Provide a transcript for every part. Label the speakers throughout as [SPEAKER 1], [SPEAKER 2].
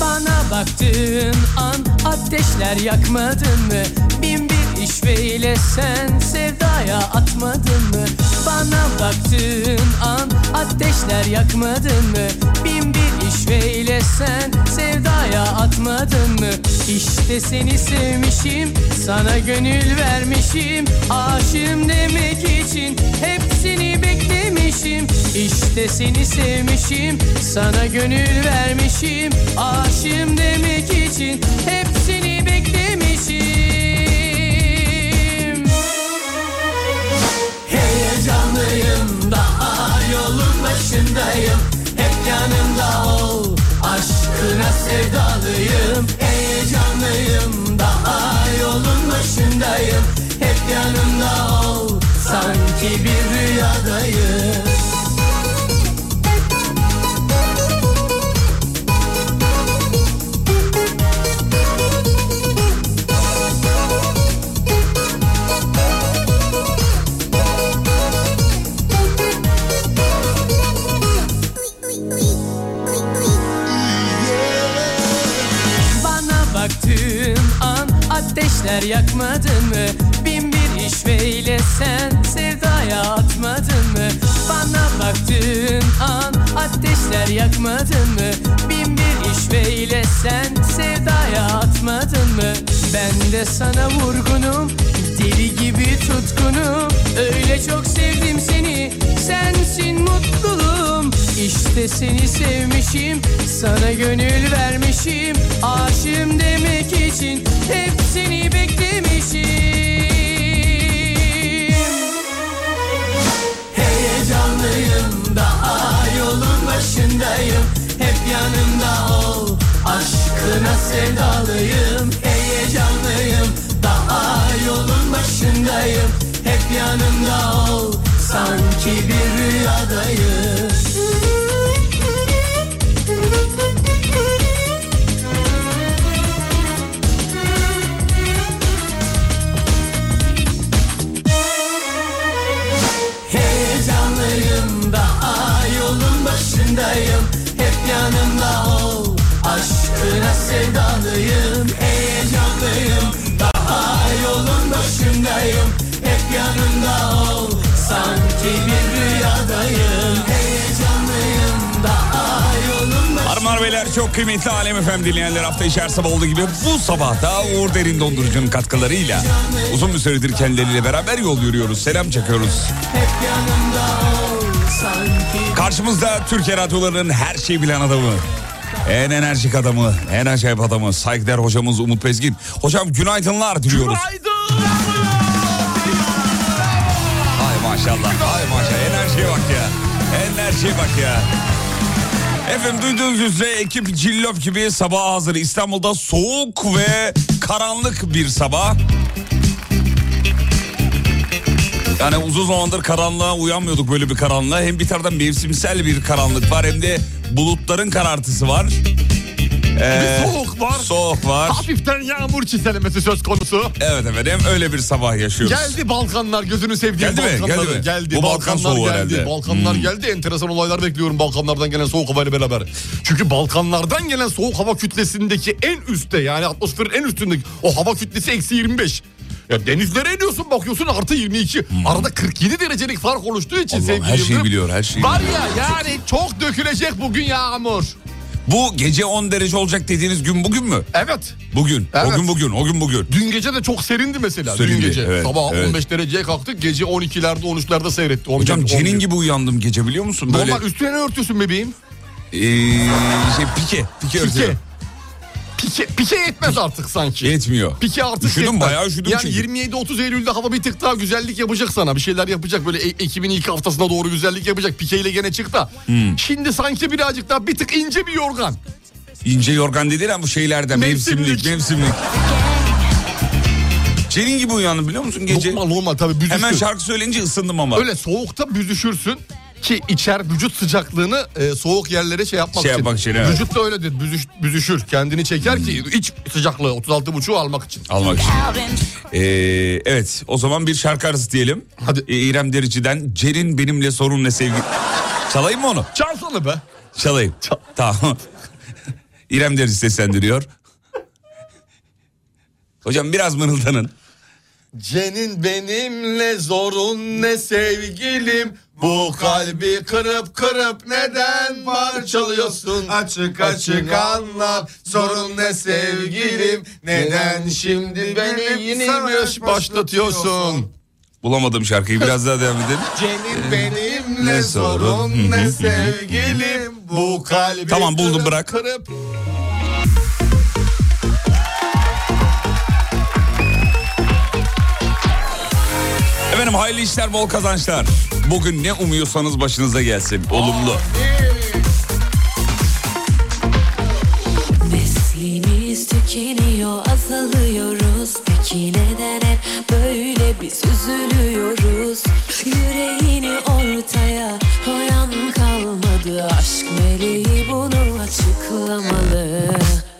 [SPEAKER 1] Bana baktığın an ateşler yakmadın mı? Bin bir işveyle sen sevdaya atmadın mı? Bana baktığın an ateşler yakmadın mı? Bin bir işveyle sen sevdaya atmadın mı? İşte seni sevmişim, sana gönül vermişim Aşığım demek için hepsini beklemişim İşte seni sevmişim, sana gönül vermişim Aşığım demek için hepsini beklemişim Heyecanlıyım daha yolun başındayım Hep yanımda ol aşkına sevdalıyım Heyecanlıyım daha yolun başındayım Hep yanımda ol sanki bir rüyadayım Bana baktığın an ateşler yakmadın mı? Bin bir işveyle sen sevdaya atmadın mı? Bana baktığın an ateşler yakmadın mı? Bin bir işveyle sen sevdaya atmadın mı? Ben de sana vurgunum, deli gibi tutkunum Öyle çok sevdim seni, sensin mutluluğum İşte seni sevmişim, sana gönül vermişim Aşığım demek için hepsini beklemişim Heyecanlıyım daha yolun başındayım Hep yanımda ol aşkına sevdalıyım Heyecanlıyım daha yolun başındayım Hep yanımda ol sanki bir rüyadayım Heyecanlıyım daha yolun başındayım Hep yanımda ol aşkına sevdalıyım Heyecanlıyım daha yolun başındayım Hep yanımda ol sanki bir rüyadayım Heyecanlıyım daha yolun başındayım
[SPEAKER 2] Harman Beyler çok kıymetli Alem FM dinleyenler hafta içi her sabah olduğu gibi bu sabah da Uğur Derin Dondurucu'nun katkılarıyla uzun bir süredir kendileriyle beraber yol yürüyoruz. Selam çakıyoruz.
[SPEAKER 1] Hep yanımda ol sanki
[SPEAKER 2] Karşımızda Türkiye radyolarının her şeyi bilen adamı. En enerjik adamı, en acayip adamı, saygıdeğer hocamız Umut Bezgin. Hocam günaydınlar diliyoruz. Ay maşallah, ay maşallah. Enerjiye bak ya, enerjiye bak ya. Efendim duyduğunuz üzere ekip cillop gibi sabah hazır. İstanbul'da soğuk ve karanlık bir sabah. Yani uzun zamandır karanlığa uyanmıyorduk böyle bir karanlığa. Hem bir taraftan mevsimsel bir karanlık var hem de bulutların karartısı var. Ee,
[SPEAKER 3] Bir soğuk var.
[SPEAKER 2] Soğuk var.
[SPEAKER 3] Hafiften yağmur çiselmesi söz konusu.
[SPEAKER 2] Evet efendim öyle bir sabah yaşıyoruz.
[SPEAKER 3] Geldi Balkanlar gözünü sevdiğim
[SPEAKER 2] Geldi mi?
[SPEAKER 3] Balkanlar.
[SPEAKER 2] Geldi mi? Bu Balkan
[SPEAKER 3] Balkanlar
[SPEAKER 2] soğuğu
[SPEAKER 3] geldi.
[SPEAKER 2] herhalde. Hmm.
[SPEAKER 3] Balkanlar geldi. Enteresan olaylar bekliyorum Balkanlardan gelen soğuk havayla beraber. Çünkü Balkanlardan gelen soğuk hava kütlesindeki en üstte yani atmosferin en üstündeki o hava kütlesi eksi 25. Ya denizlere iniyorsun bakıyorsun artı 22. Arada 47 derecelik fark oluştuğu için
[SPEAKER 2] Hmm. Allah'ım,
[SPEAKER 3] sevgili
[SPEAKER 2] her şeyi
[SPEAKER 3] Yıldırım,
[SPEAKER 2] biliyor, her şey şeyi
[SPEAKER 3] Var
[SPEAKER 2] biliyor.
[SPEAKER 3] ya yani çok dökülecek bugün yağmur.
[SPEAKER 2] Bu gece 10 derece olacak dediğiniz gün bugün mü?
[SPEAKER 3] Evet.
[SPEAKER 2] Bugün. O
[SPEAKER 3] Evet.
[SPEAKER 2] gün bugün. O gün bugün.
[SPEAKER 3] Dün gece de çok serindi mesela.
[SPEAKER 2] Serindi,
[SPEAKER 3] Dün gece.
[SPEAKER 2] evet,
[SPEAKER 3] Sabah
[SPEAKER 2] evet.
[SPEAKER 3] 15 dereceye kalktık. Gece 12'lerde 13'lerde seyretti. 11,
[SPEAKER 2] Hocam
[SPEAKER 3] 11.
[SPEAKER 2] cenin gibi uyandım gece biliyor musun? Böyle
[SPEAKER 3] Normal üstüne ne örtüyorsun bebeğim?
[SPEAKER 2] ee, şey pike. Pike,
[SPEAKER 3] Pike.
[SPEAKER 2] örtüyorum.
[SPEAKER 3] Pike, pike yetmez artık sanki.
[SPEAKER 2] Yetmiyor.
[SPEAKER 3] Pike artık
[SPEAKER 2] Üşüdüm,
[SPEAKER 3] yetmez.
[SPEAKER 2] bayağı üşüdüm
[SPEAKER 3] Yani
[SPEAKER 2] çünkü.
[SPEAKER 3] 27-30 Eylül'de hava bir tık daha güzellik yapacak sana. Bir şeyler yapacak böyle e- ekibin ilk haftasına doğru güzellik yapacak. Pike ile gene çık da. Şimdi sanki birazcık daha bir tık ince bir yorgan.
[SPEAKER 2] İnce yorgan dediler ama bu şeylerden mevsimlik. mevsimlik.
[SPEAKER 3] Mevsimlik.
[SPEAKER 2] Senin gibi uyandım biliyor musun gece?
[SPEAKER 3] Normal normal tabii büzüştür.
[SPEAKER 2] Hemen şarkı söyleyince ısındım ama.
[SPEAKER 3] Öyle soğukta büzüşürsün ki içer vücut sıcaklığını e, soğuk yerlere şey yapmak
[SPEAKER 2] Şey
[SPEAKER 3] için.
[SPEAKER 2] yapmak için, evet. Hmm.
[SPEAKER 3] Vücut da öyledir büzüş, büzüşür kendini çeker ki iç sıcaklığı 36.5'u almak için.
[SPEAKER 2] Almak için. Ee, evet o zaman bir şarkı arası diyelim.
[SPEAKER 3] Hadi.
[SPEAKER 2] Ee, İrem Derici'den Cerin benimle sorun ne sevgi... Çalayım mı onu?
[SPEAKER 3] Çalsana be.
[SPEAKER 2] Çalayım. Tamam. İrem Derici seslendiriyor. Hocam biraz mırıldanın.
[SPEAKER 3] Cenin benimle zorun ne sevgilim Bu kalbi kırıp kırıp neden parçalıyorsun
[SPEAKER 4] Açık açık anlat sorun ne sevgilim Neden şimdi beni yine
[SPEAKER 3] savaş başlatıyorsun
[SPEAKER 2] Bulamadım şarkıyı biraz daha devam edelim. Ee,
[SPEAKER 4] Cenin benimle
[SPEAKER 2] Ne sorun,
[SPEAKER 4] sorun
[SPEAKER 2] ne
[SPEAKER 4] ne sevgilim Bu kalbi
[SPEAKER 2] Tamam buldum bırak.
[SPEAKER 3] Kırıp
[SPEAKER 2] Efendim hayırlı işler bol kazançlar. Bugün ne umuyorsanız başınıza gelsin. Olumlu.
[SPEAKER 5] Neslimiz tükeniyor azalıyoruz Peki neden hep böyle biz üzülüyoruz Yüreğini ortaya koyan kalmadı Aşk meleği bunu açıklamalı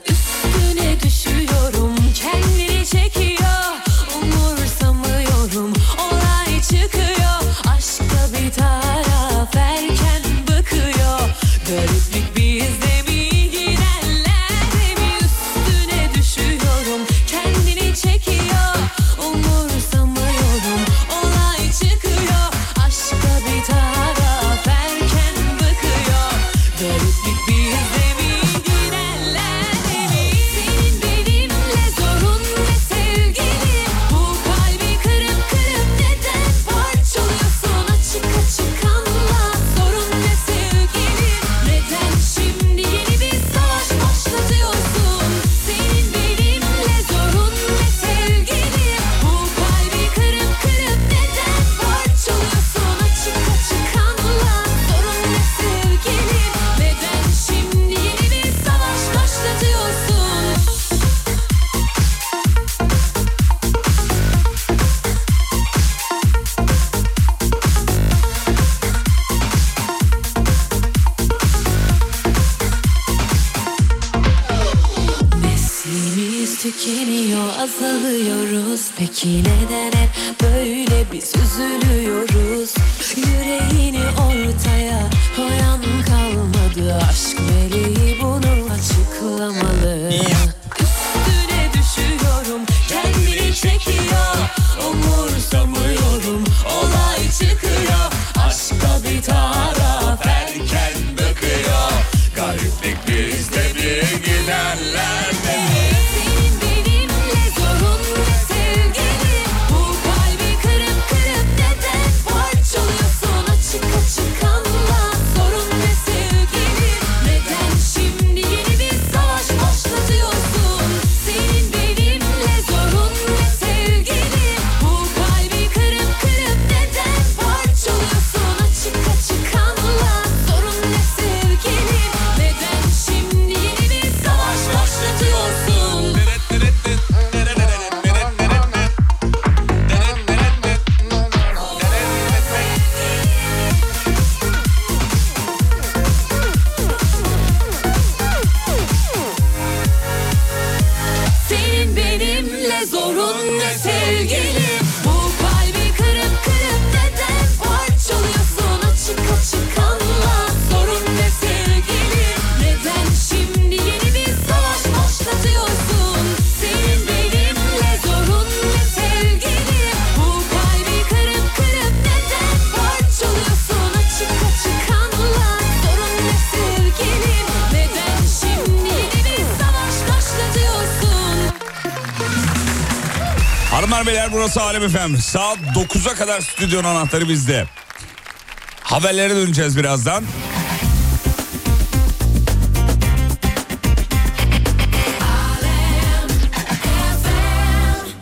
[SPEAKER 5] Üstüne düşüyorum kendini çekiyor Umursamıyorum olay çıkıyor Aşka bir taraf erken bakıyor Gariplik bizde mi gidenler mi üstüne düşüyorum Kendini çekiyor umursamıyorum olay çıkıyor Aşka bir taraf erken bakıyor Gariplik bizde mi gidenler mi Senin benimle zorun ve sevgilim Bu kalbi kırıp kırıp neden parçalıyorsun Açık açık anlat sorun ne sevgilim Neden şimdi yeni bir savaş başlatıyorsun Senin benimle zorun ve sevgilim Bu kalbi kırıp kırıp neden parçalıyorsun Açık açık anlat sorun ne sevgilim Neden şimdi yeni bir savaş başlatıyorsun Neslimiz tükeniyor azalıyoruz Peki neden hep böyle biz üzülüyoruz Yüreğini ortaya koyan kalmadı Aşk meleği bunu açıklamalı Üstüne düşüyorum kendini çekiyor Umursamıyorum olay çıkıyor Aşka bir taraf erken bakıyor
[SPEAKER 2] Gariplik bizde bir giderler.
[SPEAKER 5] senin benimle zorun ve sevgili Bu kalbi kırıp kırıp neden parçalıyorsun Açık açık anlat sorun ve sevgili Neden şimdi yeni bir savaş başlatıyorsun Senin benimle zorun ve sevgili Bu kalbi kırıp kırıp neden parçalıyorsun Açık açık anlat sorun ve sevgili Neden şimdi yeni bir savaş başlatıyorsun Senin benimle zorun ne sevgilim Bu kalbi kırıp kırıp neden parçalıyorsun Açık açık anlat sorun ne sevgilim Neden şimdi yeni bir savaş başlatıyorsun Senin benimle zorun ne sevgilim Bu kalbi kırıp kırıp neden parçalıyorsun Açık açık anlat sorun ne sevgilim Neden şimdi yeni bir savaş başlatıyorsun
[SPEAKER 2] Hanımlar beyler burası Alem Efem. Saat 9'a kadar stüdyonun anahtarı bizde. Haberlere döneceğiz birazdan.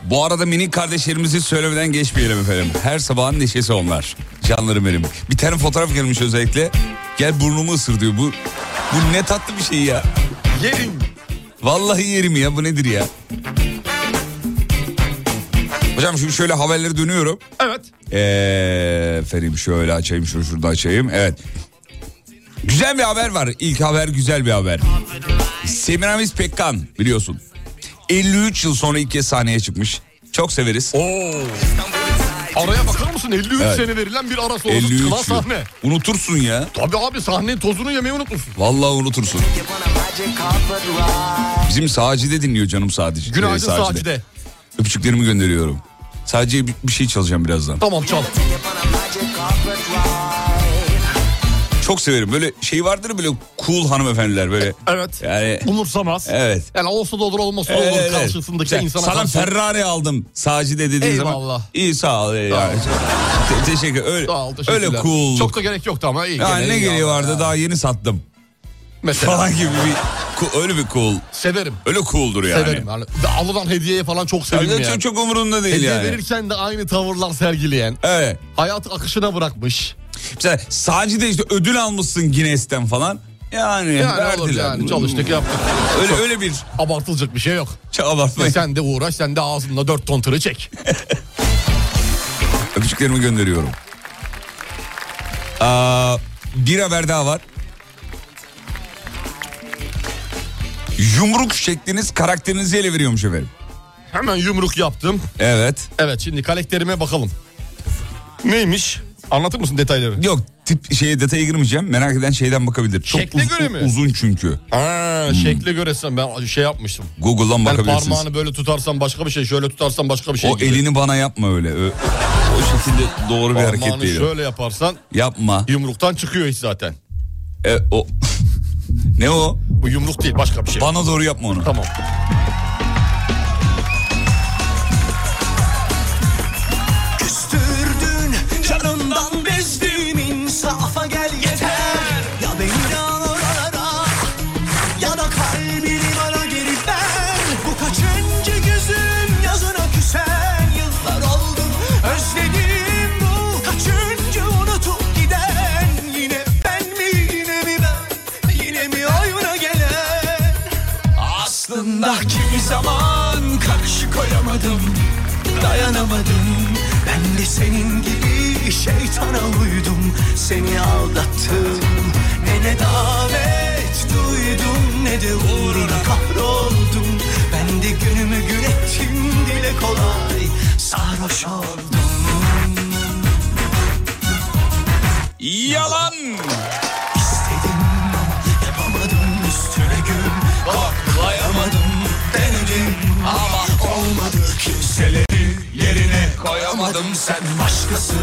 [SPEAKER 2] Bu arada minik kardeşlerimizi söylemeden geçmeyelim efendim. Her sabahın neşesi onlar. Canlarım benim. Bir tane fotoğraf gelmiş özellikle. Gel burnumu ısır diyor. Bu, bu ne tatlı bir şey ya. Yerim. Vallahi yerim ya bu nedir ya. Hocam şimdi şöyle haberlere dönüyorum.
[SPEAKER 3] Evet.
[SPEAKER 2] Ee, efendim şöyle açayım şunu şurada açayım. Evet. Güzel bir haber var. İlk haber güzel bir haber. Semiramis Pekkan biliyorsun. 53 yıl sonra ilk kez sahneye çıkmış. Çok severiz.
[SPEAKER 3] Araya bakar mısın? 53
[SPEAKER 2] Evet.
[SPEAKER 3] sene verilen bir ara sonrası
[SPEAKER 2] 53
[SPEAKER 3] çıkan
[SPEAKER 2] yıl.
[SPEAKER 3] sahne.
[SPEAKER 2] Unutursun ya.
[SPEAKER 3] Tabii abi sahnenin tozunu yemeyi unutmuşsun.
[SPEAKER 2] Vallahi unutursun. Bizim Sacide dinliyor canım Sacide.
[SPEAKER 3] Günaydın
[SPEAKER 2] Ee,
[SPEAKER 3] Sacide.
[SPEAKER 2] Öpücüklerimi gönderiyorum. Sadece bir bir şey çalacağım birazdan.
[SPEAKER 3] Tamam çal.
[SPEAKER 2] Çok severim. Böyle şey vardır ya böyle cool hanımefendiler böyle.
[SPEAKER 3] E, Evet.
[SPEAKER 2] Yani
[SPEAKER 3] Umursamaz.
[SPEAKER 2] Evet.
[SPEAKER 3] Yani olsa da olur olmasa da olur
[SPEAKER 2] Evet, evet.
[SPEAKER 3] karşısındaki
[SPEAKER 2] Sen-
[SPEAKER 3] insana
[SPEAKER 2] Sana
[SPEAKER 3] karşı-
[SPEAKER 2] Ferrari aldım Sacide dediğin zaman.
[SPEAKER 3] Eyvallah.
[SPEAKER 2] İyi sağ ol. iyi yani. Te- teşekkür öyle,
[SPEAKER 3] Sağ ol, teşekkürler.
[SPEAKER 2] öyle cool.
[SPEAKER 3] Çok da gerek yoktu ama iyi.
[SPEAKER 2] yani
[SPEAKER 3] gene
[SPEAKER 2] ne
[SPEAKER 3] iyi
[SPEAKER 2] gereği
[SPEAKER 3] ama
[SPEAKER 2] vardı
[SPEAKER 3] ya.
[SPEAKER 2] daha yeni sattım.
[SPEAKER 3] Mesela
[SPEAKER 2] Falan gibi bir cool- öyle bir cool.
[SPEAKER 3] severim.
[SPEAKER 2] Öyle cool'dur yani.
[SPEAKER 3] Severim. Yani. Ve Alınan hediyeye falan çok
[SPEAKER 2] Öyle
[SPEAKER 3] severim yani.
[SPEAKER 2] çok, çok umurumda değil
[SPEAKER 3] Hediye
[SPEAKER 2] yani.
[SPEAKER 3] verirken de aynı tavırlar sergileyen.
[SPEAKER 2] Evet.
[SPEAKER 3] Hayat akışına bırakmış.
[SPEAKER 2] Mesela Sacide işte ödül almışsın Guinness'ten falan. Yani,
[SPEAKER 3] Yani olur
[SPEAKER 2] verdiler.
[SPEAKER 3] yani çalıştık yaptık.
[SPEAKER 2] Öyle öyle bir
[SPEAKER 3] Abartılacak bir şey yok.
[SPEAKER 2] çok abartmayın.
[SPEAKER 3] Sen de uğraş sen de ağzında dört ton tırı çek.
[SPEAKER 2] Öpücüklerimi gönderiyorum. Aa, bir haber daha var. Yumruk şekliniz karakterinizi ele veriyormuş efendim.
[SPEAKER 3] Hemen yumruk yaptım.
[SPEAKER 2] Evet.
[SPEAKER 3] Evet şimdi kalekterime bakalım. Neymiş? Anlatır mısın detayları?
[SPEAKER 2] Yok tip şeye detaya girmeyeceğim. Merak eden şeyden bakabilir. Çok
[SPEAKER 3] Şekle
[SPEAKER 2] uz-
[SPEAKER 3] göre mi?
[SPEAKER 2] Uzun çünkü.
[SPEAKER 3] Ha, şekle göre sen ben şey yapmıştım.
[SPEAKER 2] Hmm. Google'dan
[SPEAKER 3] Ben
[SPEAKER 2] bakabilirsiniz.
[SPEAKER 3] parmağını böyle tutarsam başka bir şey, şöyle tutarsam başka bir şey.
[SPEAKER 2] o
[SPEAKER 3] gibi.
[SPEAKER 2] elini bana yapma öyle. Ö- O şekilde doğru bir hareket
[SPEAKER 3] Parmağını
[SPEAKER 2] değil.
[SPEAKER 3] şöyle yaparsan
[SPEAKER 2] Yapma.
[SPEAKER 3] yumruktan çıkıyor iş zaten.
[SPEAKER 2] E, o. ne o?
[SPEAKER 3] Bu yumruk değil başka bir şey.
[SPEAKER 2] Bana doğru yapma onu.
[SPEAKER 3] tamam.
[SPEAKER 1] Küstürdün canımdan bezdin insafa gel yeter Ya beni al oralara ya da kalbini bana geri ver Bu kaçıncı gözüm yazına küsen yıllar oldu özledim bu Kaçıncı unutup giden yine ben mi yine mi ben yine mi oyuna gelen Aslında kimi zaman karşı koyamadım Dayanamadım Ben de senin gibi şeytana uydum Seni aldattım Ne ne davet duydum Ne de uğruna kahroldum Ben de günümü gün ettim Dile kolay sarhoş oldum
[SPEAKER 2] Yalan.
[SPEAKER 1] İstedim yapamadım üstüne gün Koklayamadım denedim ama olmadı Kimseleri yerine koyamadım sen başkasın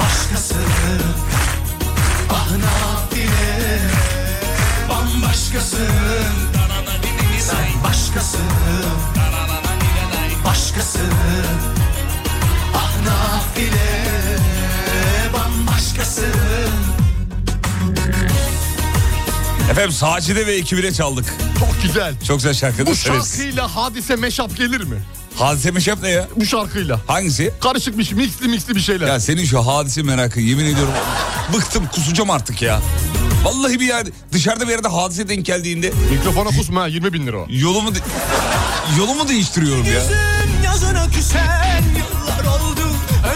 [SPEAKER 1] Başkasın Bahına bile Bambaşkasın Sen başkasın Başkasın Ah nafile Bambaşkasın
[SPEAKER 2] Efendim Sacide ve ekibine çaldık.
[SPEAKER 3] Çok güzel.
[SPEAKER 2] Çok güzel şarkıdır.
[SPEAKER 3] Bu
[SPEAKER 2] severiz.
[SPEAKER 3] şarkıyla hadise meşap gelir mi?
[SPEAKER 2] Hadise Meşap ne ya?
[SPEAKER 3] Bu şarkıyla.
[SPEAKER 2] Hangisi?
[SPEAKER 3] Karışıkmış, mixli mixli bir şeyler.
[SPEAKER 2] Ya senin şu hadise merakı yemin ediyorum bıktım kusacağım artık ya. Vallahi bir yer dışarıda bir yerde hadise denk geldiğinde
[SPEAKER 3] Mikrofona kusma ha 20 bin lira o.
[SPEAKER 2] yolumu de- yolumu değiştiriyorum ya.
[SPEAKER 1] Yüzün yazına küsen yıllar oldu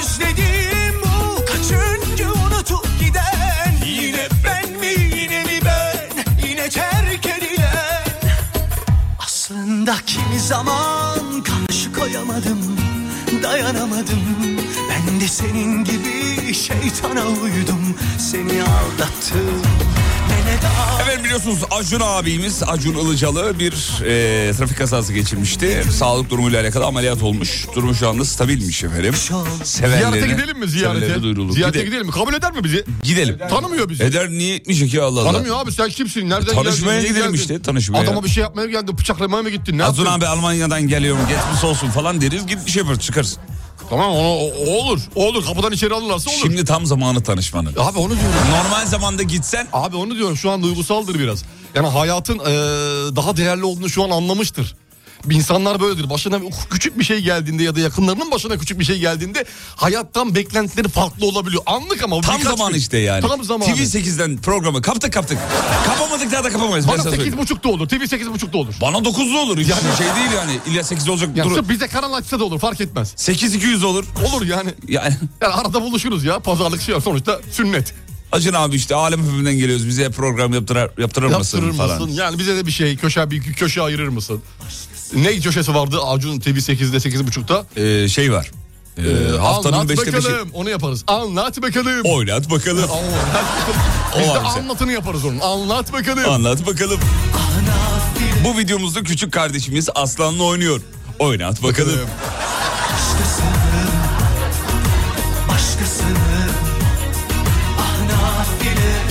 [SPEAKER 1] Özledim bu kaçıncı unutup giden Yine ben mi yine mi ben Yine terk edilen Aslında kimi zaman karşı koyamadım Dayanamadım Ben de senin gibi şeytana uydum Seni aldattım Ne ne daha
[SPEAKER 2] Efendim biliyorsunuz Acun abimiz Acun Ilıcalı bir e, trafik kazası geçirmişti. Sağlık durumuyla alakalı ameliyat olmuş. Durumu şu anda stabilmiş efendim.
[SPEAKER 3] Ziyarete
[SPEAKER 2] Sevenlerine,
[SPEAKER 3] gidelim mi ziyarete?
[SPEAKER 2] sevenlerine duyurulur.
[SPEAKER 3] Ziyarete
[SPEAKER 2] Gide-
[SPEAKER 3] gidelim mi? Kabul eder mi bizi?
[SPEAKER 2] Gidelim.
[SPEAKER 3] Tanımıyor bizi.
[SPEAKER 2] Eder niye etmeyecek ya Allah Allah.
[SPEAKER 3] Tanımıyor abi sen kimsin? Nereden
[SPEAKER 2] Tanışmaya
[SPEAKER 3] geldin? Niye
[SPEAKER 2] gidelim
[SPEAKER 3] geldin?
[SPEAKER 2] işte, tanışmaya.
[SPEAKER 3] Adama bir şey yapmaya geldin bıçaklamaya mı gittin? Ne
[SPEAKER 2] Acun
[SPEAKER 3] yaptın?
[SPEAKER 2] abi Almanya'dan geliyorum geçmiş olsun falan deriz gidip bir şey yaparız çıkarız.
[SPEAKER 3] Tamam onu, o, o olur. O olur kapıdan içeri alırlarsa olur.
[SPEAKER 2] Şimdi tam zamanı tanışmanın.
[SPEAKER 3] Abi onu diyorum.
[SPEAKER 2] Normal zamanda gitsen
[SPEAKER 3] Abi onu diyorum şu an duygusaldır biraz. Yani hayatın eee, daha değerli olduğunu şu an anlamıştır. İnsanlar böyledir. Başına küçük bir şey geldiğinde ya da yakınlarının başına küçük bir şey geldiğinde hayattan beklentileri farklı olabiliyor. Anlık ama.
[SPEAKER 2] Tam
[SPEAKER 3] birkaç
[SPEAKER 2] zamanı
[SPEAKER 3] gün.
[SPEAKER 2] işte yani.
[SPEAKER 3] Tam zamanı.
[SPEAKER 2] TV 8'den programı kaptık kaptık. Kapamadık daha da kapamayız. ben
[SPEAKER 3] Bana
[SPEAKER 2] sana söyleyeyim.
[SPEAKER 3] 8.30'da olur. TV 8.30'da olur.
[SPEAKER 2] Bana 9'lu olur. Hiç
[SPEAKER 3] Yani-
[SPEAKER 2] şey değil yani. İlla 8 olacak.
[SPEAKER 3] Yani
[SPEAKER 2] Dur.
[SPEAKER 3] sırf bize kanal açsa da olur fark etmez.
[SPEAKER 2] 8 200 olur.
[SPEAKER 3] Olur yani.
[SPEAKER 2] Yani
[SPEAKER 3] Yani arada buluşuruz ya. Pazarlık şey var. sonuçta sünnet.
[SPEAKER 2] Acın abi işte alem hepiminden geliyoruz. Bize program yaptırar, yaptırır,
[SPEAKER 3] Yaptırır
[SPEAKER 2] mısın falan.
[SPEAKER 3] mısın? Yani bize de bir şey köşe bir köşe ayırır mısın? Ne köşesi vardı Acun TV 8'de 8.30'da?
[SPEAKER 2] Ee, şey var. Ee, haftanın
[SPEAKER 3] anlat
[SPEAKER 2] 5'te 5'i.
[SPEAKER 3] bakalım. Onu yaparız. Anlat bakalım.
[SPEAKER 2] Oynat bakalım.
[SPEAKER 3] Biz de
[SPEAKER 2] O varmış.
[SPEAKER 3] anlatını yaparız onun. Anlat bakalım.
[SPEAKER 2] Anlat bakalım. Bu videomuzda küçük kardeşimiz Aslan'la oynuyor. Oynat bakalım.
[SPEAKER 6] Başkasını, başkasını Ah nafile,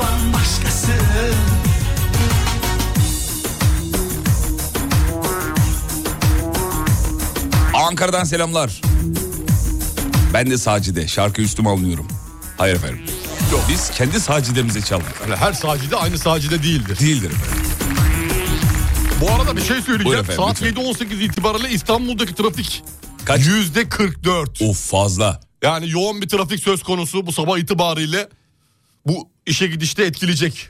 [SPEAKER 6] bambaşkasını
[SPEAKER 2] Ankara'dan selamlar. Ben de Saci'de. Şarkı üstüme alınıyorum. Hayır efendim. Yok. Biz kendi Sacide'mize çaldık.
[SPEAKER 3] Yani her sacide aynı sacide değildir.
[SPEAKER 2] Değildir efendim.
[SPEAKER 3] Bu arada bir şey
[SPEAKER 2] Buyurun
[SPEAKER 3] söyleyeceğim.
[SPEAKER 2] efendim,
[SPEAKER 3] Saat
[SPEAKER 2] lütfen.
[SPEAKER 3] 7.18 itibariyle İstanbul'daki trafik
[SPEAKER 2] Kaç?
[SPEAKER 3] yüzde 44.
[SPEAKER 2] Of fazla.
[SPEAKER 3] Yani yoğun bir trafik söz konusu bu sabah itibariyle bu işe gidişte etkileyecek.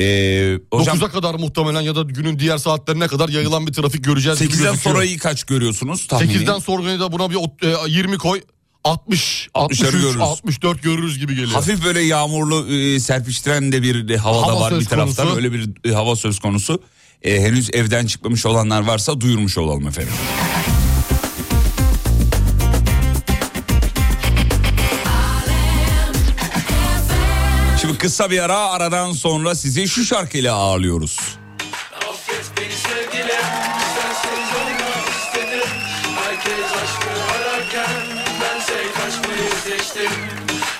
[SPEAKER 2] Ee, hocam
[SPEAKER 3] 9'a kadar muhtemelen ya da günün diğer saatlerine kadar yayılan bir trafik göreceğiz. gibi
[SPEAKER 2] 8'den
[SPEAKER 3] gözüküyor.
[SPEAKER 2] sonrayı kaç görüyorsunuz tahmini?
[SPEAKER 3] 8'den sonra da buna bir ot- e, 20 koy. 60,
[SPEAKER 2] 60'ları
[SPEAKER 3] 63,
[SPEAKER 2] görürüz.
[SPEAKER 3] 64 görürüz gibi geliyor.
[SPEAKER 2] Hafif böyle yağmurlu e, serpiştiren de bir e, hava,
[SPEAKER 3] Hava
[SPEAKER 2] da var
[SPEAKER 3] söz
[SPEAKER 2] bir taraftan.
[SPEAKER 3] konusu.
[SPEAKER 2] Öyle bir e, hava söz konusu. E, henüz evden çıkmamış olanlar varsa duyurmuş olalım efendim. Şimdi kısa bir ara aradan sonra sizi şu şarkıyla ağırlıyoruz.
[SPEAKER 1] Affet beni sevgilim Sensiz olmak istedim Herkes aşkı ararken Bense kaçmayı seçtim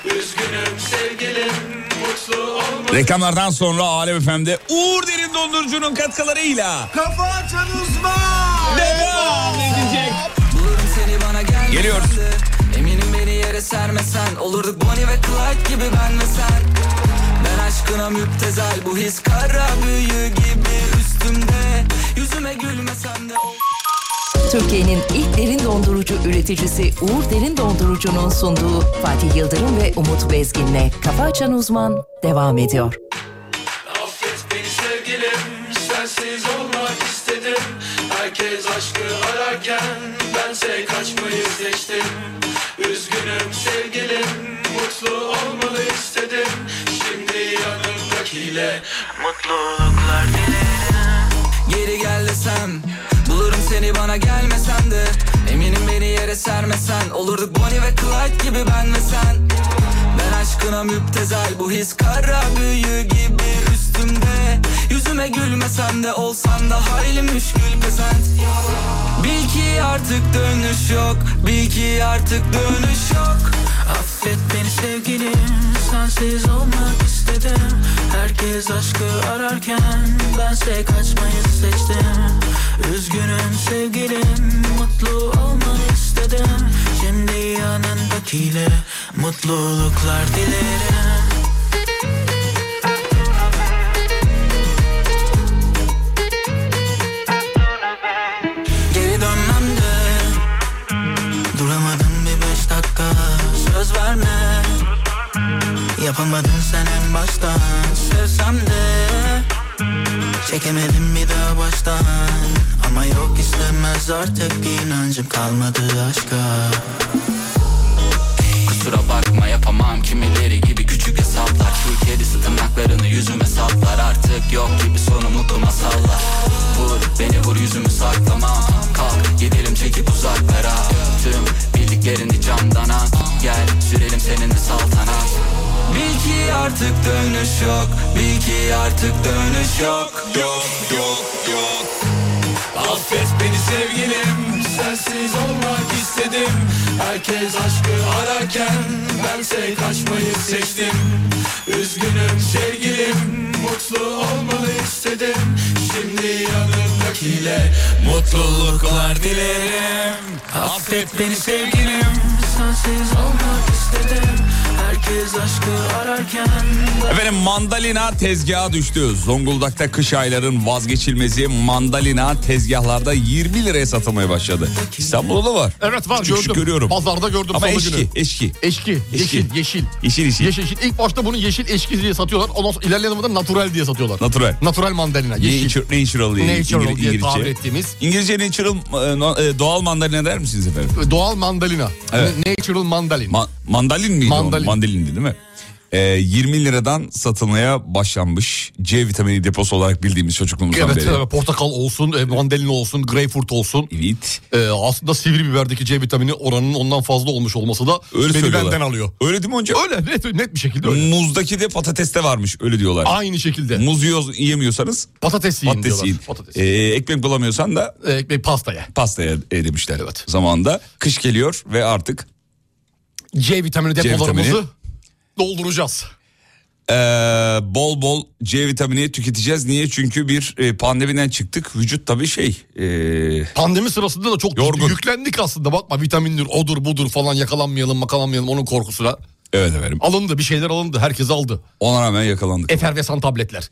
[SPEAKER 1] Üzgünüm sevgilim Mutlu olmak
[SPEAKER 2] Reklamlardan sonra Alem FM'de Uğur Derin Dondurucu'nun katkılarıyla
[SPEAKER 5] Kafa açan uzman.
[SPEAKER 2] devam edecek.
[SPEAKER 7] Bulurum seni bana gelmesen
[SPEAKER 2] Geliyoruz.
[SPEAKER 7] de. Eminim beni yere sermesen Olurduk Bonnie ve Clyde gibi ben ve sen Ben aşkına müptezel Bu his kara büyü gibi üstümde Yüzüme gülmesen de o-
[SPEAKER 8] Türkiye'nin ilk derin dondurucu üreticisi Uğur Derin Dondurucu'nun sunduğu Fatih Yıldırım ve Umut Bezgin'le Kafa Açan Uzman devam ediyor.
[SPEAKER 1] Affet beni sevgilim Sensiz olmak istedim Herkes aşkı ararken Bense kaçmayı seçtim Üzgünüm sevgilim Mutlu olmalı istedim Şimdi yanımdakiyle Mutluluklar
[SPEAKER 7] Geri gel desem Bulurum seni bana gelmesen de Eminim beni yere sermesen Olurduk Bonnie ve Clyde gibi ben ve sen Ben aşkına müptezel Bu his kara büyü gibi üstümde Yüzüme gülmesen de olsan da Hayli müşkül pesent Bil ki artık dönüş yok Bil ki artık dönüş yok
[SPEAKER 1] Affet beni sevgilim Sensiz olmak istedim Herkes aşkı ararken Bense kaçmayı seçtim Üzgünüm sevgilim Mutlu olmanı istedim Şimdi yanındakiyle Mutluluklar dilerim
[SPEAKER 7] Geri dönmem de Duramadım bir beş dakika Söz verme Yapamadın sen en baştan Sevsem de Çekemedim bir daha baştan Ama yok istemez artık inancım kalmadı aşka Kusura bakma yapamam kimileri gibi küçük hesaplar Kül kedisi tırnaklarını yüzüme saplar Artık yok gibi sonu mutlu masallar Vur beni vur yüzümü saklama Kalk gidelim çekip uzaklara Tüm bildiklerini camdan at Gel sürelim seninle saltanat Bil ki artık dönüş yok Bil ki artık dönüş yok
[SPEAKER 1] Yok yok yok Affet beni sevgilim Sensiz olmak istedim Herkes aşkı ararken Bense kaçmayı seçtim Üzgünüm sevgilim Mutlu olmanı istedim Şimdi yanımdakiyle Mutluluklar dilerim Affet beni sevgilim Sensiz olmak istedim
[SPEAKER 9] Herkes aşkı ararken
[SPEAKER 2] Efendim mandalina tezgaha düştü. Zonguldak'ta kış ayların vazgeçilmezi mandalina tezgahlarda 20 liraya satılmaya başladı. İstanbul'da da var.
[SPEAKER 3] Evet var
[SPEAKER 2] Küçük
[SPEAKER 3] gördüm.
[SPEAKER 2] küçük görüyorum.
[SPEAKER 3] Pazarda gördüm
[SPEAKER 2] Ama
[SPEAKER 3] salı
[SPEAKER 2] eşki,
[SPEAKER 3] günü.
[SPEAKER 2] eşki.
[SPEAKER 3] Eşki, yeşil, yeşil.
[SPEAKER 2] Yeşil yeşil.
[SPEAKER 3] Yeşil, yeşil. İlk başta bunu yeşil eşki diye satıyorlar. Ondan sonra ilerleyen zamanda natural diye satıyorlar.
[SPEAKER 2] Natural.
[SPEAKER 3] natural mandalina, yeşil.
[SPEAKER 2] Nature, natural diye.
[SPEAKER 3] Natural
[SPEAKER 2] İngil-
[SPEAKER 3] diye tabir
[SPEAKER 2] İngilizce.
[SPEAKER 3] ettiğimiz
[SPEAKER 2] İngilizce natural e, no- e, doğal mandalina der misiniz efendim?
[SPEAKER 3] E, doğal mandalina.
[SPEAKER 2] Evet.
[SPEAKER 3] Natural mandalina.
[SPEAKER 2] Ma- mandalin miydi
[SPEAKER 3] Mandalin.
[SPEAKER 2] o? Mandalindi değil mi? E, 20 liradan satılmaya başlanmış. C vitamini deposu olarak bildiğimiz çocukluğumuzdan
[SPEAKER 3] Evet,
[SPEAKER 2] beri.
[SPEAKER 3] evet, portakal olsun, e, mandalina olsun, greyfurt olsun.
[SPEAKER 2] Evet.
[SPEAKER 3] Ee, aslında sivri biberdeki C vitamini oranının ondan fazla olmuş olması da
[SPEAKER 2] Öyle
[SPEAKER 3] beni
[SPEAKER 2] söylüyorlar.
[SPEAKER 3] benden alıyor.
[SPEAKER 2] Öyle değil mi hocam?
[SPEAKER 3] Öyle net, net bir şekilde öyle.
[SPEAKER 2] Muzdaki de patateste varmış öyle diyorlar.
[SPEAKER 3] Aynı şekilde.
[SPEAKER 2] Muz yiyor- yiyemiyorsanız
[SPEAKER 3] Patates yiyin
[SPEAKER 2] patates yiyin.
[SPEAKER 3] diyorlar. Patates.
[SPEAKER 2] E, ekmek bulamıyorsan da
[SPEAKER 3] Ee, ekmek pastaya.
[SPEAKER 2] pastaya e, demişler.
[SPEAKER 3] Evet.
[SPEAKER 2] Zamanında kış geliyor ve artık
[SPEAKER 3] C vitamini
[SPEAKER 2] vitamini.
[SPEAKER 3] depolarımızı dolduracağız.
[SPEAKER 2] Ee, bol bol C vitamini tüketeceğiz. Niye? Çünkü bir e, pandemiden çıktık. Vücut tabii şey. e,
[SPEAKER 3] Pandemi sırasında da çok ciddi
[SPEAKER 2] Yorgun.
[SPEAKER 3] yüklendik aslında. Bakma vitamindir, odur, budur falan yakalanmayalım, makalanmayalım onun korkusuna.
[SPEAKER 2] evet efendim.
[SPEAKER 3] Alındı, bir şeyler alındı. Herkes aldı.
[SPEAKER 2] Ona rağmen yakalandık.
[SPEAKER 3] Efervesan tabletler.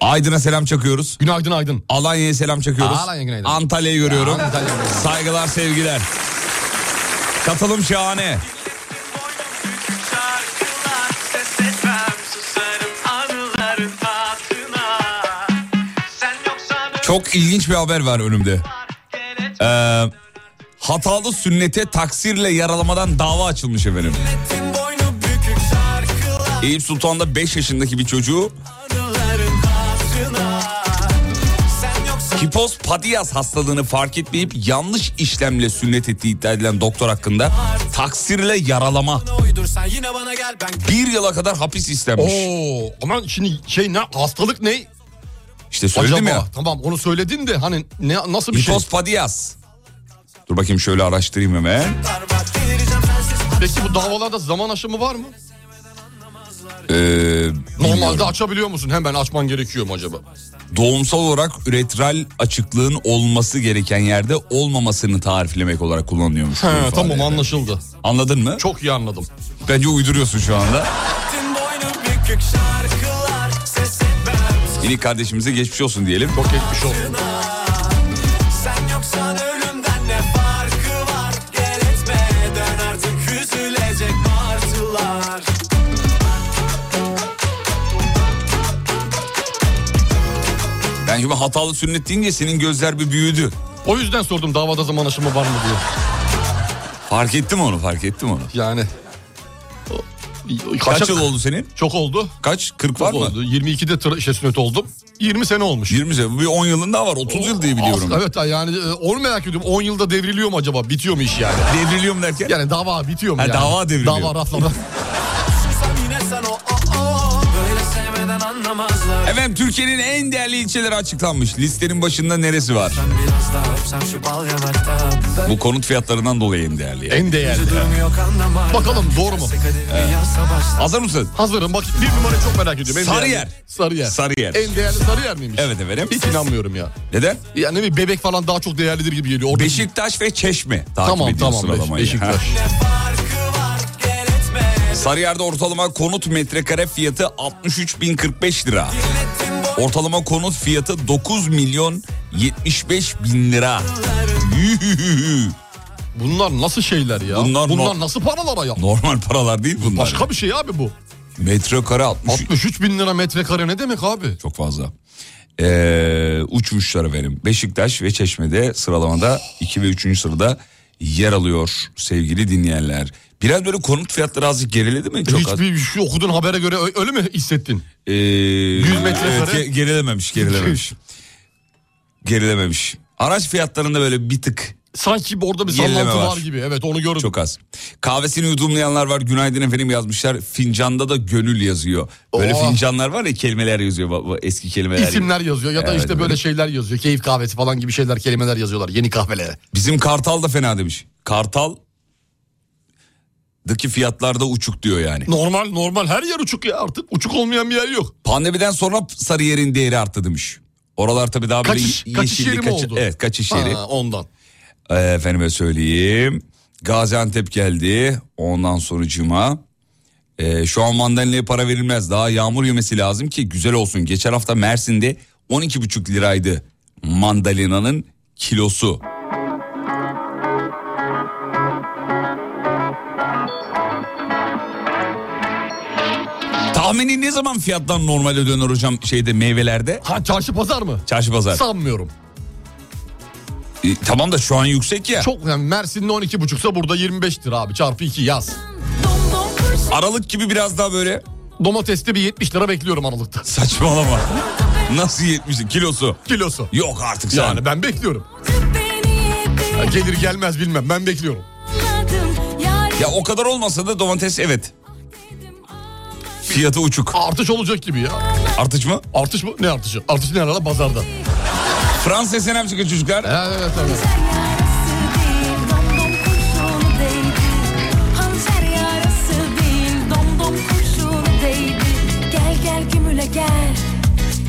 [SPEAKER 2] Aydın'a selam çakıyoruz.
[SPEAKER 3] Günaydın aydın.
[SPEAKER 2] Alanya'ya selam çakıyoruz.
[SPEAKER 3] Aa, Alanya günaydın.
[SPEAKER 2] Antalya'yı görüyorum.
[SPEAKER 3] Aa, Antalya günaydın.
[SPEAKER 2] Saygılar, sevgiler. Katılım şahane.
[SPEAKER 9] Şarkılar ses etmem susarım anıların hatına Sen yoksan
[SPEAKER 2] Çok ilginç bir haber var önümde. Ee, hatalı sünnete taksirle yaralamadan dava açılmış efendim. Eyüp Sultan'da 5 yaşındaki bir çocuğu Hipos padias hastalığını fark etmeyip yanlış işlemle sünnet ettiği iddia edilen doktor hakkında taksirle yaralama. Bir yıla kadar hapis istenmiş.
[SPEAKER 3] Oo, aman şimdi şey ne hastalık ne?
[SPEAKER 2] İşte söyledim
[SPEAKER 3] Acaba?
[SPEAKER 2] ya.
[SPEAKER 3] Tamam onu söyledin de hani ne nasıl bir şey?
[SPEAKER 2] Hipos padias. Dur bakayım şöyle araştırayım hemen.
[SPEAKER 3] Peki bu davalarda zaman aşımı var mı?
[SPEAKER 2] Ee,
[SPEAKER 3] Normalde
[SPEAKER 2] bilmiyorum.
[SPEAKER 3] açabiliyor musun? Hemen açman gerekiyor mu acaba?
[SPEAKER 2] doğumsal olarak üretral açıklığın olması gereken yerde olmamasını tariflemek olarak kullanıyormuş. bu
[SPEAKER 3] He,
[SPEAKER 2] ifade.
[SPEAKER 3] tamam anlaşıldı.
[SPEAKER 2] Anladın mı?
[SPEAKER 3] Çok iyi anladım.
[SPEAKER 2] Bence uyduruyorsun şu anda. İlik kardeşimize geçmiş olsun diyelim.
[SPEAKER 3] Çok geçmiş olsun.
[SPEAKER 2] Ben şimdi hatalı sünnet deyince senin gözler bir büyüdü.
[SPEAKER 3] O yüzden sordum davada zaman aşımı var mı diye.
[SPEAKER 2] Fark ettim onu fark ettim onu.
[SPEAKER 3] Yani.
[SPEAKER 2] Kaç
[SPEAKER 3] Kaçak-
[SPEAKER 2] yıl oldu senin?
[SPEAKER 3] Çok oldu.
[SPEAKER 2] Kaç? 40 var
[SPEAKER 3] Çok
[SPEAKER 2] mı?
[SPEAKER 3] oldu. 22'de tra- şey, sünnet oldum. 20 sene olmuş.
[SPEAKER 2] 20 sene. Bir 10 yılın daha var. 30 yıl diye biliyorum.
[SPEAKER 3] Aslında evet yani e, onu merak ediyorum. 10 yılda devriliyor mu acaba? Bitiyor mu iş yani?
[SPEAKER 2] Devriliyorum derken.
[SPEAKER 3] Yani dava bitiyor mu
[SPEAKER 2] Ha,
[SPEAKER 3] yani?
[SPEAKER 2] dava devriliyor.
[SPEAKER 3] Dava raflarda.
[SPEAKER 2] Efendim Türkiye'nin en değerli ilçeleri açıklanmış. Listenin başında neresi var? Bu konut fiyatlarından dolayı en değerli. yani.
[SPEAKER 3] en değerli. Bakalım doğru mu?
[SPEAKER 2] Hazır mısın?
[SPEAKER 3] Hazırım. Bak bir numara çok merak ediyorum. En
[SPEAKER 2] Sarıyer.
[SPEAKER 3] değerli- Sarıyer.
[SPEAKER 2] Sarıyer.
[SPEAKER 3] En değerli Sarıyer miymiş?
[SPEAKER 2] Evet efendim.
[SPEAKER 3] Hiç inanmıyorum ya.
[SPEAKER 2] Neden?
[SPEAKER 3] Yani bir bebek falan daha çok değerlidir gibi geliyor. Orada
[SPEAKER 2] Beşiktaş ve Çeşme takip
[SPEAKER 3] Tamam
[SPEAKER 2] ediyor
[SPEAKER 3] tamam Beş-
[SPEAKER 2] sıralamayı.
[SPEAKER 3] Beşiktaş.
[SPEAKER 2] Ha. Sarıyer'de ortalama konut metrekare fiyatı 63.045 lira. Ortalama konut fiyatı 9 milyon 75 bin lira. Yuhuhuhu.
[SPEAKER 3] Bunlar nasıl şeyler ya?
[SPEAKER 2] Bunlar
[SPEAKER 3] Bunlar,
[SPEAKER 2] no-
[SPEAKER 3] nasıl paralara ya?
[SPEAKER 2] Normal paralar değil bunlar.
[SPEAKER 3] Başka bir şey abi bu.
[SPEAKER 2] Metrekare 60.
[SPEAKER 3] 63 bin lira metrekare ne demek abi?
[SPEAKER 2] Çok fazla. Ee, uçmuşlar efendim. Beşiktaş ve Çeşme'de sıralamada 2 ve 3. sırada yer alıyor sevgili dinleyenler. Biraz böyle konut fiyatları azıcık geriledi mi? Çok az.
[SPEAKER 3] Hiçbir şu okuduğun habere göre ö- öyle mi hissettin?
[SPEAKER 2] Ee,
[SPEAKER 3] 100 metrekare.
[SPEAKER 2] evet, ge- gerilememiş, gerilememiş. gerilememiş. Araç fiyatlarında böyle bir tık
[SPEAKER 3] Sanki orada bir
[SPEAKER 2] Gerileme
[SPEAKER 3] sallantı
[SPEAKER 2] var.
[SPEAKER 3] var. gibi. Evet onu gördüm.
[SPEAKER 2] çok az. Kahvesini yudumlayanlar var. Günaydın efendim yazmışlar. Fincanda da gönül yazıyor. Böyle
[SPEAKER 3] Oo.
[SPEAKER 2] fincanlar var ya kelimeler yazıyor. bu- bu Eski kelimeler.
[SPEAKER 3] İsimler yazıyor ya da
[SPEAKER 2] Evet,
[SPEAKER 3] işte
[SPEAKER 2] böyle.
[SPEAKER 3] böyle şeyler yazıyor. Keyif kahvesi falan gibi şeyler kelimeler yazıyorlar yeni kahvelere.
[SPEAKER 2] Bizim Kartal da fena demiş. Kartal daki fiyatlarda uçuk diyor yani.
[SPEAKER 3] Normal normal her yer uçuk ya artık. Uçuk olmayan bir yer yok.
[SPEAKER 2] Pandemiden sonra Sarıyer'in değeri arttı demiş. Oralar tabii daha böyle
[SPEAKER 3] Kaçış-
[SPEAKER 2] ye-
[SPEAKER 3] kaçış
[SPEAKER 2] yeşillik,
[SPEAKER 3] yeri mi
[SPEAKER 2] kaçı-
[SPEAKER 3] oldu?
[SPEAKER 2] Evet kaçış yeri.
[SPEAKER 3] Ha, ondan.
[SPEAKER 2] Ee, efendime söyleyeyim. Gaziantep geldi. Ondan sonucuma. Ee, şu an mandalinaya para verilmez. Daha yağmur yemesi lazım ki güzel olsun. Geçen hafta Mersin'de 12,5 liraydı mandalinanın kilosu. Tahmini ne zaman fiyattan normale döner hocam şeyde meyvelerde?
[SPEAKER 3] Ha çarşı pazar mı?
[SPEAKER 2] Çarşı pazar.
[SPEAKER 3] Sanmıyorum.
[SPEAKER 2] E, tamam da şu an yüksek ya.
[SPEAKER 3] Çok yani Mersin'de 12,5'sa burada 25 lira abi çarpı 2 yaz.
[SPEAKER 2] Aralık gibi biraz daha böyle
[SPEAKER 3] Domateste bir 70 lira bekliyorum Aralık'ta.
[SPEAKER 2] saçmalama. Nasıl 70 kilosu?
[SPEAKER 3] Kilosu.
[SPEAKER 2] Yok artık sen.
[SPEAKER 3] Yani ben bekliyorum. Ya gelir gelmez bilmem ben bekliyorum.
[SPEAKER 2] Ya o kadar olmasa da domates evet. Fiyatı uçuk.
[SPEAKER 3] Artış olacak gibi ya.
[SPEAKER 2] Artış mı?
[SPEAKER 3] Artış mı? Ne artışı? Artış ne arada? Pazarda.
[SPEAKER 2] Fransız senem çıkıyor çocuklar.
[SPEAKER 3] Evet evet evet.
[SPEAKER 10] Gel gel gümüle gel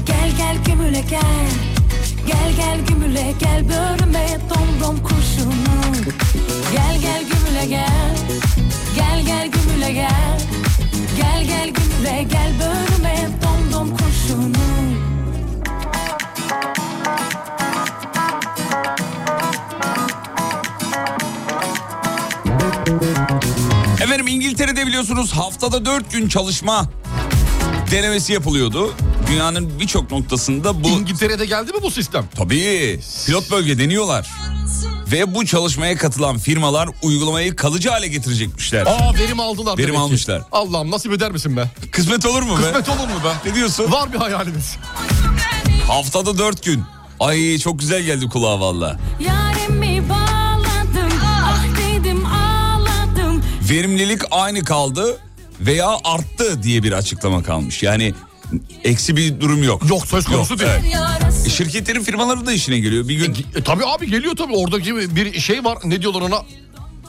[SPEAKER 10] Gel gel gümüle gel Gel gel gümüle gel bölüme dom dom kurşunu Gel gel gümüle gel Gel gel gümüle gel Gel gel gümüle gel bölüme dom dom kurşunu
[SPEAKER 2] Efendim İngiltere'de biliyorsunuz haftada 4 gün çalışma denemesi yapılıyordu. Dünyanın birçok noktasında bu
[SPEAKER 3] İngiltere'de geldi mi bu sistem?
[SPEAKER 2] Tabii pilot bölge deniyorlar. Ve bu çalışmaya katılan firmalar uygulamayı kalıcı hale getirecekmişler.
[SPEAKER 3] Aa verim aldılar.
[SPEAKER 2] Verim
[SPEAKER 3] demek ki.
[SPEAKER 2] almışlar.
[SPEAKER 3] Allah'ım nasip eder misin be?
[SPEAKER 2] Kısmet olur mu be?
[SPEAKER 3] Kısmet olur mu be?
[SPEAKER 2] Ne diyorsun?
[SPEAKER 3] Var bir hayalimiz.
[SPEAKER 2] Haftada dört gün. Ay çok güzel geldi kulağa valla.
[SPEAKER 10] Yarimi bağladım, ah dedim ağladım.
[SPEAKER 2] Verimlilik aynı kaldı veya arttı diye bir açıklama kalmış. Yani eksi bir durum yok.
[SPEAKER 3] Yok, söz konusu değil.
[SPEAKER 2] evet.
[SPEAKER 10] Yarası
[SPEAKER 2] E, şirketlerin firmaları da işine geliyor. Bir gün
[SPEAKER 3] E, tabii abi geliyor tabii. Oradaki bir şey var. Ne diyorlar ona?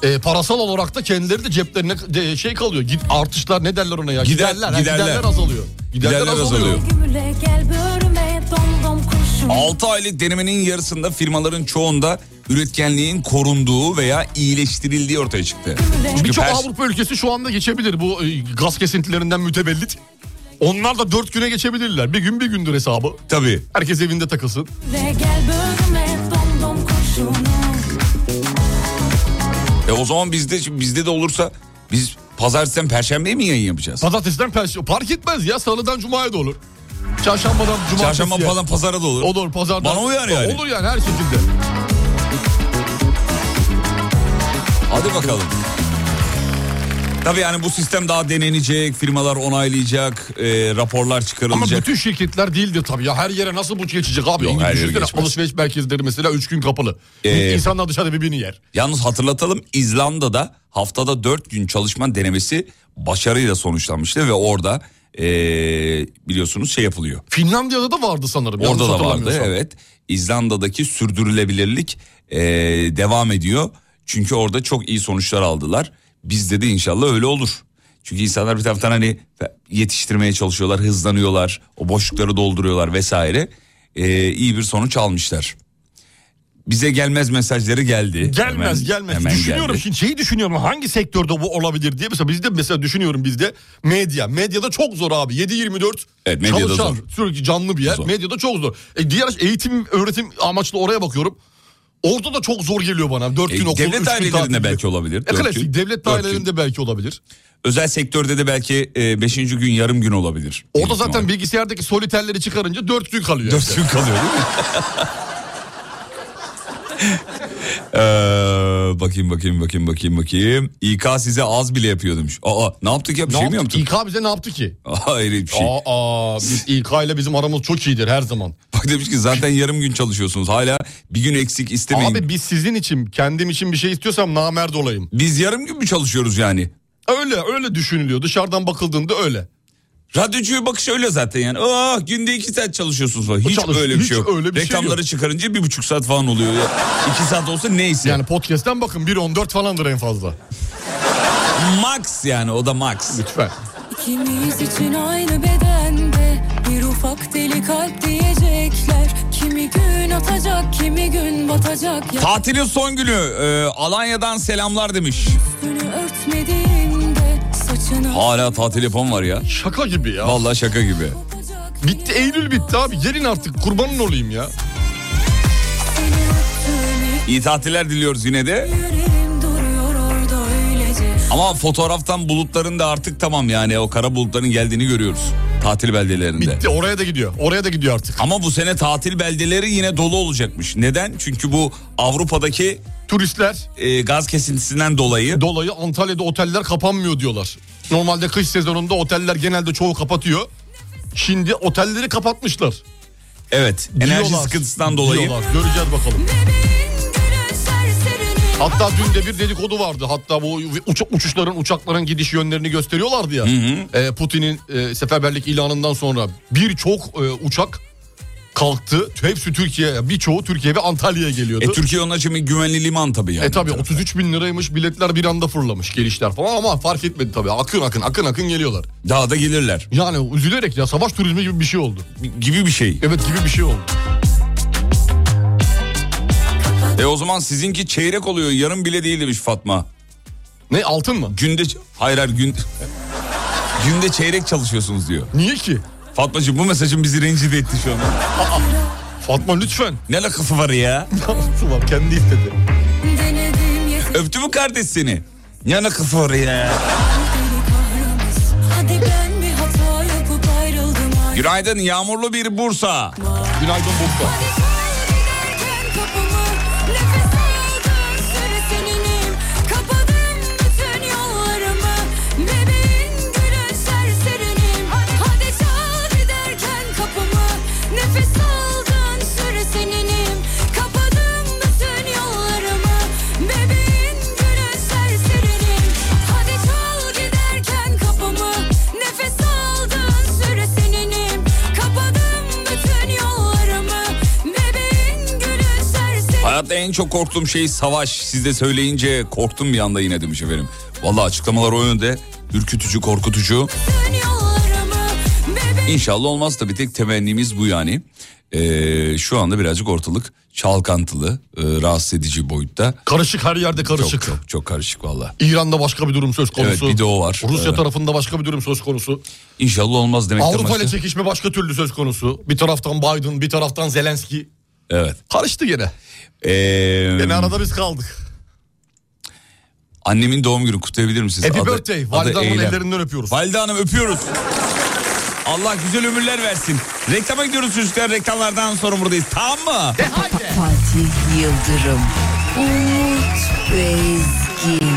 [SPEAKER 3] E, parasal olarak da kendileri de ceplerine de şey kalıyor. Git artışlar ne derler ona ya?
[SPEAKER 2] Gider-
[SPEAKER 3] giderler, ha,
[SPEAKER 2] giderler.
[SPEAKER 3] giderler azalıyor. Giderler,
[SPEAKER 2] Giderler
[SPEAKER 3] azalıyor.
[SPEAKER 2] azalıyor.
[SPEAKER 10] gümüle gel börüme dom dom kurşun.
[SPEAKER 2] 6 aylık denemenin yarısında firmaların çoğunda üretkenliğin korunduğu veya iyileştirildiği ortaya çıktı. Çünkü
[SPEAKER 3] Birçok
[SPEAKER 2] pers-
[SPEAKER 3] Avrupa ülkesi şu anda geçebilir bu e, gaz kesintilerinden mütevellit. Onlar da dört güne geçebilirler. Bir gün bir gündür hesabı.
[SPEAKER 2] Tabii.
[SPEAKER 3] Herkes evinde takılsın.
[SPEAKER 10] Gümüle gel börüme dom dom kurşun.
[SPEAKER 2] E o zaman bizde şimdi bizde de olursa biz pazartesiden perşembeye mi yayın yapacağız?
[SPEAKER 3] Pazartesiden perşembe fark etmez ya. Salıdan cumaya da olur. Çarşambadan cumartesiye.
[SPEAKER 2] Çarşamba falan pazara da olur.
[SPEAKER 3] Olur pazardan.
[SPEAKER 2] Bana uyar yani.
[SPEAKER 3] Olur yani her şekilde.
[SPEAKER 2] Hadi bakalım. Tabii yani bu sistem daha denenecek, firmalar onaylayacak, e, raporlar
[SPEAKER 3] Ama
[SPEAKER 2] çıkarılacak.
[SPEAKER 3] bütün şirketler değildir tabii ya. Her yere nasıl bu geçecek abi?
[SPEAKER 2] Yok,
[SPEAKER 3] İngiliz
[SPEAKER 2] her yere
[SPEAKER 3] şirketler
[SPEAKER 2] geçmez.
[SPEAKER 3] alışveriş merkezleri mesela 3 gün kapalı.
[SPEAKER 2] Ee,
[SPEAKER 3] İnsanlar dışarıda birbirini yer.
[SPEAKER 2] Yalnız hatırlatalım İzlanda'da haftada 4 gün çalışma denemesi başarıyla sonuçlanmıştı ve orada e, biliyorsunuz şey yapılıyor.
[SPEAKER 3] Finlandiya'da da vardı sanırım. yanlış
[SPEAKER 2] Orada da vardı
[SPEAKER 3] hatırlamıyorsam.
[SPEAKER 2] evet. İzlanda'daki sürdürülebilirlik e, devam ediyor. Çünkü orada çok iyi sonuçlar aldılar. Bizde de inşallah öyle olur. Çünkü insanlar bir taraftan hani yetiştirmeye çalışıyorlar, hızlanıyorlar, o boşlukları dolduruyorlar vesaire. E, iyi bir sonuç almışlar. Bize gelmez mesajları geldi.
[SPEAKER 3] Gelmez
[SPEAKER 2] Hemen-
[SPEAKER 3] gelmez.
[SPEAKER 2] hemen
[SPEAKER 3] düşünüyorum
[SPEAKER 2] geldi.
[SPEAKER 3] şimdi şeyi düşünüyorum hangi sektörde bu olabilir diye. Mesela bizde mesela düşünüyorum bizde medya. Medyada çok zor abi. 7-24
[SPEAKER 2] Evet, medyada
[SPEAKER 3] çalışan
[SPEAKER 2] zor.
[SPEAKER 3] sürekli canlı bir yer.
[SPEAKER 2] Zor.
[SPEAKER 3] Medyada çok zor. E, diğer eğitim öğretim amaçlı oraya bakıyorum. Orada da çok zor geliyor bana. 4
[SPEAKER 2] E,
[SPEAKER 3] gün okul,
[SPEAKER 2] devlet
[SPEAKER 3] üç gün
[SPEAKER 2] dairelerinde
[SPEAKER 3] tatil.
[SPEAKER 2] belki olabilir.
[SPEAKER 3] E,
[SPEAKER 2] Dört
[SPEAKER 3] klasik
[SPEAKER 2] gün. Dört
[SPEAKER 3] devlet
[SPEAKER 2] gün.
[SPEAKER 3] dairelerinde belki olabilir.
[SPEAKER 2] Özel sektörde de belki 5. gün yarım gün olabilir.
[SPEAKER 3] Orada zaten bilgisayardaki soliterleri çıkarınca 4 gün kalıyor.
[SPEAKER 2] 4 gün kalıyor değil mi? Ee, bakayım bakayım bakayım bakayım bakayım. İK size az bile yapıyor demiş. Aa ne yaptık ya bir
[SPEAKER 3] Ne
[SPEAKER 2] şey mi
[SPEAKER 3] yaptı?
[SPEAKER 2] yaptık?
[SPEAKER 3] İK bize ne yaptı ki?
[SPEAKER 2] Hayır hiçbir şey.
[SPEAKER 3] Aa, biz İK ile bizim aramız çok iyidir her zaman.
[SPEAKER 2] Bak demiş ki zaten yarım gün çalışıyorsunuz. Hala bir gün eksik istemeyin.
[SPEAKER 3] Abi biz sizin için, kendim için bir şey istiyorsam namerd olayım.
[SPEAKER 2] Biz yarım gün mü çalışıyoruz yani?
[SPEAKER 3] Öyle, öyle düşünülüyor. Dışarıdan bakıldığında öyle.
[SPEAKER 2] Radyocuya bakış öyle zaten yani. Aa günde iki saat çalışıyorsunuz falan. Hiç
[SPEAKER 3] çalış-
[SPEAKER 2] öyle bir
[SPEAKER 3] hiç
[SPEAKER 2] şey yok.
[SPEAKER 3] öyle bir şey
[SPEAKER 2] Reklamları
[SPEAKER 3] yok.
[SPEAKER 2] çıkarınca bir buçuk saat falan oluyor. Ya. İki saat olsa neyse.
[SPEAKER 3] Yani podcast'ten bakın 1.14 falandır en fazla.
[SPEAKER 2] Max yani o da max.
[SPEAKER 3] Lütfen.
[SPEAKER 10] İkimiz için aynı bedende bir ufak deli kalp diyecekler. Kimi gün atacak, kimi gün
[SPEAKER 5] batacak ya
[SPEAKER 2] Tatilin son günü e, Alanya'dan selamlar demiş.
[SPEAKER 5] Üstünü örtmediğinde saçını
[SPEAKER 2] Hala tatil yapan var ya.
[SPEAKER 3] Şaka gibi ya.
[SPEAKER 2] Vallahi şaka gibi.
[SPEAKER 3] Bitti Eylül bitti abi. Gelin artık kurbanın olayım ya.
[SPEAKER 2] İyi tatiller diliyoruz yine de.
[SPEAKER 5] Yüreğim duruyor orada öylece
[SPEAKER 2] Ama fotoğraftan bulutların da artık tamam yani o kara bulutların geldiğini görüyoruz. Tatil beldelerinde.
[SPEAKER 3] Bitti oraya da gidiyor. Oraya da gidiyor artık.
[SPEAKER 2] Ama bu sene tatil beldeleri yine dolu olacakmış. Neden? Çünkü bu Avrupa'daki
[SPEAKER 3] Turistler
[SPEAKER 2] e, gaz kesintisinden dolayı
[SPEAKER 3] dolayı Antalya'da oteller kapanmıyor diyorlar. Normalde kış sezonunda oteller genelde çoğu kapatıyor. Şimdi otelleri kapatmışlar.
[SPEAKER 2] evet enerji
[SPEAKER 3] Diyorlar.
[SPEAKER 2] sıkıntısından dolayı
[SPEAKER 3] Diyorlar. Göreceğiz bakalım.
[SPEAKER 5] Bebeğin gülen serserinin
[SPEAKER 3] Hatta dün de bir dedikodu vardı. Hatta bu uçak uçuşların uçakların gidiş yönlerini gösteriyorlardı ya. Ee, Putin'in e, seferberlik ilanından sonra birçok e, uçak kalktı. Hepsi Türkiye, birçoğu Türkiye ve Antalya'ya geliyordu.
[SPEAKER 2] E, Türkiye onun için bir güvenli liman tabii yani.
[SPEAKER 3] E tabi 33 bin liraymış biletler bir anda fırlamış gelişler falan ama fark etmedi tabi akın akın akın akın geliyorlar.
[SPEAKER 2] Daha da gelirler
[SPEAKER 3] Yani üzülerek ya savaş turizmi gibi bir şey oldu.
[SPEAKER 2] gibi bir şey.
[SPEAKER 3] Evet gibi bir şey oldu.
[SPEAKER 2] E o zaman sizinki çeyrek oluyor yarım bile değil demiş Fatma.
[SPEAKER 3] Ne altın mı?
[SPEAKER 2] Günde hayır hayır gün günde çeyrek çalışıyorsunuz diyor.
[SPEAKER 3] Niye ki?
[SPEAKER 2] Fatmacığım bu mesajın bizi rencide etti şu an.
[SPEAKER 3] Fatma lütfen.
[SPEAKER 2] Ne lakası var ya?
[SPEAKER 3] Nasıl var kendi istedi.
[SPEAKER 5] denedim yeter
[SPEAKER 2] Öptü mü kardeş seni? Ne lakası var ya?
[SPEAKER 5] deli kahramız Hadi ben bir hata yapıp ayrıldım ay
[SPEAKER 2] Günaydın yağmurlu bir Bursa.
[SPEAKER 3] Günaydın Bursa.
[SPEAKER 5] Hadi kal giderken kapımı Nefes aldın süre seninim Kapadım bütün yollarımı Bebeğin gülen serserinim Hadi çal giderken kapımı Nefes aldın süre seninim Kapadım bütün yollarımı Bebeğin gülen serserinim Hadi çal giderken kapımı Nefes aldın süre seninim Kapadım bütün yollarımı Bebeğin gülü serseri
[SPEAKER 2] Hayatta en çok korktuğum şey savaş. Siz de söyleyince korktum bir anda yine demiş efendim. Valla açıklamalar o yönde. Ürkütücü, korkutucu.
[SPEAKER 5] bütün yollarımı Bebeğin
[SPEAKER 2] İnşallah olmaz da bir tek temennimiz bu yani. Ee, şu anda birazcık ortalık çalkantılı, e, rahatsız edici boyutta.
[SPEAKER 3] Karışık her yerde
[SPEAKER 2] Çok
[SPEAKER 3] karışık.
[SPEAKER 2] çok çok karışık valla.
[SPEAKER 3] İran'da başka bir durum söz konusu.
[SPEAKER 2] Evet, bir de o var.
[SPEAKER 3] Rusya
[SPEAKER 2] Evet.
[SPEAKER 3] tarafında başka bir durum söz konusu.
[SPEAKER 2] İnşallah olmaz demek
[SPEAKER 3] Avrupa ile çekişme başka türlü söz konusu. Bir taraftan Biden, bir taraftan Zelenski.
[SPEAKER 2] Evet.
[SPEAKER 3] Karıştı gene.
[SPEAKER 2] Ee,
[SPEAKER 3] Gene arada biz kaldık.
[SPEAKER 2] Annemin doğum günü kutlayabilir misiniz?
[SPEAKER 3] Happy
[SPEAKER 2] Adı-
[SPEAKER 3] birthday.
[SPEAKER 2] adı
[SPEAKER 3] Valide Hanım'ın
[SPEAKER 2] Eylem.
[SPEAKER 3] ellerinden öpüyoruz.
[SPEAKER 2] Valide Hanım öpüyoruz. Allah güzel ömürler versin. Reklama gidiyoruz çocuklar. Reklamlardan sonra buradayız. Tamam mı?
[SPEAKER 8] E, Fatih Yıldırım, Umut Bezgin.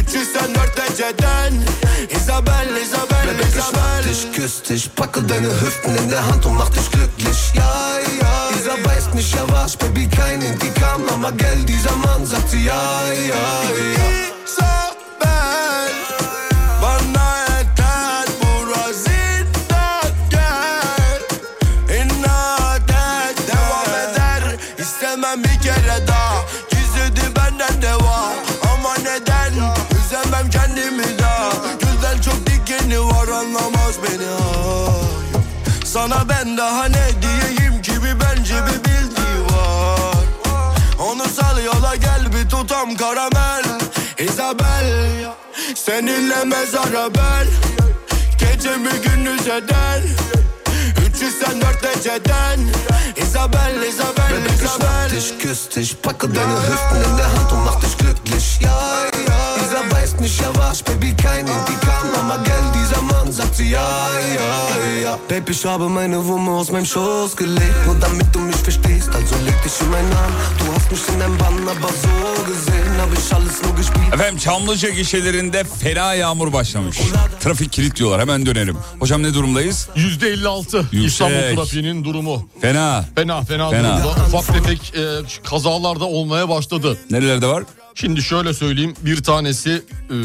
[SPEAKER 4] Üçü sen dört eceden Isabel, Isabel, Isabel
[SPEAKER 1] Ich küsse dich, packe deine Hüften in der Hand und mach dich glücklich. Ja, ja. Dieser weiß nicht, er war's, Baby, kein Indikam, aber gell, dieser Mann sagt sie ja, ja, ja.
[SPEAKER 4] Isabel Bana yeter burası da gel İnat et devam eder İstemem bir kere daha Gizledi benden deva Ama neden üzemem kendimi daha Güzel çok dikeni var anlamaz beni ah. Sana ben daha ne diyeyim ki bir bence bir bildiği var Onu sal yola gel bir tutam karamel Isabel Seninle mezara ben Gece mi gündüz eder Üçü sen dört eceden Isabel, Isabel, Isabel
[SPEAKER 1] Ich küsse dich, packe deine Hüften in der Hand und mach dich glücklich. Ja, ja. Dieser weiß nicht,
[SPEAKER 4] basmış yavaş Baby kein intikam Ama geldiği zaman sagt sie ja, ja, ja Baby, ich habe meine Wumme aus meinem Schoß gelegt Nur damit du mich verstehst, also leg dich in meinen Arm Du hast mich in deinem Bann, aber so gesehen Hab ich alles nur gespielt
[SPEAKER 2] Efendim Çamlıca gişelerinde fena yağmur başlamış. Trafik kilit diyorlar hemen dönelim. Hocam ne durumdayız?
[SPEAKER 3] %56
[SPEAKER 2] Yüksek.
[SPEAKER 3] İstanbul trafiğinin durumu.
[SPEAKER 2] Fena.
[SPEAKER 3] Fena fena,
[SPEAKER 2] Fena.
[SPEAKER 3] durumda. Ufak tefek e, kazalarda olmaya başladı.
[SPEAKER 2] Nerelerde var?
[SPEAKER 3] Şimdi şöyle söyleyeyim bir tanesi e,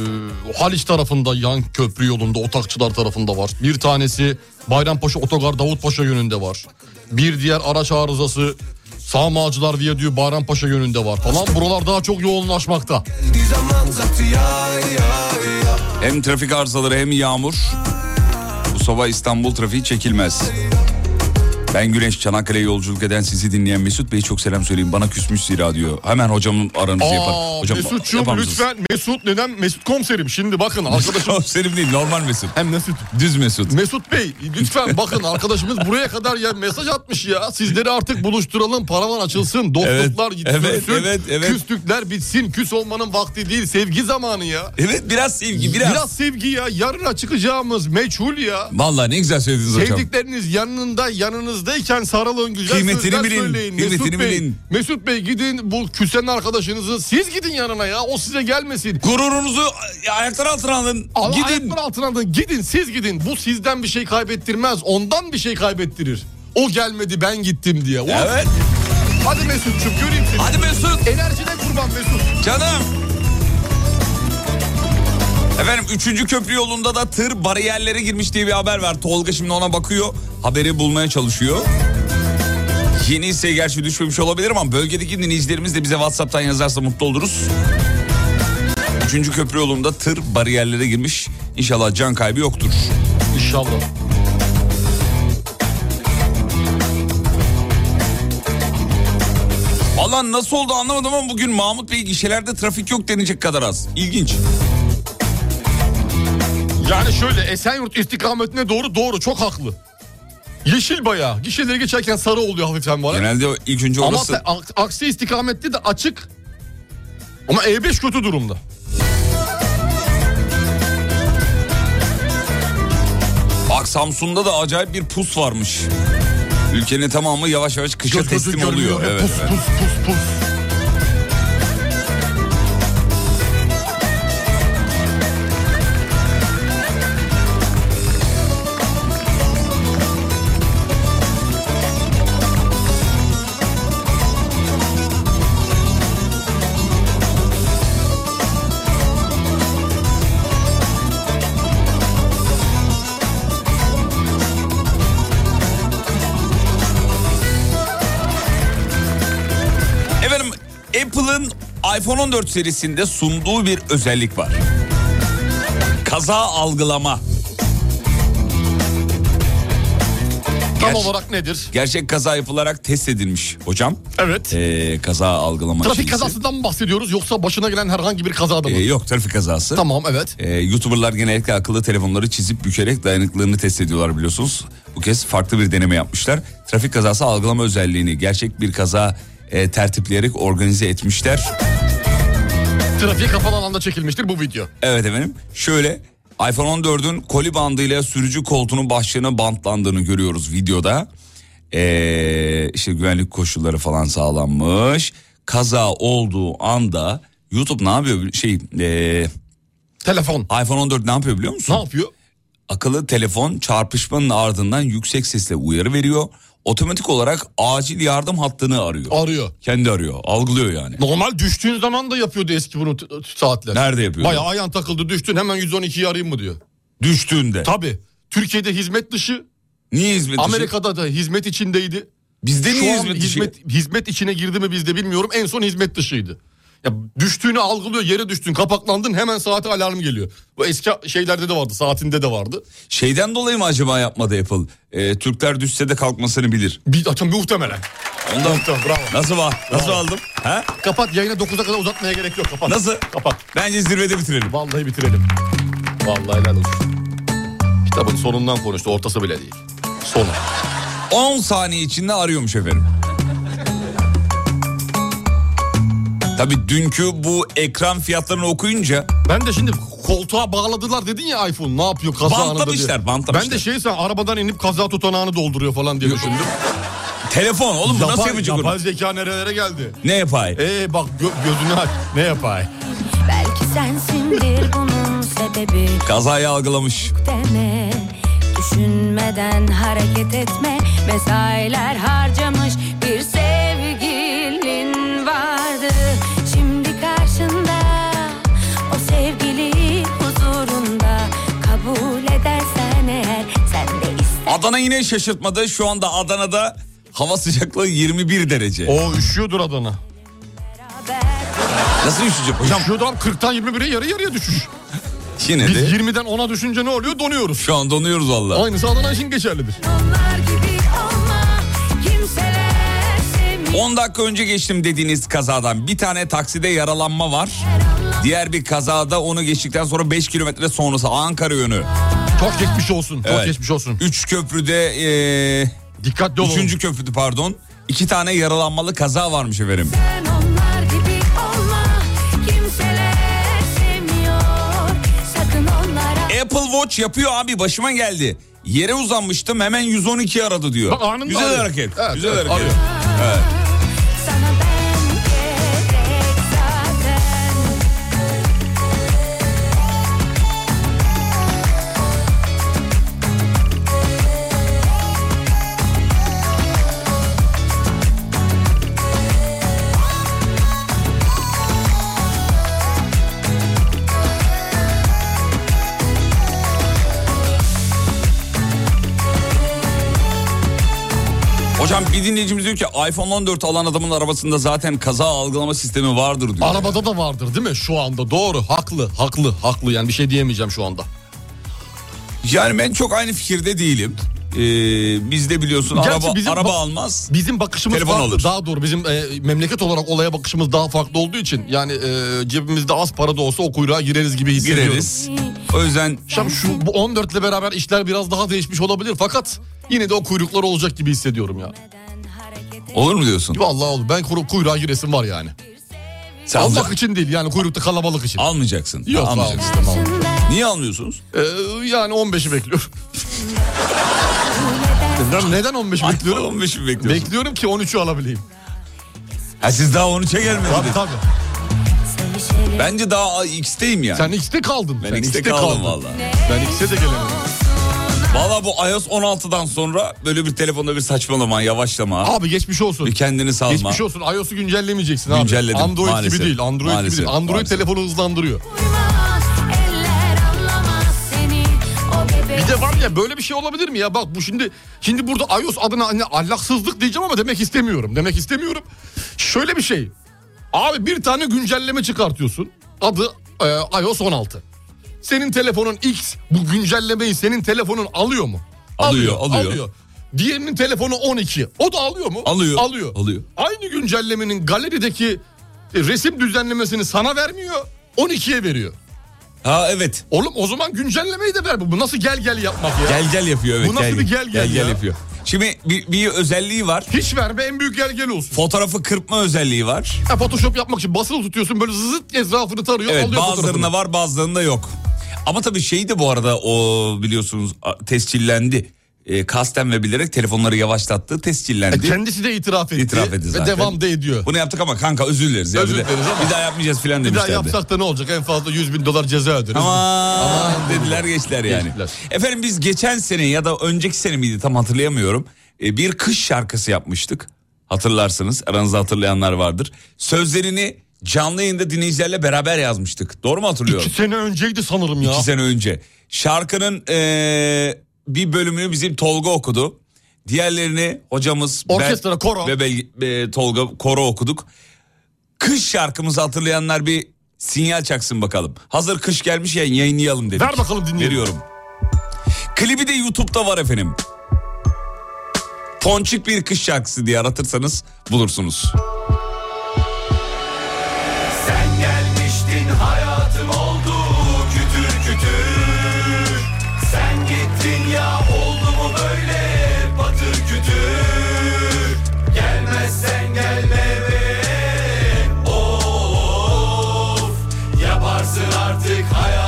[SPEAKER 3] Haliç tarafında yan köprü yolunda otakçılar tarafında var. Bir tanesi Bayrampaşa Otogar Davutpaşa yönünde var. Bir diğer araç arızası Sağmağcılar Viyadüğü Bayrampaşa yönünde var falan. Buralar daha çok yoğunlaşmakta.
[SPEAKER 4] Die zaman sagt sie ja, ja, ja
[SPEAKER 2] Hem trafik arızaları hem yağmur. Bu sabah İstanbul trafiği çekilmez. Ben Güneş Çanakkale'ye yolculuk eden sizi dinleyen Mesut Bey çok selam söyleyeyim. Bana küsmüş zira diyor. Hemen hocamın aranızı yapar.
[SPEAKER 3] Aa,
[SPEAKER 2] Hocam yapar
[SPEAKER 3] Mesut'cum
[SPEAKER 2] mısınız?
[SPEAKER 3] lütfen Mesut neden Mesut komiserim şimdi bakın arkadaşım.
[SPEAKER 2] Komiserim değil normal Mesut.
[SPEAKER 3] Hem Mesut.
[SPEAKER 2] Düz Mesut.
[SPEAKER 3] Mesut Bey lütfen bakın arkadaşımız buraya kadar ya mesaj atmış ya. Sizleri artık buluşturalım, paravan açılsın, dostluklar
[SPEAKER 2] Evet,
[SPEAKER 3] gitsin,
[SPEAKER 2] evet,
[SPEAKER 3] ölsün,
[SPEAKER 2] evet, evet.
[SPEAKER 3] küslükler bitsin. Küs olmanın vakti değil, sevgi zamanı ya.
[SPEAKER 2] Evet biraz sevgi biraz.
[SPEAKER 3] sevgi ya. Yarına çıkacağımız meçhul ya.
[SPEAKER 2] Vallahi ne güzel söylediniz hocam.
[SPEAKER 3] Sevdikleriniz yanında, yanınızdayken sarılın güzel
[SPEAKER 2] Kıymetini
[SPEAKER 3] sözler
[SPEAKER 2] bilin,
[SPEAKER 3] söyleyin.
[SPEAKER 2] kıymetini
[SPEAKER 3] Mesut Bey,
[SPEAKER 2] bilin.
[SPEAKER 3] Mesut Bey gidin bu küsen arkadaşınızı siz gidin yanına ya. O size gelmesin.
[SPEAKER 2] Gururunuzu ayaklar altına alın.
[SPEAKER 3] Allah
[SPEAKER 2] Gidin.
[SPEAKER 3] ayaklar altına alın. Gidin siz gidin. Bu sizden bir şey kaybettirmez. Ondan bir şey kaybettirir. O gelmedi ben gittim diye. Ulan,
[SPEAKER 2] Evet.
[SPEAKER 3] Hadi Mesut'cum göreyim seni.
[SPEAKER 2] Hadi Mesut.
[SPEAKER 3] Enerjine kurban Mesut.
[SPEAKER 2] Canım. Efendim 3. köprü yolunda da tır bariyerlere girmiş diye bir haber var. Tolga şimdi ona bakıyor. Haberi bulmaya çalışıyor. Yeni ise gerçi düşmemiş olabilir ama bölgedeki dinleyicilerimiz de bize Whatsapp'tan yazarsa mutlu oluruz. 3. köprü yolunda tır bariyerlere girmiş. İnşallah can kaybı yoktur.
[SPEAKER 3] İnşallah.
[SPEAKER 2] Valla nasıl oldu anlamadım ama bugün Mahmut Bey gişelerde trafik yok denecek kadar az. İlginç.
[SPEAKER 3] Yani şöyle Esenyurt istikametine doğru doğru çok haklı. Yeşil bayağı. Gişeleri geçerken sarı oluyor hafiften bana.
[SPEAKER 2] Genelde ilk önce
[SPEAKER 3] Ama
[SPEAKER 2] orası...
[SPEAKER 3] te- ak- aksi istikamette de açık. Ama E5 kötü durumda.
[SPEAKER 2] Bak Samsun'da da acayip bir pus varmış. Ülkenin tamamı yavaş yavaş kışa
[SPEAKER 3] Göz gözü
[SPEAKER 2] teslim
[SPEAKER 3] görmüyor.
[SPEAKER 2] oluyor. Evet,
[SPEAKER 3] pus,
[SPEAKER 2] evet.
[SPEAKER 3] pus pus pus.
[SPEAKER 2] Efendim Apple'ın iPhone 14 serisinde sunduğu bir özellik var. Kaza algılama.
[SPEAKER 3] Tam
[SPEAKER 2] Gerçi-
[SPEAKER 3] olarak nedir?
[SPEAKER 2] Gerçek kaza yapılarak test edilmiş hocam.
[SPEAKER 3] Evet.
[SPEAKER 2] Ee, kaza algılama.
[SPEAKER 3] Trafik
[SPEAKER 2] şeysi.
[SPEAKER 3] kazasından mı bahsediyoruz yoksa başına gelen herhangi bir kazadan mı?
[SPEAKER 2] Ee, yok trafik kazası.
[SPEAKER 3] Tamam evet.
[SPEAKER 2] Ee, YouTuber'lar genellikle akıllı telefonları çizip bükerek dayanıklılığını test ediyorlar biliyorsunuz. Bu kez farklı bir deneme yapmışlar. Trafik kazası algılama özelliğini gerçek bir kaza e, tertipleyerek organize etmişler.
[SPEAKER 3] Trafiğe kapalı alanda çekilmiştir bu video.
[SPEAKER 2] Evet efendim şöyle iPhone 14'ün koli bandıyla sürücü koltuğunun başlığına bantlandığını görüyoruz videoda. Ee, işte güvenlik koşulları falan sağlanmış. Kaza olduğu anda YouTube ne yapıyor? Şey e,
[SPEAKER 3] Telefon.
[SPEAKER 2] iPhone 14 ne yapıyor biliyor musun?
[SPEAKER 3] Ne yapıyor?
[SPEAKER 2] akıllı telefon çarpışmanın ardından yüksek sesle uyarı veriyor. Otomatik olarak acil yardım hattını arıyor.
[SPEAKER 3] Arıyor.
[SPEAKER 2] Kendi arıyor. Algılıyor yani.
[SPEAKER 3] Normal düştüğün zaman da yapıyordu eski bunu t- t- saatler.
[SPEAKER 2] Nerede yapıyordu?
[SPEAKER 3] Bayağı ayağın takıldı düştün hemen 112'yi arayayım mı diyor.
[SPEAKER 2] Düştüğünde.
[SPEAKER 3] Tabii. Türkiye'de hizmet dışı,
[SPEAKER 2] niye hizmet dışı?
[SPEAKER 3] Amerika'da da hizmet içindeydi.
[SPEAKER 2] Bizde
[SPEAKER 3] Şu
[SPEAKER 2] niye
[SPEAKER 3] an
[SPEAKER 2] hizmet dışı?
[SPEAKER 3] hizmet, hizmet içine girdi mi bizde bilmiyorum. En son hizmet dışıydı. Ya düştüğünü algılıyor, yere düştün, kapaklandın hemen saate alarm geliyor. Bu eski şeylerde de vardı, saatinde de vardı.
[SPEAKER 2] Şeyden dolayı mı acaba yapmadı Apple? Ee, Türkler düşse de kalkmasını bilir.
[SPEAKER 3] Bir açan muhtemelen.
[SPEAKER 2] Ondan
[SPEAKER 3] Tamam, bravo.
[SPEAKER 2] nasıl var? Nasıl aldım? Ha?
[SPEAKER 3] Kapat yayını 9'a kadar uzatmaya gerek yok. Kapat.
[SPEAKER 2] Nasıl?
[SPEAKER 3] Kapat.
[SPEAKER 2] Bence zirvede bitirelim.
[SPEAKER 3] Vallahi bitirelim. Vallahi helal olsun. Kitabın sonundan konuştu, ortası bile değil. Sonu.
[SPEAKER 2] 10 saniye içinde arıyormuş efendim. Tabii dünkü bu ekran fiyatlarını okuyunca
[SPEAKER 3] Ben de şimdi koltuğa bağladılar dedin ya iPhone ne yapıyor kaza anında diye.
[SPEAKER 2] Bantlamışlar,
[SPEAKER 3] Ben
[SPEAKER 2] bantlamışlar.
[SPEAKER 3] de şey sen arabadan inip kaza tutanağını dolduruyor falan diye düşündüm.
[SPEAKER 2] Telefon oğlum bu nasıl
[SPEAKER 3] Yapay-
[SPEAKER 2] yapacak onu?
[SPEAKER 3] Yapay zeka nerelere geldi?
[SPEAKER 2] Ne yapay?
[SPEAKER 3] Ee bak gö- gözünü aç. Ne yapay?
[SPEAKER 5] Belki sensindir bunun sebebi
[SPEAKER 2] Kazayı algılamış.
[SPEAKER 5] deme Düşünmeden hareket etme Mesailer harcamış bir sevgilin vardı Şimdi karşında o sevgili huzurunda Kabul edersen eğer sen de ister
[SPEAKER 2] Adana yine şaşırtmadı. Şu anda Adana'da hava sıcaklığı 21 derece.
[SPEAKER 3] O üşüyordur Adana.
[SPEAKER 2] Nasıl üşüyecek hocam?
[SPEAKER 3] Hocam üşüyordur abi 40'tan 21'e yarı yarıya düşüş.
[SPEAKER 2] Yine
[SPEAKER 3] Biz
[SPEAKER 2] de
[SPEAKER 3] 20'den 10'a düşünce ne oluyor? Donuyoruz.
[SPEAKER 2] şu an donuyoruz valla.
[SPEAKER 3] Aynısı Adana için geçerlidir.
[SPEAKER 5] Onlar gibi olma Kimseler sevmiyor
[SPEAKER 2] 10 dakika önce geçtim dediğiniz kazadan bir tane takside yaralanma var. Diğer bir kazada onu geçtikten sonra 5 kilometre sonrası Ankara yönü.
[SPEAKER 3] Çok geçmiş olsun. Çok
[SPEAKER 2] Evet.
[SPEAKER 3] geçmiş olsun.
[SPEAKER 2] 3 köprüde eee
[SPEAKER 3] Dikkatli olun.
[SPEAKER 2] üçüncü köprüdü pardon. İki tane yaralanmalı kaza varmış efendim.
[SPEAKER 5] Sen onlar gibi olma Kimseler sevmiyor Sakın onlara
[SPEAKER 2] Apple Watch yapıyor abi başıma geldi. Yere uzanmıştım hemen 112 aradı diyor.
[SPEAKER 3] Bak anında
[SPEAKER 2] Güzel
[SPEAKER 3] arıyor.
[SPEAKER 2] hareket.
[SPEAKER 3] Evet,
[SPEAKER 2] güzel
[SPEAKER 3] evet,
[SPEAKER 2] hareket.
[SPEAKER 3] arıyor.
[SPEAKER 5] Sana ben gerek zaten
[SPEAKER 2] Hocam bir dinleyicimiz diyor ki iPhone 14 alan adamın arabasında zaten kaza algılama sistemi vardır diyor.
[SPEAKER 3] Arabada da vardır değil mi şu anda? Doğru. Haklı. Haklı. Haklı. Yani bir şey diyemeyeceğim şu anda.
[SPEAKER 2] Yani ben çok aynı fikirde değilim. Ee, bizde biliyorsun
[SPEAKER 3] Gerçi
[SPEAKER 2] araba
[SPEAKER 3] bizim
[SPEAKER 2] araba
[SPEAKER 3] ba-
[SPEAKER 2] almaz.
[SPEAKER 3] Bizim bakışımız
[SPEAKER 2] Telefon
[SPEAKER 3] farklı.
[SPEAKER 2] alır.
[SPEAKER 3] Daha doğru bizim e, memleket olarak olaya bakışımız daha farklı olduğu için yani e, cebimizde az para da olsa o kuyruğa gireriz gibi hissediyoruz.
[SPEAKER 2] Gireriz. O yüzden
[SPEAKER 3] Şam şu bu 14 ile beraber işler biraz daha değişmiş olabilir fakat yine de o kuyruklar olacak gibi hissediyorum ya.
[SPEAKER 2] olur mu diyorsun?
[SPEAKER 3] Vallahi oğlum ben kuru, kuyruğa giresim var yani.
[SPEAKER 2] Sen
[SPEAKER 3] Allah
[SPEAKER 2] alma-
[SPEAKER 3] için değil yani kuyrukta kalabalık için.
[SPEAKER 2] almayacaksın.
[SPEAKER 3] Yok
[SPEAKER 2] almayacaksın.
[SPEAKER 3] almayacaksın. Tamam.
[SPEAKER 2] Niye almıyorsunuz?
[SPEAKER 3] Ee, yani 15'i bekliyorum. neden, neden 15
[SPEAKER 2] iPhone
[SPEAKER 3] bekliyorum?
[SPEAKER 2] 15 mi bekliyorsun?
[SPEAKER 3] Bekliyorum ki 13'ü alabileyim.
[SPEAKER 2] ha, siz daha 13'e gelmediniz.
[SPEAKER 3] Tabii tabii.
[SPEAKER 5] Sevişelim
[SPEAKER 2] Bence daha X'teyim yani.
[SPEAKER 3] Sen X'te kaldın.
[SPEAKER 2] ben
[SPEAKER 3] Sen
[SPEAKER 2] X'te kaldım valla.
[SPEAKER 3] Ben X'e de gelemedim.
[SPEAKER 2] Valla bu iOS 16'dan sonra böyle bir telefonda bir saçmalama, yavaşlama,
[SPEAKER 3] Abi geçmiş olsun.
[SPEAKER 2] bir kendini salma.
[SPEAKER 3] Geçmiş olsun. iOS'u güncellemeyeceksin abi.
[SPEAKER 2] Güncelledim,
[SPEAKER 3] Android
[SPEAKER 2] maalesef.
[SPEAKER 3] gibi değil. Android
[SPEAKER 2] Maalesef,
[SPEAKER 3] gibi değil. Android
[SPEAKER 2] maalesef.
[SPEAKER 3] telefonu hızlandırıyor.
[SPEAKER 5] Uyumaz eller anlamaz seni O bebek
[SPEAKER 3] Bir de var ya böyle bir şey olabilir mi ya? Bak bu şimdi şimdi burada iOS adına hani ahlaksızlık diyeceğim ama demek istemiyorum. Demek istemiyorum. Şöyle bir şey. Abi bir tane güncelleme çıkartıyorsun. Adı e, iOS 16. Senin telefonun X bu güncellemeyi senin telefonun alıyor mu?
[SPEAKER 2] Alıyor, alıyor.
[SPEAKER 3] Diğerinin telefonu 12. O da alıyor mu?
[SPEAKER 2] Alıyor,
[SPEAKER 3] Alıyor.
[SPEAKER 2] alıyor.
[SPEAKER 3] Aynı güncellemenin galerideki e, resim düzenlemesini sana vermiyor. 12'ye veriyor.
[SPEAKER 2] Ha evet.
[SPEAKER 3] Oğlum o zaman güncellemeyi de ver. Bu nasıl gel gel yapmak ya?
[SPEAKER 2] Gel gel yapıyor evet.
[SPEAKER 3] Bu nasıl bir gel gel ya?
[SPEAKER 2] yapıyor. Şimdi bir, bir özelliği var.
[SPEAKER 3] Hiç verme en büyük gel gel olsun.
[SPEAKER 2] Fotoğrafı kırpma özelliği var.
[SPEAKER 3] Ya Photoshop yapmak için basılı tutuyorsun böyle zıt etrafını tarıyor
[SPEAKER 2] Evet
[SPEAKER 3] alıyor
[SPEAKER 2] bazılarında
[SPEAKER 3] fotoğrafını.
[SPEAKER 2] var bazılarında yok. Ama tabii şey de bu arada o biliyorsunuz a- tescillendi. E, kasten ve bilerek telefonları yavaşlattığı
[SPEAKER 3] E,
[SPEAKER 2] tescillendi.
[SPEAKER 3] Kendisi de itiraf etti.
[SPEAKER 2] İtiraf etti
[SPEAKER 3] ve
[SPEAKER 2] zaten.
[SPEAKER 3] devam da ediyor.
[SPEAKER 2] Bunu yaptık ama kanka özür dileriz. ya.
[SPEAKER 3] Özür
[SPEAKER 2] Bir de-
[SPEAKER 3] dileriz ama-
[SPEAKER 2] Bir daha yapmayacağız filan
[SPEAKER 3] Bir daha
[SPEAKER 2] demişlerdi.
[SPEAKER 3] yapsak da ne olacak en fazla 100 bin dolar ceza öderiz.
[SPEAKER 2] Aman dediler geçtiler yani.
[SPEAKER 3] Geçtiler.
[SPEAKER 2] Efendim biz geçen sene ya da önceki sene miydi tam hatırlayamıyorum. E, Bir kış şarkısı yapmıştık. Hatırlarsınız aranızda hatırlayanlar vardır. Sözlerini canlı yayında dinleyicilerle beraber yazmıştık. Doğru mu hatırlıyorum?
[SPEAKER 3] İki sene önceydi sanırım ya.
[SPEAKER 2] İki sene önce. Şarkının eee, bir bölümünü bizim Tolga okudu. Diğerlerini hocamız ben
[SPEAKER 3] Orkestra, koro.
[SPEAKER 2] ve Bel- e, Tolga koro okuduk. Kış şarkımızı hatırlayanlar bir sinyal çaksın bakalım. Hazır kış gelmiş ya yayınlayalım dedik.
[SPEAKER 3] Ver bakalım dinleyelim.
[SPEAKER 2] Veriyorum. Klibi de YouTube'da var efendim. Ponçik bir kış şarkısı diye aratırsanız bulursunuz.
[SPEAKER 11] Sen gelmiştin hayatım oldu kütür kütür Sen gittin ya oldu mu böyle batır kütür Gelmezsen gelme be of Yaparsın artık hayat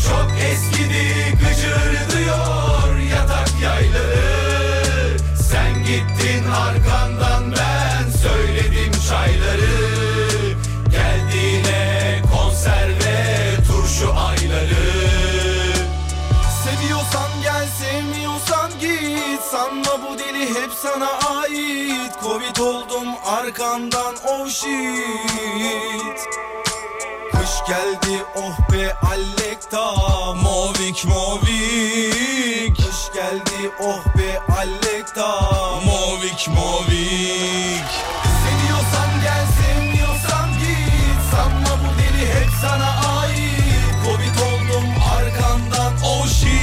[SPEAKER 9] Sesini gıcırdıyor yatak yayları Sen gittin arkandan ben söyledim çayları Geldiğine konserve turşu ayları
[SPEAKER 11] Seviyorsan gel sevmiyorsan git Sanma bu deli hep sana ait Covid oldum arkandan oh shit Kış geldi oh be Alekta Movik movik Kış geldi oh be Alekta Movik movik Seviyorsan gel sevmiyorsan git Sanma bu deli hep sana ait Covid oldum arkandan oh shit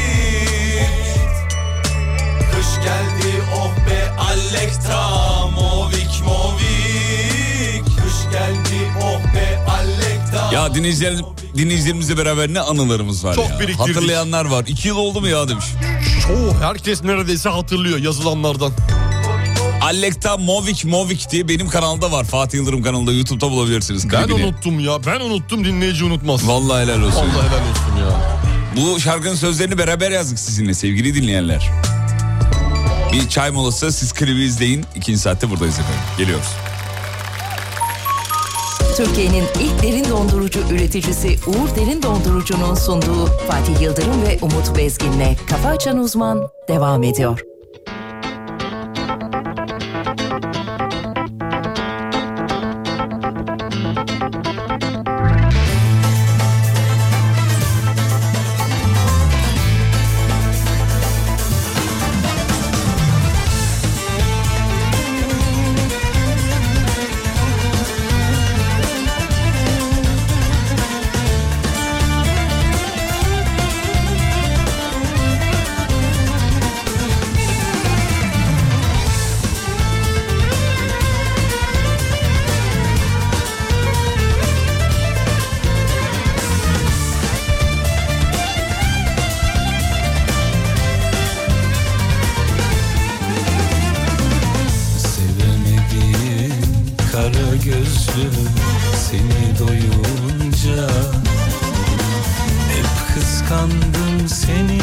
[SPEAKER 11] Kış geldi oh be Alekta Movik movik Kış geldi oh be Alekta
[SPEAKER 2] Ya dinleyiciler, dinleyicilerimizle beraber ne anılarımız var
[SPEAKER 3] Çok
[SPEAKER 2] ya.
[SPEAKER 3] biriktirdik.
[SPEAKER 2] Hatırlayanlar var. İki yıl oldu mu ya demiş.
[SPEAKER 3] Çoğu herkes neredeyse hatırlıyor yazılanlardan.
[SPEAKER 2] Alekta Movik Movik diye benim kanalda var. Fatih Yıldırım kanalında YouTube'da bulabilirsiniz
[SPEAKER 3] Ben
[SPEAKER 2] klibini.
[SPEAKER 3] unuttum ya. Ben unuttum dinleyici unutmaz.
[SPEAKER 2] Vallahi helal olsun.
[SPEAKER 3] Allah helal olsun ya.
[SPEAKER 2] Bu şarkının sözlerini beraber yazdık sizinle sevgili dinleyenler. Bir çay molası siz klibi izleyin. İkinci saatte buradayız efendim. Geliyoruz.
[SPEAKER 8] Türkiye'nin ilk derin dondurucu üreticisi Uğur Derin Dondurucu'nun sunduğu Fatih Yıldırım ve Umut Bezgin'le Kafa Açan Uzman devam ediyor.
[SPEAKER 11] Sevemediğim kara gözlü seni doyunca Hep kıskandım seni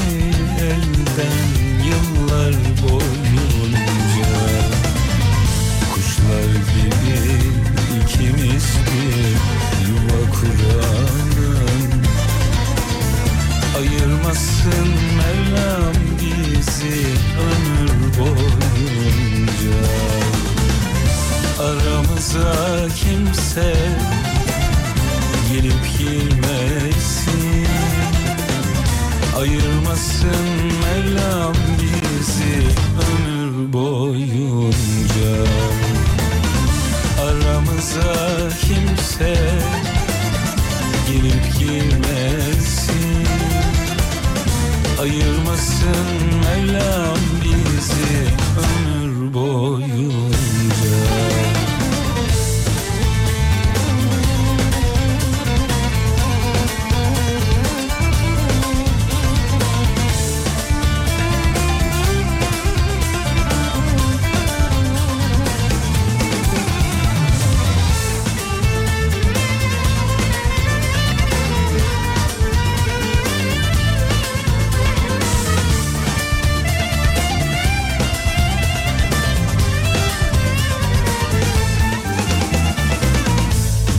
[SPEAKER 11] elden yıllar boyunca Kuşlar gibi ikimiz bir yuva kuralım Ayırmasın Mevlam bizi ömür boyunca Aramıza kimse gelip girmesin Ayırmasın Mevlam bizi ömür boyunca Aramıza kimse gelip girmesin Ayırmasın Mevlam bizi ömür boyunca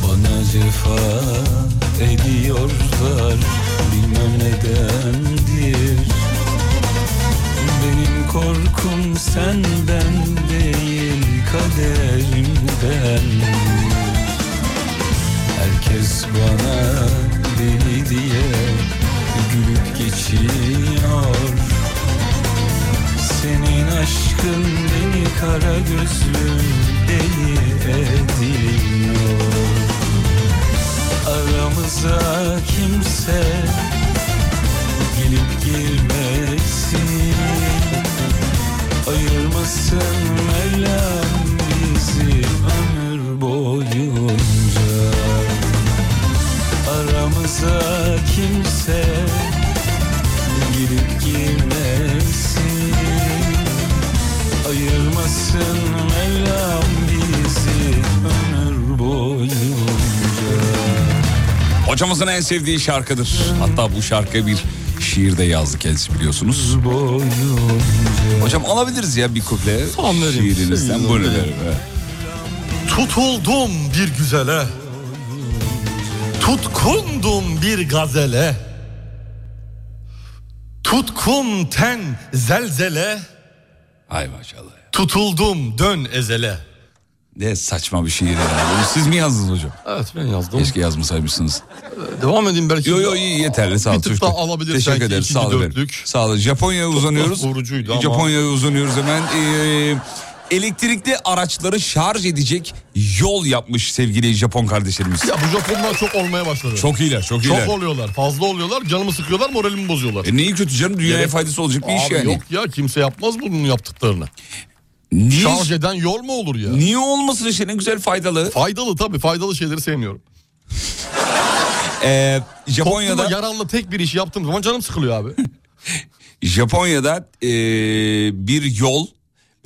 [SPEAKER 11] Bana cefa ediyorlar bilmem nedendir Benim korkum senden değil kaderimden Herkes bana deli diye gülüp geçiyor senin aşkın beni kara gözlüm deli ediyor Aramıza kimse gelip girmesin Ayırmasın Mevlam bizi ömür boyunca Aramıza kimse girip girmesin Ayırmasın Mevlam bizi ömür boyunca
[SPEAKER 2] Hocamızın en sevdiği şarkıdır. Hatta bu şarkı bir Şiir de yazdı kendisi biliyorsunuz. Hocam alabiliriz ya bir kuple
[SPEAKER 3] Tamam, vereyim.
[SPEAKER 2] şiirinizden.
[SPEAKER 3] Sevgilim
[SPEAKER 2] Buyurun
[SPEAKER 3] benim.
[SPEAKER 2] efendim, evet.
[SPEAKER 3] Tutuldum bir güzele Tutkundum bir gazele Tutkun ten zelzele
[SPEAKER 2] Hay maşallah. ya.
[SPEAKER 3] Tutuldum dön ezele
[SPEAKER 2] Ne saçma bir şiir ya. Bunu Siz mi yazdınız hocam?
[SPEAKER 3] Evet ben yazdım.
[SPEAKER 2] Keşke yazmasaymışsınız.
[SPEAKER 3] Devam edeyim belki.
[SPEAKER 2] Yo yo iyi yeterli sağ olun.
[SPEAKER 3] Bir tık
[SPEAKER 2] Çok
[SPEAKER 3] daha
[SPEAKER 2] çok-
[SPEAKER 3] alabiliriz
[SPEAKER 2] Teşekkür
[SPEAKER 3] belki,
[SPEAKER 2] ederim
[SPEAKER 3] ikinci
[SPEAKER 2] sağ olun. efendim.
[SPEAKER 3] dörtlük.
[SPEAKER 2] Sağ olun. Japonya'ya uzanıyoruz.
[SPEAKER 3] vurucuydu ama.
[SPEAKER 2] Japonya'ya uzanıyoruz hemen. Ee, elektrikli araçları şarj edecek yol yapmış sevgili Japon kardeşlerimiz.
[SPEAKER 3] Ya bu Japonlar çok olmaya başladı.
[SPEAKER 2] Çok iyiler çok
[SPEAKER 3] Çok
[SPEAKER 2] iyiler.
[SPEAKER 3] oluyorlar. Fazla oluyorlar. Canımı sıkıyorlar, moralimi bozuyorlar.
[SPEAKER 2] E neyi kötü canım dünyaya
[SPEAKER 3] Gerek-
[SPEAKER 2] faydası olacak bir iş
[SPEAKER 3] Abi
[SPEAKER 2] yani.
[SPEAKER 3] yok ya kimse yapmaz bunun yaptıklarını.
[SPEAKER 2] Niye,
[SPEAKER 3] Şarj eden yol mu olur ya?
[SPEAKER 2] niye olmasın işte ne güzel faydalı.
[SPEAKER 3] Faydalı tabii faydalı şeyleri sevmiyorum.
[SPEAKER 2] Ee,
[SPEAKER 3] Topluma
[SPEAKER 2] Japonya'da
[SPEAKER 3] yararlı tek bir iş yaptığım zaman canım sıkılıyor abi.
[SPEAKER 2] Japonya'da ee, bir yol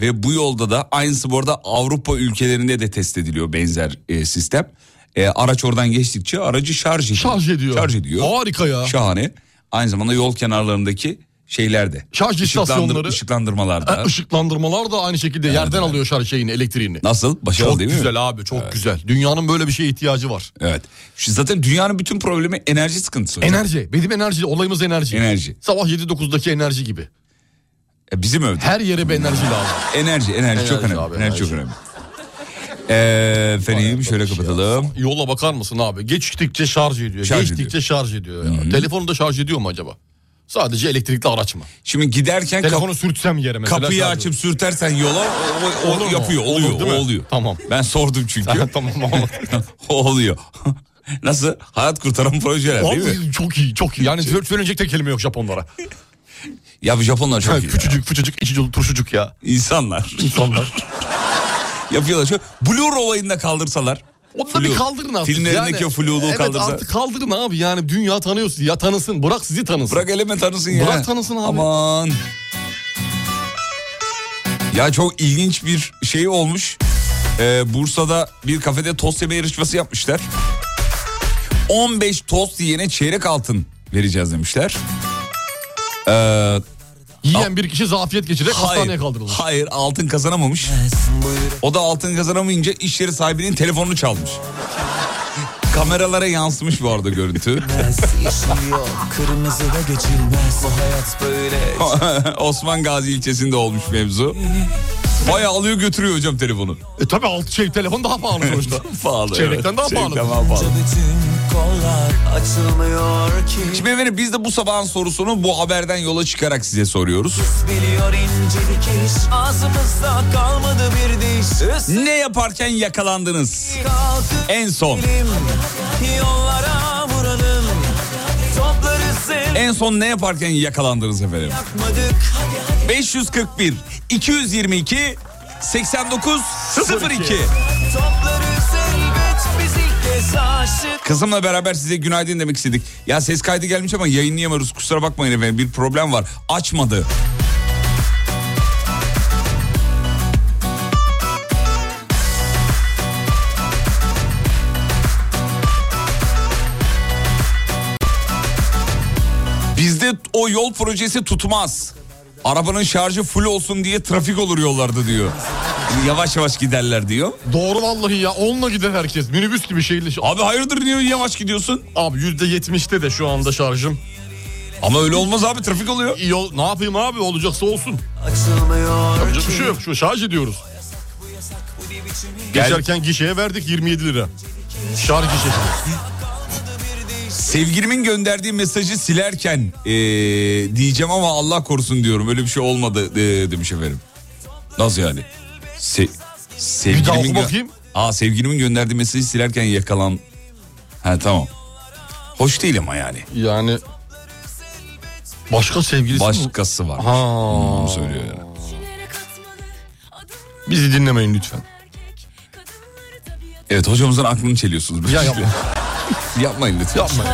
[SPEAKER 2] ve bu yolda da aynısı bu arada Avrupa ülkelerinde de test ediliyor benzer ee, sistem. Ee, araç oradan geçtikçe aracı şarj ediyor.
[SPEAKER 3] Şarj ediyor.
[SPEAKER 2] Şarj ediyor.
[SPEAKER 3] Harika ya.
[SPEAKER 2] Şahane. Aynı zamanda yol kenarlarındaki şeylerde.
[SPEAKER 3] Şarj istasyonları.
[SPEAKER 2] ışıklandırmalarda.
[SPEAKER 3] Işıklandırmalar da aynı şekilde yerden alıyor şarj şeyini, elektriğini.
[SPEAKER 2] Nasıl? Başarılı
[SPEAKER 3] Çok
[SPEAKER 2] değil mi?
[SPEAKER 3] güzel abi, çok güzel. Dünyanın böyle bir şeye ihtiyacı var.
[SPEAKER 2] Evet. Şu zaten dünyanın bütün problemi enerji sıkıntısı. hocam.
[SPEAKER 3] Enerji. Benim enerji, olayımız enerji.
[SPEAKER 2] Enerji.
[SPEAKER 3] Sabah 7-9'daki enerji gibi.
[SPEAKER 2] E, bizim evde.
[SPEAKER 3] Her yere bir enerji lazım.
[SPEAKER 2] Enerji, enerji, çok
[SPEAKER 3] Enerji
[SPEAKER 2] önemli.
[SPEAKER 3] abi,
[SPEAKER 2] enerji
[SPEAKER 3] enerji.
[SPEAKER 2] çok önemli. Ee, efendim şöyle
[SPEAKER 3] Şey
[SPEAKER 2] kapatalım.
[SPEAKER 3] ya. Yola bakar mısın abi? Geçtikçe şarj ediyor.
[SPEAKER 2] Şarj
[SPEAKER 3] Geçtikçe
[SPEAKER 2] ediyor.
[SPEAKER 3] şarj ediyor. Ya. Telefonu da şarj ediyor mu acaba? Sadece elektrikli araç mı?
[SPEAKER 2] Şimdi giderken kap-
[SPEAKER 3] Telefonu sürtsem yere mesela.
[SPEAKER 2] kapıyı
[SPEAKER 3] şarj
[SPEAKER 2] açıp sürtersen yola o, o- o
[SPEAKER 3] Olur mu?
[SPEAKER 2] yapıyor,
[SPEAKER 3] Olur
[SPEAKER 2] oluyor,
[SPEAKER 3] değil mi?
[SPEAKER 2] o oluyor.
[SPEAKER 3] Tamam.
[SPEAKER 2] Ben sordum
[SPEAKER 3] ediyor.
[SPEAKER 2] çünkü.
[SPEAKER 3] tamam anladım.
[SPEAKER 2] o oluyor. Nasıl? Hayat kurtaran projeler değil mi?
[SPEAKER 3] Abi çok iyi çok iyi. Yani sö- söylenecek tek kelime yok Japonlara.
[SPEAKER 2] Ya bu Japonlar çok iyi. ya.
[SPEAKER 3] Küçücük fıçıcık içi dolu turşucuk ya.
[SPEAKER 2] İnsanlar.
[SPEAKER 3] İnsanlar.
[SPEAKER 2] Yapıyorlar. Şu Blur olayını da kaldırsalar.
[SPEAKER 3] Onu da bir
[SPEAKER 2] Flu.
[SPEAKER 3] kaldırın artık.
[SPEAKER 2] Filmlerindeki o fluluğu
[SPEAKER 3] evet,
[SPEAKER 2] kaldırsa.
[SPEAKER 3] artık kaldırın abi yani dünya tanıyor sizi. Ya tanısın bırak sizi tanısın.
[SPEAKER 2] Bırak eleme tanısın ya.
[SPEAKER 3] Bırak tanısın abi.
[SPEAKER 2] Aman. Ya çok ilginç bir şey olmuş. Ee, Bursa'da bir kafede tost yeme yarışması yapmışlar. 15 tost yiyene çeyrek altın vereceğiz demişler. Ee,
[SPEAKER 3] Yiyen bir kişi zafiyet geçirerek hastaneye kaldırılır.
[SPEAKER 2] hayır altın kazanamamış. O da altın kazanamayınca iş yeri sahibinin telefonunu çalmış. Kameralara yansımış bu arada görüntü.
[SPEAKER 7] Kırmızı da geçilmez Bu hayat böyle
[SPEAKER 2] Osman Gazi ilçesinde olmuş mevzu. Bayağı alıyor götürüyor hocam telefonu.
[SPEAKER 3] E tabi alt şey telefon daha pahalı sonuçta.
[SPEAKER 2] pahalı.
[SPEAKER 3] Çeyrekten daha
[SPEAKER 2] Çeyrekten
[SPEAKER 3] pahalı.
[SPEAKER 2] daha pahalı.
[SPEAKER 7] Bütün kollar açılmıyor ki
[SPEAKER 2] Şimdi efendim biz de bu sabahın sorusunu bu haberden yola çıkarak size soruyoruz.
[SPEAKER 7] Biliyor ince dikiş Ağzımızda kalmadı bir diş
[SPEAKER 2] Ne yaparken yakalandınız
[SPEAKER 7] Kalkıp
[SPEAKER 2] en son?
[SPEAKER 7] Yollara vuralım Toplarız el
[SPEAKER 2] En son ne yaparken yakalandınız efendim?
[SPEAKER 7] Yakmadık
[SPEAKER 2] 541 222 89 02
[SPEAKER 7] Toplarız elbet biz ilk kez aşık
[SPEAKER 2] Kızımla beraber size günaydın demek istedik. Ya ses kaydı gelmiş ama yayınlayamıyoruz. Kusura bakmayın efendim bir problem var. Açmadı. Bizde o yol projesi tutmaz. Arabanın şarjı full olsun diye trafik olur yollarda diyor. Yavaş yavaş giderler diyor.
[SPEAKER 3] Doğru vallahi ya onunla gider herkes. Minibüs gibi şeyle.
[SPEAKER 2] Abi hayırdır diyor yavaş gidiyorsun.
[SPEAKER 3] Abi yüzde yetmişte de şu anda şarjım.
[SPEAKER 2] Ama öyle olmaz abi trafik oluyor.
[SPEAKER 3] İyi ol- ne yapayım abi olacaksa olsun.
[SPEAKER 7] Açılmıyor
[SPEAKER 3] Yapacak bir şey yok. Şu şarj ediyoruz. Geçerken gişeye verdik 27 lira. Şarj gişesi.
[SPEAKER 2] Sevgilimin gönderdiği mesajı silerken eee, diyeceğim ama Allah korusun diyorum. Öyle bir şey olmadı eee, demiş efendim. Nasıl yani? Se sevgilimin
[SPEAKER 3] Bir daha oku
[SPEAKER 2] gö-
[SPEAKER 3] bakayım.
[SPEAKER 2] Aa sevgilimin gönderdiği mesajı silerken yakalan. Ha tamam. Hoş değil ama yani.
[SPEAKER 3] Yani başka sevgilisi mi?
[SPEAKER 2] Başkası var.
[SPEAKER 3] Ha.
[SPEAKER 2] Onu söylüyor yani.
[SPEAKER 3] Bizi dinlemeyin lütfen.
[SPEAKER 2] Evet hocamızdan aklını çeliyorsunuz.
[SPEAKER 3] Ya yapma.
[SPEAKER 2] Yapmayın lütfen.
[SPEAKER 3] Yapmayın.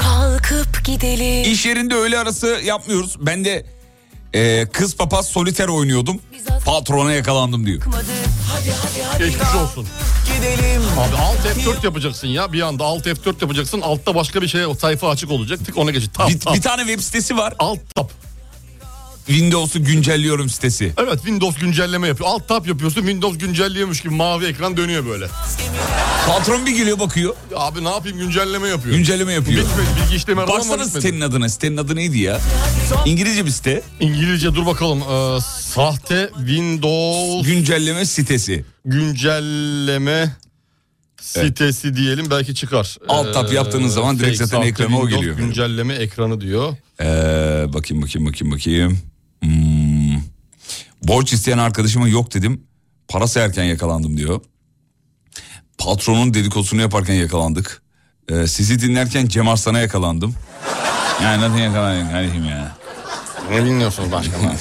[SPEAKER 5] Kalkıp gidelim
[SPEAKER 2] İş yerinde öğle arası yapmıyoruz. Ben de eee, kız papaz soliter oynuyordum. Patrona yakalandım diyor.
[SPEAKER 3] Geçmiş olsun.
[SPEAKER 9] gidelim
[SPEAKER 3] Abi alt F4 yapacaksın ya bir anda alt F4 yapacaksın altta başka bir şey sayfa açık olacak tık ona geçin. Tap,
[SPEAKER 2] Bir,
[SPEAKER 3] tap.
[SPEAKER 2] bir tane web sitesi var.
[SPEAKER 3] Alt tab.
[SPEAKER 2] Windows'u güncelliyorum sitesi.
[SPEAKER 3] Evet Windows güncelleme yapıyor. Alt tab yapıyorsun Windows güncelliyormuş gibi mavi ekran dönüyor böyle.
[SPEAKER 2] Patron bir geliyor bakıyor.
[SPEAKER 3] Ya Abi ne yapayım güncelleme yapıyor.
[SPEAKER 2] Güncelleme yapıyor.
[SPEAKER 3] Bitmedi bilgi işlemi arama
[SPEAKER 2] Baksana
[SPEAKER 3] bitmedi.
[SPEAKER 2] sitenin adına. Sitenin adı neydi ya? İngilizce bir site.
[SPEAKER 3] İngilizce dur bakalım. Ee, sahte Windows
[SPEAKER 2] Güncelleme sitesi.
[SPEAKER 3] güncelleme sitesi diyelim belki çıkar. E, şey,
[SPEAKER 2] Alt tab yaptığınız zaman direkt zaten
[SPEAKER 3] sahte
[SPEAKER 2] ekrana o
[SPEAKER 3] Windows
[SPEAKER 2] geliyor.
[SPEAKER 3] Güncelleme ekranı diyor.
[SPEAKER 2] Ee, bakayım bakayım bakayım bakayım. Hmm. Borç isteyen arkadaşıma yok dedim. Para sayarken yakalandım diyor. Patronun dedikodusunu yaparken yakalandık. Ee, sizi dinlerken Cem Arslan'a yakalandım. Yani nasıl yakalanayım kardeşim ya?
[SPEAKER 3] Ne dinliyorsunuz başkanım?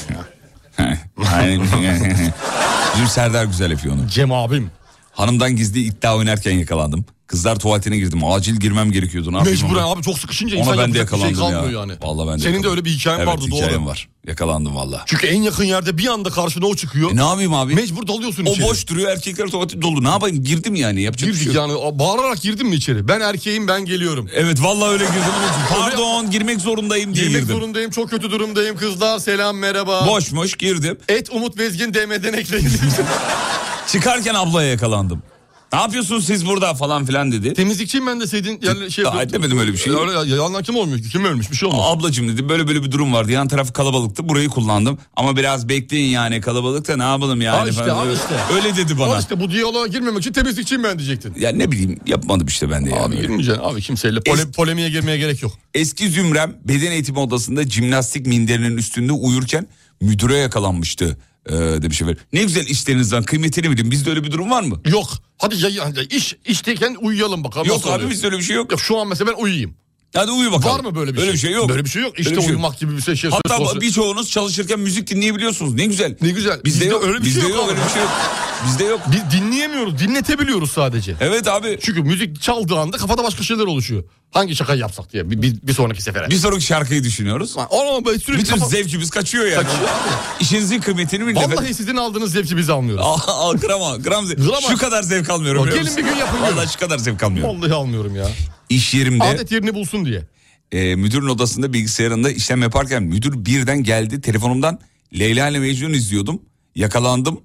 [SPEAKER 2] Yani- Bizim Serdar güzel yapıyor onu.
[SPEAKER 3] Cem abim.
[SPEAKER 2] Hanımdan gizli iddia oynarken yakalandım. Kızlar tuvaletine girdim. Acil girmem gerekiyordu. Ne yapayım
[SPEAKER 3] Mecburen
[SPEAKER 2] onu?
[SPEAKER 3] abi çok sıkışınca
[SPEAKER 2] Ona
[SPEAKER 3] insan
[SPEAKER 2] ben de
[SPEAKER 3] yapacak bir şey
[SPEAKER 2] yakalandım
[SPEAKER 3] kalmıyor
[SPEAKER 2] ya.
[SPEAKER 3] yani.
[SPEAKER 2] Vallahi ben de
[SPEAKER 3] Senin de
[SPEAKER 2] yakalandım.
[SPEAKER 3] öyle bir hikayen
[SPEAKER 2] evet,
[SPEAKER 3] vardı
[SPEAKER 2] hikayem
[SPEAKER 3] doğru.
[SPEAKER 2] var. Yakalandım valla.
[SPEAKER 3] Çünkü en yakın yerde bir anda karşına o çıkıyor.
[SPEAKER 2] E, ne yapayım abi?
[SPEAKER 3] Mecbur dalıyorsun
[SPEAKER 2] O
[SPEAKER 3] içeri.
[SPEAKER 2] boş duruyor erkekler tuvaleti dolu. Ne yapayım girdim yani yapacak bir şey
[SPEAKER 3] Girdik
[SPEAKER 2] yok.
[SPEAKER 3] yani a- bağırarak girdin mi içeri? Ben erkeğim ben geliyorum.
[SPEAKER 2] Evet vallahi öyle girdim. Pardon girmek zorundayım diye
[SPEAKER 3] Girmek
[SPEAKER 2] girdim.
[SPEAKER 3] zorundayım çok kötü durumdayım kızlar selam merhaba.
[SPEAKER 2] Boş moş girdim.
[SPEAKER 3] Et Umut Bezgin DM'den ekleyin.
[SPEAKER 2] Çıkarken ablaya yakalandım. Ne yapıyorsunuz siz burada falan filan dedi.
[SPEAKER 3] Temizlikçiyim ben deseydin yani şey
[SPEAKER 2] Aa,
[SPEAKER 3] yapıyordun.
[SPEAKER 2] demedim öyle bir şey.
[SPEAKER 3] Ya- ya- Yalan kim olmuyor ki? Kim ölmüş bir şey olmaz.
[SPEAKER 2] Ablacım dedi böyle böyle bir durum vardı. Yan taraf kalabalıktı. Burayı kullandım. Ama biraz bekleyin yani kalabalıkta ne yapalım yani.
[SPEAKER 3] Al işte,
[SPEAKER 2] falan.
[SPEAKER 3] al işte.
[SPEAKER 2] Öyle dedi bana.
[SPEAKER 3] Al işte bu diyaloğa girmemek için temizlikçiyim ben diyecektin.
[SPEAKER 2] Ya ne bileyim yapmadım işte ben de yani.
[SPEAKER 3] Abi girmeyeceksin abi kimseyle pole- polemiğe girmeye gerek yok.
[SPEAKER 2] Eski zümrem beden eğitimi odasında jimnastik minderinin üstünde uyurken müdüre yakalanmıştı ee, demiş efendim. Ne güzel işlerinizden kıymetini bilin. Bizde öyle bir durum var mı?
[SPEAKER 3] Yok hadi ya, ya- iş işteyken uyuyalım bakalım.
[SPEAKER 2] Yok
[SPEAKER 3] nasıl
[SPEAKER 2] abi
[SPEAKER 3] oluyor?
[SPEAKER 2] bizde öyle bir şey yok.
[SPEAKER 3] Ya Şu an mesela ben uyuyayım.
[SPEAKER 2] Hadi uyu bakalım.
[SPEAKER 3] Var mı böyle bir şey?
[SPEAKER 2] Öyle bir şey yok.
[SPEAKER 3] Böyle bir şey yok. İşte
[SPEAKER 2] Öyle bir şey yok.
[SPEAKER 3] uyumak gibi bir şey. şey söz konusu.
[SPEAKER 2] Hatta birçoğunuz çalışırken müzik dinleyebiliyorsunuz. Ne güzel.
[SPEAKER 3] Ne güzel.
[SPEAKER 2] Bizde, yok.
[SPEAKER 3] öyle bir
[SPEAKER 2] Bizde
[SPEAKER 3] şey yok. abi.
[SPEAKER 2] öyle bir şey yok. Bizde yok.
[SPEAKER 3] Biz dinleyemiyoruz, dinletebiliyoruz sadece.
[SPEAKER 2] Evet abi.
[SPEAKER 3] Çünkü müzik çaldığı anda kafada başka şeyler oluşuyor. Hangi şakayı yapsak diye bir, bir, bir sonraki sefere.
[SPEAKER 2] Bir sonraki şarkıyı düşünüyoruz.
[SPEAKER 3] Ama böyle sürekli
[SPEAKER 2] Bütün
[SPEAKER 3] kafa-
[SPEAKER 2] zevkimiz kaçıyor yani.
[SPEAKER 3] Kaçıyor
[SPEAKER 2] İşinizin kıymetini bilin. efendim.
[SPEAKER 3] Vallahi sizin aldığınız zevki biz almıyoruz.
[SPEAKER 2] Aa, aa, gram, gram, ze-
[SPEAKER 3] Gram-
[SPEAKER 2] Şu kadar zevk almıyorum.
[SPEAKER 3] Ya
[SPEAKER 2] biliyor
[SPEAKER 3] gelin
[SPEAKER 2] musun?
[SPEAKER 3] bir gün yapın
[SPEAKER 2] Vallahi
[SPEAKER 3] görün.
[SPEAKER 2] şu kadar zevk almıyorum.
[SPEAKER 3] Vallahi almıyorum ya.
[SPEAKER 2] İş yerimde
[SPEAKER 3] Adet yerini bulsun diye.
[SPEAKER 2] e, müdürün odasında bilgisayarında işlem yaparken müdür birden geldi telefonumdan Leyla ile Mecnun izliyordum. Yakalandım.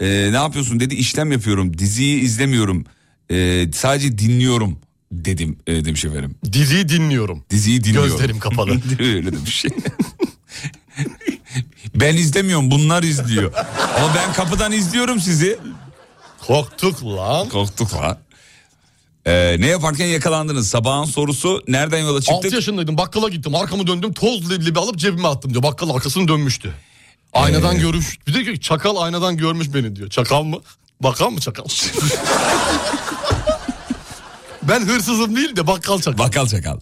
[SPEAKER 2] E, ne yapıyorsun dedi işlem yapıyorum diziyi izlemiyorum E, sadece dinliyorum dedim e, demiş efendim.
[SPEAKER 3] Diziyi dinliyorum.
[SPEAKER 2] Diziyi dinliyorum.
[SPEAKER 3] Gözlerim kapalı.
[SPEAKER 2] Öyle demiş. ben izlemiyorum bunlar izliyor. Ama ben kapıdan izliyorum sizi.
[SPEAKER 3] Korktuk lan.
[SPEAKER 2] Korktuk lan. E, ne yaparken yakalandınız? Sabahın sorusu nereden yola
[SPEAKER 3] 6
[SPEAKER 2] çıktık?
[SPEAKER 3] yaşındaydım bakkala gittim arkamı döndüm toz leblebi alıp cebime attım diyor. Bakkal arkasını dönmüştü. Aynadan
[SPEAKER 2] Ee.
[SPEAKER 3] görmüş. Bir de diyor ki, çakal aynadan görmüş beni diyor. Çakal mı? Bakkal mı çakal? ben hırsızım değil de bakkal çakal.
[SPEAKER 2] Bakal çakal.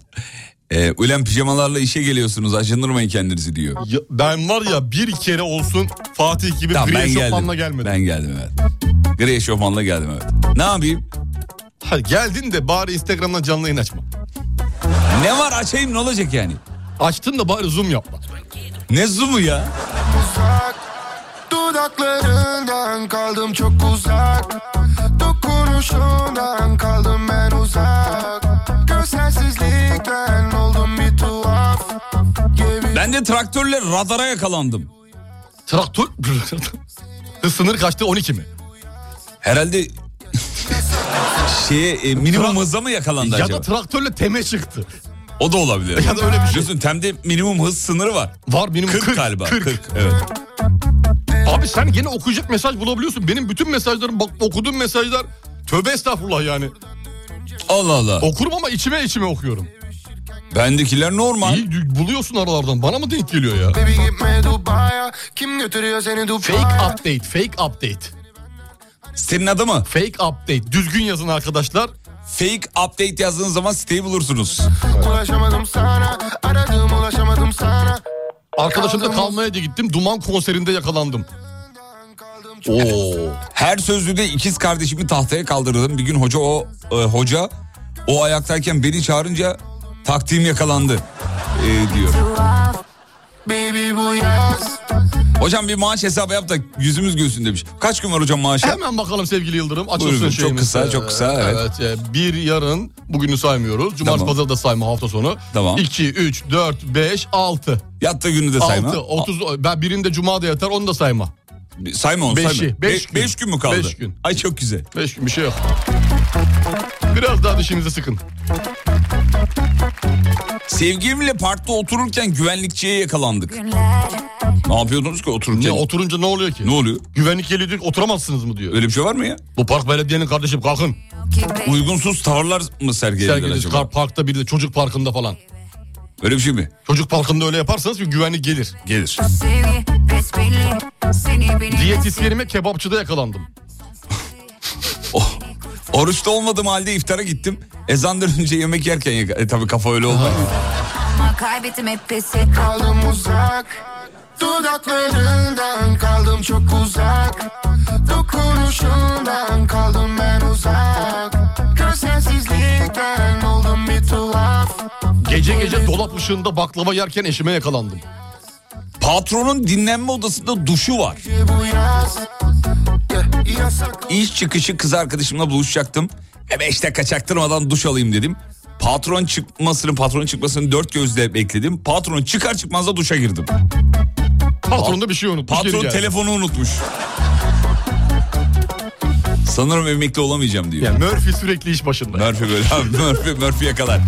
[SPEAKER 2] Ee, ulan pijamalarla işe geliyorsunuz acındırmayın kendinizi diyor.
[SPEAKER 3] Ya ben var ya bir kere olsun Fatih gibi
[SPEAKER 2] Tamam
[SPEAKER 3] tamam,
[SPEAKER 2] ben
[SPEAKER 3] eşofmanla
[SPEAKER 2] geldim.
[SPEAKER 3] gelmedim.
[SPEAKER 2] Ben geldim evet. Gri eşofmanla geldim evet. Ne yapayım?
[SPEAKER 3] Ha, geldin de bari Instagram'dan canlı yayın açma.
[SPEAKER 2] Ne var açayım ne olacak yani?
[SPEAKER 3] Açtın da bari zoom yapma.
[SPEAKER 2] Ne zoom'u ya?
[SPEAKER 11] uzak Dudaklarından kaldım çok uzak Dokunuşundan kaldım ben uzak Gözlersizlikten oldum bir tuhaf Yemin
[SPEAKER 2] Ben de traktörle radara yakalandım.
[SPEAKER 3] Traktör... Hız Sınır kaçtı 12 mi?
[SPEAKER 2] Herhalde şeye e, minimum
[SPEAKER 3] Tra-
[SPEAKER 2] hıza mı yakalandı
[SPEAKER 3] ya
[SPEAKER 2] acaba?
[SPEAKER 3] da traktörle teme çıktı.
[SPEAKER 2] o da olabilir.
[SPEAKER 3] Ya da öyle bir şey.
[SPEAKER 2] Biliyorsun temde minimum hız sınırı var.
[SPEAKER 3] Var benim
[SPEAKER 2] 40,
[SPEAKER 3] 40
[SPEAKER 2] galiba. 40.
[SPEAKER 3] 40.
[SPEAKER 2] evet.
[SPEAKER 3] Abi sen gene okuyacak mesaj bulabiliyorsun. Benim bütün mesajlarım bak okuduğum mesajlar tövbe estağfurullah yani.
[SPEAKER 2] Allah Allah.
[SPEAKER 3] Okurum ama içime içime okuyorum.
[SPEAKER 2] Bendekiler normal.
[SPEAKER 3] İyi d- buluyorsun aralardan. Bana mı denk geliyor ya?
[SPEAKER 11] Baby gitme Dubai'ye Kim götürüyor seni Dubai'ye
[SPEAKER 3] Fake update, fake update.
[SPEAKER 2] Sitenin adı mı?
[SPEAKER 3] Fake update. Düzgün yazın arkadaşlar.
[SPEAKER 2] Fake update yazdığınız zaman siteyi bulursunuz.
[SPEAKER 11] Ulaşamadım sana Aradım ulaşamadım sana
[SPEAKER 3] Arkadaşımla kalmaya da gittim. Duman konserinde yakalandım. Oo.
[SPEAKER 2] Her sözlüde ikiz kardeşimi tahtaya kaldırdım. Bir gün hoca o e, hoca o ayaktayken beni çağırınca taktiğim yakalandı e, diyor.
[SPEAKER 11] Baby bu yaz
[SPEAKER 2] Hocam bir maaş hesabı yap da yüzümüz gülsün demiş. Kaç gün var hocam maaşı?
[SPEAKER 3] Hemen bakalım sevgili Yıldırım. Açılsın
[SPEAKER 2] Buyurun, çok
[SPEAKER 3] şeyimiz.
[SPEAKER 2] kısa, çok kısa, evet.
[SPEAKER 3] e, bir yarın bugünü saymıyoruz. Cumartesi
[SPEAKER 2] Tamam.
[SPEAKER 3] pazarı da sayma hafta sonu.
[SPEAKER 2] Tamam.
[SPEAKER 3] 2, 3, 4, 5, 6.
[SPEAKER 2] Yattığı günü de sayma.
[SPEAKER 3] 6, 30, ben birinde cuma da yatar onu da sayma.
[SPEAKER 2] Bir Sayma onu
[SPEAKER 3] Beşi,
[SPEAKER 2] sayma.
[SPEAKER 3] beş
[SPEAKER 2] Be-
[SPEAKER 3] gün.
[SPEAKER 2] beş gün mü kaldı?
[SPEAKER 3] Beş gün.
[SPEAKER 2] Ay çok güzel.
[SPEAKER 3] 5 gün bir şey yok. Biraz daha dişinizi sıkın.
[SPEAKER 2] Sevgilimle parkta otururken güvenlikçiye yakalandık. Ne yapıyordunuz ki otururken?
[SPEAKER 3] Ya oturunca ne oluyor ki?
[SPEAKER 2] ne oluyor?
[SPEAKER 3] Güvenlik geliyor diyor ki, oturamazsınız mı diyor.
[SPEAKER 2] Öyle bir şey var mı ya?
[SPEAKER 3] Bu park belediyenin kardeşim kalkın.
[SPEAKER 2] Uygunsuz tavırlar mı sergilediler
[SPEAKER 3] Sergileceğiz
[SPEAKER 2] acaba?
[SPEAKER 3] kar parkta bir de çocuk parkında falan.
[SPEAKER 2] Öyle bir şey mi?
[SPEAKER 3] Çocuk parkında öyle yaparsanız bir güvenlik gelir.
[SPEAKER 2] Gelir.
[SPEAKER 3] Diyetisyenime kebapçıda yakalandım.
[SPEAKER 2] Oh. Oruçta olmadığım halde iftara gittim. Ezandan önce yemek yerken yaka- e, tabii kafa öyle olmaz.
[SPEAKER 12] Kaybettim hep pesi
[SPEAKER 11] kaldım uzak Dudaklarından kaldım çok uzak Dokunuşundan kaldım ben uzak Görsensizlikten oldum bir tuhaf
[SPEAKER 3] Gece gece dolap ışığında baklava yerken eşime yakalandım.
[SPEAKER 2] Patronun dinlenme odasında duşu var.
[SPEAKER 11] Bu yaz yeah, yasak
[SPEAKER 2] İş çıkışı kız arkadaşımla buluşacaktım. E beş dakika çaktırmadan duş alayım dedim. Patron çıkmasını, patronun çıkmasını dört gözle bekledim. Patron çıkar çıkmaz da duşa girdim.
[SPEAKER 3] Patronda bir şey unutmuş. geri
[SPEAKER 2] Patron
[SPEAKER 3] geldi.
[SPEAKER 2] telefonu unutmuş. Sanırım emekli olamayacağım diyor.
[SPEAKER 3] Ya Murphy sürekli iş başında.
[SPEAKER 2] Murphy böyle abi Murphy, Murphy yakalar.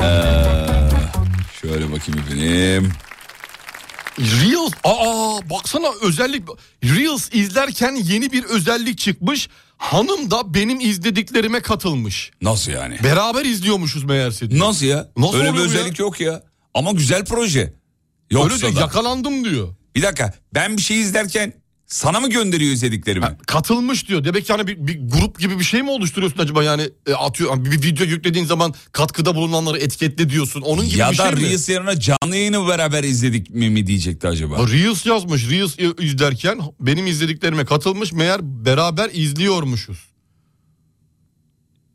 [SPEAKER 2] Ee, şöyle bakayım efendim.
[SPEAKER 3] Reels aa baksana özellik Reels izlerken yeni bir özellik çıkmış. Hanım da benim izlediklerime katılmış.
[SPEAKER 2] Nasıl yani?
[SPEAKER 3] Beraber izliyormuşuz meğerse. diyor.
[SPEAKER 2] Nasıl ya?
[SPEAKER 3] Nasıl
[SPEAKER 2] Öyle bir
[SPEAKER 3] oluyor ya?
[SPEAKER 2] özellik yok ya. Ama güzel proje.
[SPEAKER 3] Öyle
[SPEAKER 2] Yoksa
[SPEAKER 3] diyor
[SPEAKER 2] da.
[SPEAKER 3] yakalandım diyor.
[SPEAKER 2] Bir dakika ben bir şey izlerken sana mı gönderiyor izlediklerimi?
[SPEAKER 3] Ha, katılmış diyor. Demek ki hani bir, bir grup gibi bir şey mi oluşturuyorsun acaba yani e, atıyor hani bir video yüklediğin zaman katkıda bulunanları etiketle diyorsun. Onun gibi
[SPEAKER 2] ya
[SPEAKER 3] bir
[SPEAKER 2] da
[SPEAKER 3] şey mi?
[SPEAKER 2] Reels yerine canlı yayını beraber izledik mi mi diyecekti acaba?
[SPEAKER 3] Ha, Reels yazmış. Reels i- izlerken benim izlediklerime katılmış. Meğer beraber izliyormuşuz.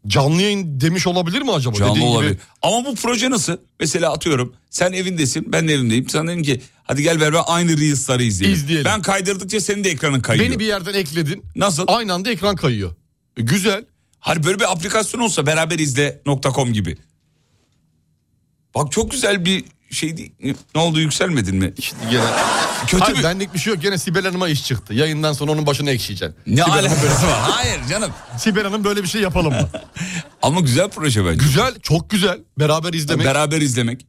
[SPEAKER 3] Canlı yayın demiş olabilir mi acaba?
[SPEAKER 2] Canlı
[SPEAKER 3] Dediğin gibi-
[SPEAKER 2] olabilir. Ama bu proje nasıl? Mesela atıyorum sen evindesin ben de evimdeyim. Sana dedim ki hadi gel beraber aynı Reels'ları izleyelim.
[SPEAKER 3] İzleyelim.
[SPEAKER 2] Ben kaydırdıkça senin de ekranın kayıyor.
[SPEAKER 3] Beni bir yerden ekledin.
[SPEAKER 2] Nasıl?
[SPEAKER 3] Aynı anda ekran kayıyor. E, Güzel.
[SPEAKER 2] Hani böyle bir aplikasyon olsa beraber izle.com gibi. Bak çok güzel bir şey değil. Ne oldu yükselmedin mi?
[SPEAKER 3] İşte gene...
[SPEAKER 2] Kötü
[SPEAKER 3] Hayır,
[SPEAKER 2] bir...
[SPEAKER 3] benlik bir şey yok. Gene Sibel Hanım'a iş çıktı. Yayından sonra onun başına ekşiyeceksin.
[SPEAKER 2] Ne
[SPEAKER 3] Sibel, Hanım,
[SPEAKER 2] alakası var? Hayır canım.
[SPEAKER 3] Sibel Hanım böyle bir şey yapalım mı?
[SPEAKER 2] Ama güzel proje bence.
[SPEAKER 3] güzel, çok güzel. Beraber izlemek.
[SPEAKER 2] Beraber izlemek.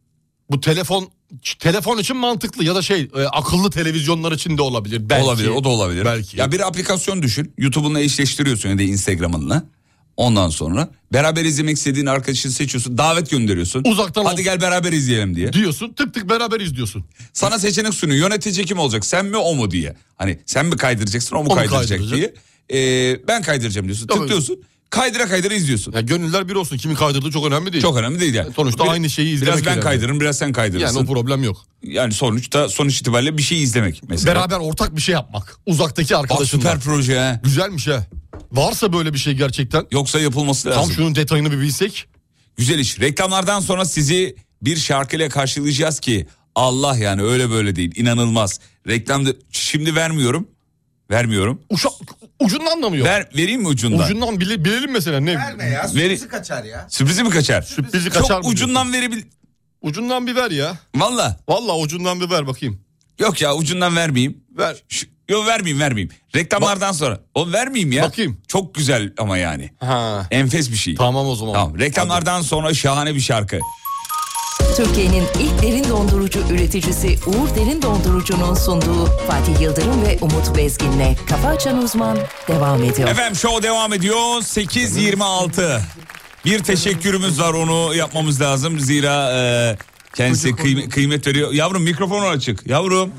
[SPEAKER 3] Bu telefon telefon için mantıklı ya da şey e, akıllı televizyonlar için de olabilir. Belki.
[SPEAKER 2] Olabilir o da olabilir.
[SPEAKER 3] Belki.
[SPEAKER 2] Ya bir aplikasyon düşün. YouTube'unla eşleştiriyorsun ya da Instagram'ınla. Ondan sonra beraber izlemek istediğin arkadaşını seçiyorsun. Davet gönderiyorsun.
[SPEAKER 3] Uzaktan
[SPEAKER 2] Hadi
[SPEAKER 3] olsun.
[SPEAKER 2] gel beraber izleyelim diye.
[SPEAKER 3] diyorsun tık tık beraber izliyorsun.
[SPEAKER 2] Sana seçenek sunuyor. Yönetici kim olacak? Sen mi o mu diye. Hani sen mi kaydıracaksın o mu
[SPEAKER 3] O mu
[SPEAKER 2] kaydıracak diye.
[SPEAKER 3] kaydıracak?
[SPEAKER 2] Ee, ben kaydıracağım diyorsun.
[SPEAKER 3] Tabii.
[SPEAKER 2] Tıklıyorsun. Kaydıra kaydıra izliyorsun.
[SPEAKER 3] Ya gönüller bir olsun kimin kaydırdığı çok önemli değil.
[SPEAKER 2] Çok önemli değil yani.
[SPEAKER 3] Sonuçta
[SPEAKER 2] Bir-
[SPEAKER 3] aynı şeyi izlemek
[SPEAKER 2] Biraz ben
[SPEAKER 3] önemli.
[SPEAKER 2] kaydırırım biraz sen
[SPEAKER 3] yani o
[SPEAKER 2] kaydırırsın. Yani,
[SPEAKER 3] problem yok.
[SPEAKER 2] sonuçta sonuç itibariyle bir şey izlemek mesela.
[SPEAKER 3] Beraber ortak bir şey yapmak. Uzaktaki
[SPEAKER 2] Bak
[SPEAKER 3] arkadaşınla.
[SPEAKER 2] süper proje ha.
[SPEAKER 3] Güzelmiş ha. Varsa böyle bir şey gerçekten.
[SPEAKER 2] Yoksa yapılması lazım.
[SPEAKER 3] Tam şunun detayını bir bilsek.
[SPEAKER 2] Güzel iş. Reklamlardan sonra sizi bir şarkıyla karşılayacağız ki Allah yani öyle böyle değil. İnanılmaz. Reklamda şimdi vermiyorum. Vermiyorum.
[SPEAKER 3] Uşak ucundan da mı yok?
[SPEAKER 2] Ver, vereyim mi ucundan?
[SPEAKER 3] Ucundan bile, bilelim mesela ne?
[SPEAKER 9] Verme ya
[SPEAKER 2] Veri-
[SPEAKER 9] sürprizi kaçar ya.
[SPEAKER 2] Sürprizi mi kaçar?
[SPEAKER 3] Sürprizi
[SPEAKER 2] Çok
[SPEAKER 3] kaçar mı
[SPEAKER 2] ucundan verebil...
[SPEAKER 3] Ucundan bir ver ya.
[SPEAKER 2] Valla.
[SPEAKER 3] Valla ucundan bir ver bakayım.
[SPEAKER 2] Yok ya ucundan vermeyeyim.
[SPEAKER 3] Ver.
[SPEAKER 2] Şu- Yok vermeyeyim vermeyeyim. Reklamlardan sonra. O vermeyeyim ya.
[SPEAKER 3] Bakayım.
[SPEAKER 2] Çok güzel ama yani.
[SPEAKER 3] Ha.
[SPEAKER 2] Enfes bir şey.
[SPEAKER 3] Tamam o zaman.
[SPEAKER 2] Tamam. Reklamlardan sonra şahane bir şarkı.
[SPEAKER 8] Türkiye'nin ilk derin dondurucu üreticisi Uğur Derin Dondurucu'nun sunduğu Fatih Yıldırım ve Umut Bezgin'le Kafa Açan Uzman devam ediyor.
[SPEAKER 2] Efendim show devam ediyor. 8.26. Bir teşekkürümüz var onu yapmamız lazım. Zira e, kendisi kıym- kıymet veriyor. Yavrum mikrofonu açık. Yavrum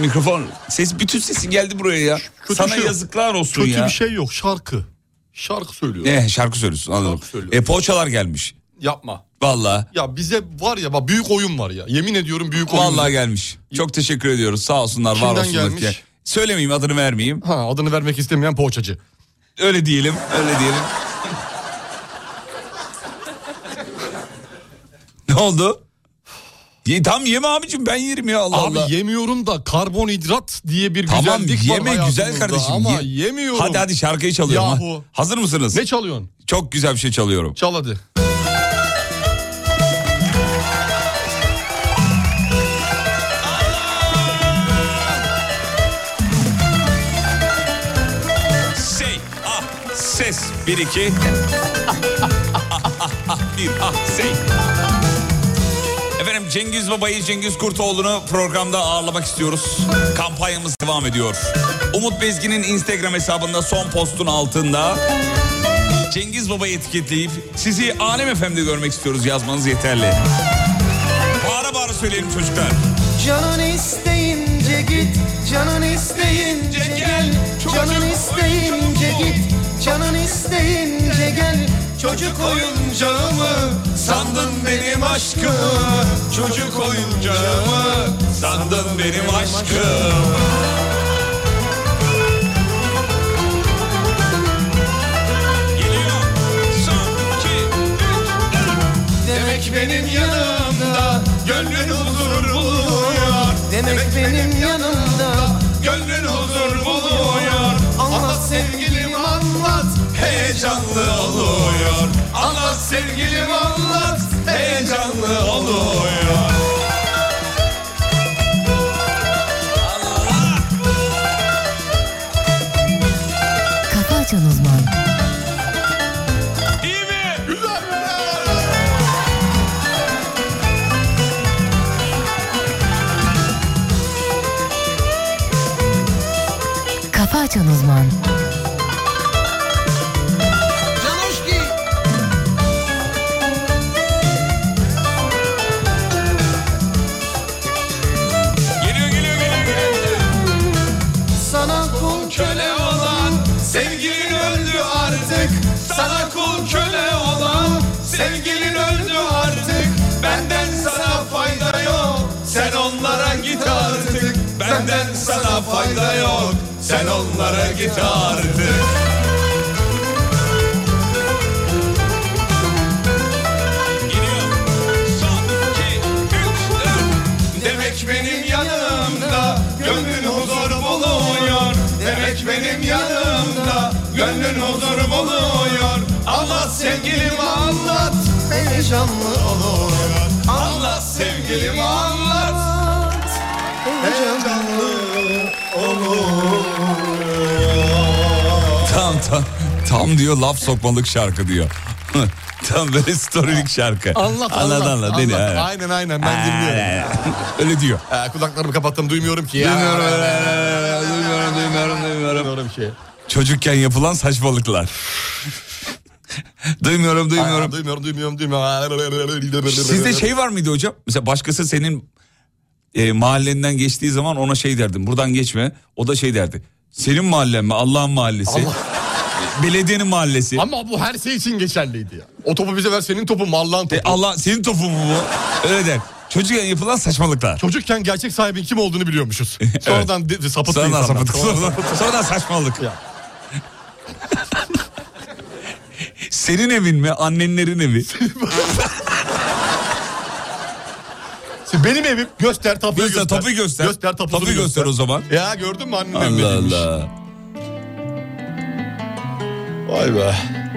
[SPEAKER 2] mikrofon. Ses bütün sesi geldi buraya ya.
[SPEAKER 3] kötü
[SPEAKER 2] Sana
[SPEAKER 3] bir şey yok.
[SPEAKER 2] yazıklar olsun
[SPEAKER 3] Kötü
[SPEAKER 2] ya.
[SPEAKER 3] bir şey yok şarkı. Şarkı söylüyor.
[SPEAKER 2] Ne şarkı söylüyorsun anladım.
[SPEAKER 3] Şarkı söylüyorum.
[SPEAKER 2] E poğaçalar gelmiş.
[SPEAKER 3] Yapma.
[SPEAKER 2] Vallahi.
[SPEAKER 3] Ya bize var ya bak büyük oyun var ya. Yemin ediyorum büyük oyun.
[SPEAKER 2] Vallahi gelmiş. Çok teşekkür ediyoruz. Sağ olsunlar, var
[SPEAKER 3] Kimden
[SPEAKER 2] olsunlar.
[SPEAKER 3] gelmiş?
[SPEAKER 2] diye. Söylemeyeyim adını vermeyeyim.
[SPEAKER 3] Ha adını vermek istemeyen poğaçacı.
[SPEAKER 2] Öyle diyelim, öyle diyelim. ne oldu? Ye, tam yeme abicim ben yerim ya Allah
[SPEAKER 3] Abi
[SPEAKER 2] Allah.
[SPEAKER 3] yemiyorum da karbonhidrat diye bir
[SPEAKER 2] Tamam
[SPEAKER 3] güzellik var
[SPEAKER 2] yeme güzel
[SPEAKER 3] hayatımızda
[SPEAKER 2] kardeşim.
[SPEAKER 3] Ama
[SPEAKER 2] ye.
[SPEAKER 3] yemiyorum.
[SPEAKER 2] Hadi hadi şarkıyı çalıyorum. ha.
[SPEAKER 3] Yahu.
[SPEAKER 2] Hazır mısınız?
[SPEAKER 3] Ne çalıyorsun?
[SPEAKER 2] Çok güzel bir şey çalıyorum.
[SPEAKER 3] Çal hadi.
[SPEAKER 2] Şey, ah, ses. Bir, iki. Ah, ah, ah, ah, ah, bir, ah, şey. Efendim Cengiz Baba'yı, Cengiz Kurtoğlu'nu programda ağırlamak istiyoruz. Kampanyamız devam ediyor. Umut Bezgin'in Instagram hesabında son postun altında Cengiz Baba'yı etiketleyip sizi Alem FM'de görmek istiyoruz yazmanız yeterli. Bağıra bağıra söyleyelim çocuklar.
[SPEAKER 1] Canın isteyince git, canın isteyince gel. Canın isteyince git, canın isteyince gel. Çocuk oyuncağı mı sandın benim aşkımı? Çocuk oyuncağı mı
[SPEAKER 2] Sandın benim aşkım. Geliyor. Son, iki,
[SPEAKER 1] Demek benim yanımda gönlün huzur buluyor Demek benim yanımda gönlün huzur buluyor Anlat sevgilim anlat heyecanlı oluyor Anlat sevgilim anlat heyecanlı oluyor
[SPEAKER 5] Kafa Açan Uzman.
[SPEAKER 2] İyi mi?
[SPEAKER 5] Kafa Açan Uzman.
[SPEAKER 2] Geliyor, geliyor, geliyor, geliyor.
[SPEAKER 1] Sana kul köle olan sevgilin öldü artık Sana kul köle olan sevgilin öldü artık Benden sana fayda yok sen onlara git artık Benden sana fayda yok sen onlara git artık
[SPEAKER 2] Geliyor. Son, iki, üç, dört.
[SPEAKER 1] Demek benim yanımda gönlün huzur buluyor Demek benim yanımda gönlün huzur buluyor Anlat sevgilim anlat heyecanlı oluyor Anlat sevgilim anlat heyecanlı
[SPEAKER 2] Tam tam tam diyor laf sokmalık şarkı diyor. tam böyle storylik şarkı.
[SPEAKER 3] Anlat anlat.
[SPEAKER 2] Anlat anlat. Beni,
[SPEAKER 3] anlat.
[SPEAKER 2] evet.
[SPEAKER 3] Aynen aynen ben dinliyorum.
[SPEAKER 2] Öyle diyor.
[SPEAKER 3] Ha, kulaklarımı kapattım duymuyorum ki ya.
[SPEAKER 2] Duymuyorum, duymuyorum, duymuyorum, duymuyorum.
[SPEAKER 3] Duymuyorum ki.
[SPEAKER 2] Çocukken yapılan saçmalıklar. duymuyorum duymuyorum.
[SPEAKER 3] Aa, Duymuyorum duymuyorum duymuyorum.
[SPEAKER 2] Sizde şey var mıydı hocam? Mesela başkası senin e, mahallenden geçtiği zaman ona şey derdin. Buradan geçme. O da şey derdi. Senin mahallen mi? Allah'ın mahallesi. Belediyenin mahallesi.
[SPEAKER 3] Ama bu her şey için geçerliydi ya. O topu bize ver senin topun mallan topu.
[SPEAKER 2] E, Allah senin topun mu bu? Öyle der. Çocukken yapılan saçmalıklar.
[SPEAKER 3] Çocukken gerçek sahibin kim olduğunu biliyormuşuz. Sonradan de- sapıttı
[SPEAKER 2] Sonradan
[SPEAKER 3] insanlar.
[SPEAKER 2] sapıttık.
[SPEAKER 3] Sonradan-
[SPEAKER 2] Sonradan, sonradan saçmalık.
[SPEAKER 3] Ya.
[SPEAKER 2] Senin evin mi? Annenlerin evi.
[SPEAKER 3] Şimdi benim evim göster tapuyu göster.
[SPEAKER 2] göster, tapuyu göster.
[SPEAKER 3] Göster tapuyu
[SPEAKER 2] Tapuyu göster o zaman.
[SPEAKER 3] Ya gördün mü annem
[SPEAKER 2] Allah
[SPEAKER 3] evliymiş.
[SPEAKER 2] Allah.
[SPEAKER 3] Vay be.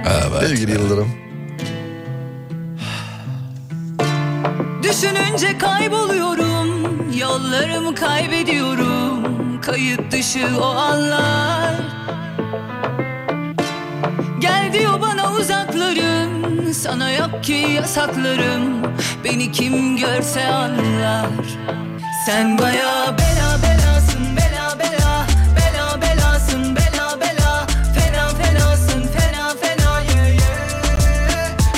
[SPEAKER 3] Evet. Sevgili Yıldırım.
[SPEAKER 13] Düşününce kayboluyorum, yollarımı kaybediyorum. Kayıt dışı o anlar. Gel diyor bana uzaklarım, sana yok ki yasaklarım. Beni kim görse anlar. Sen baya bela belasın, bela bela, bela belasın, bela bela, fena fenasın, fena fena. yeah, yeah.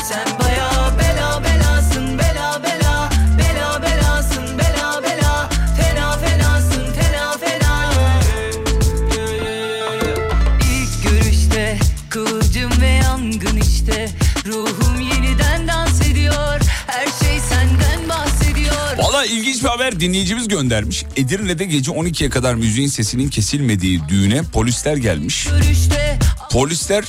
[SPEAKER 13] Sen baya bela belasın, bela bela, bela belasın, bela bela, fena fenasın, fena fena. yeah, yeah, yeah. İlk görüşte kıvılcım ve yangın işte Ruhum yeniden dans ediyor Her şey senden bahsediyor
[SPEAKER 2] Valla ilginç bir haber dinleyicimiz göndermiş. Edirne'de gece 12'ye kadar müziğin sesinin kesilmediği düğüne polisler gelmiş.
[SPEAKER 13] Görüşte
[SPEAKER 2] Polisler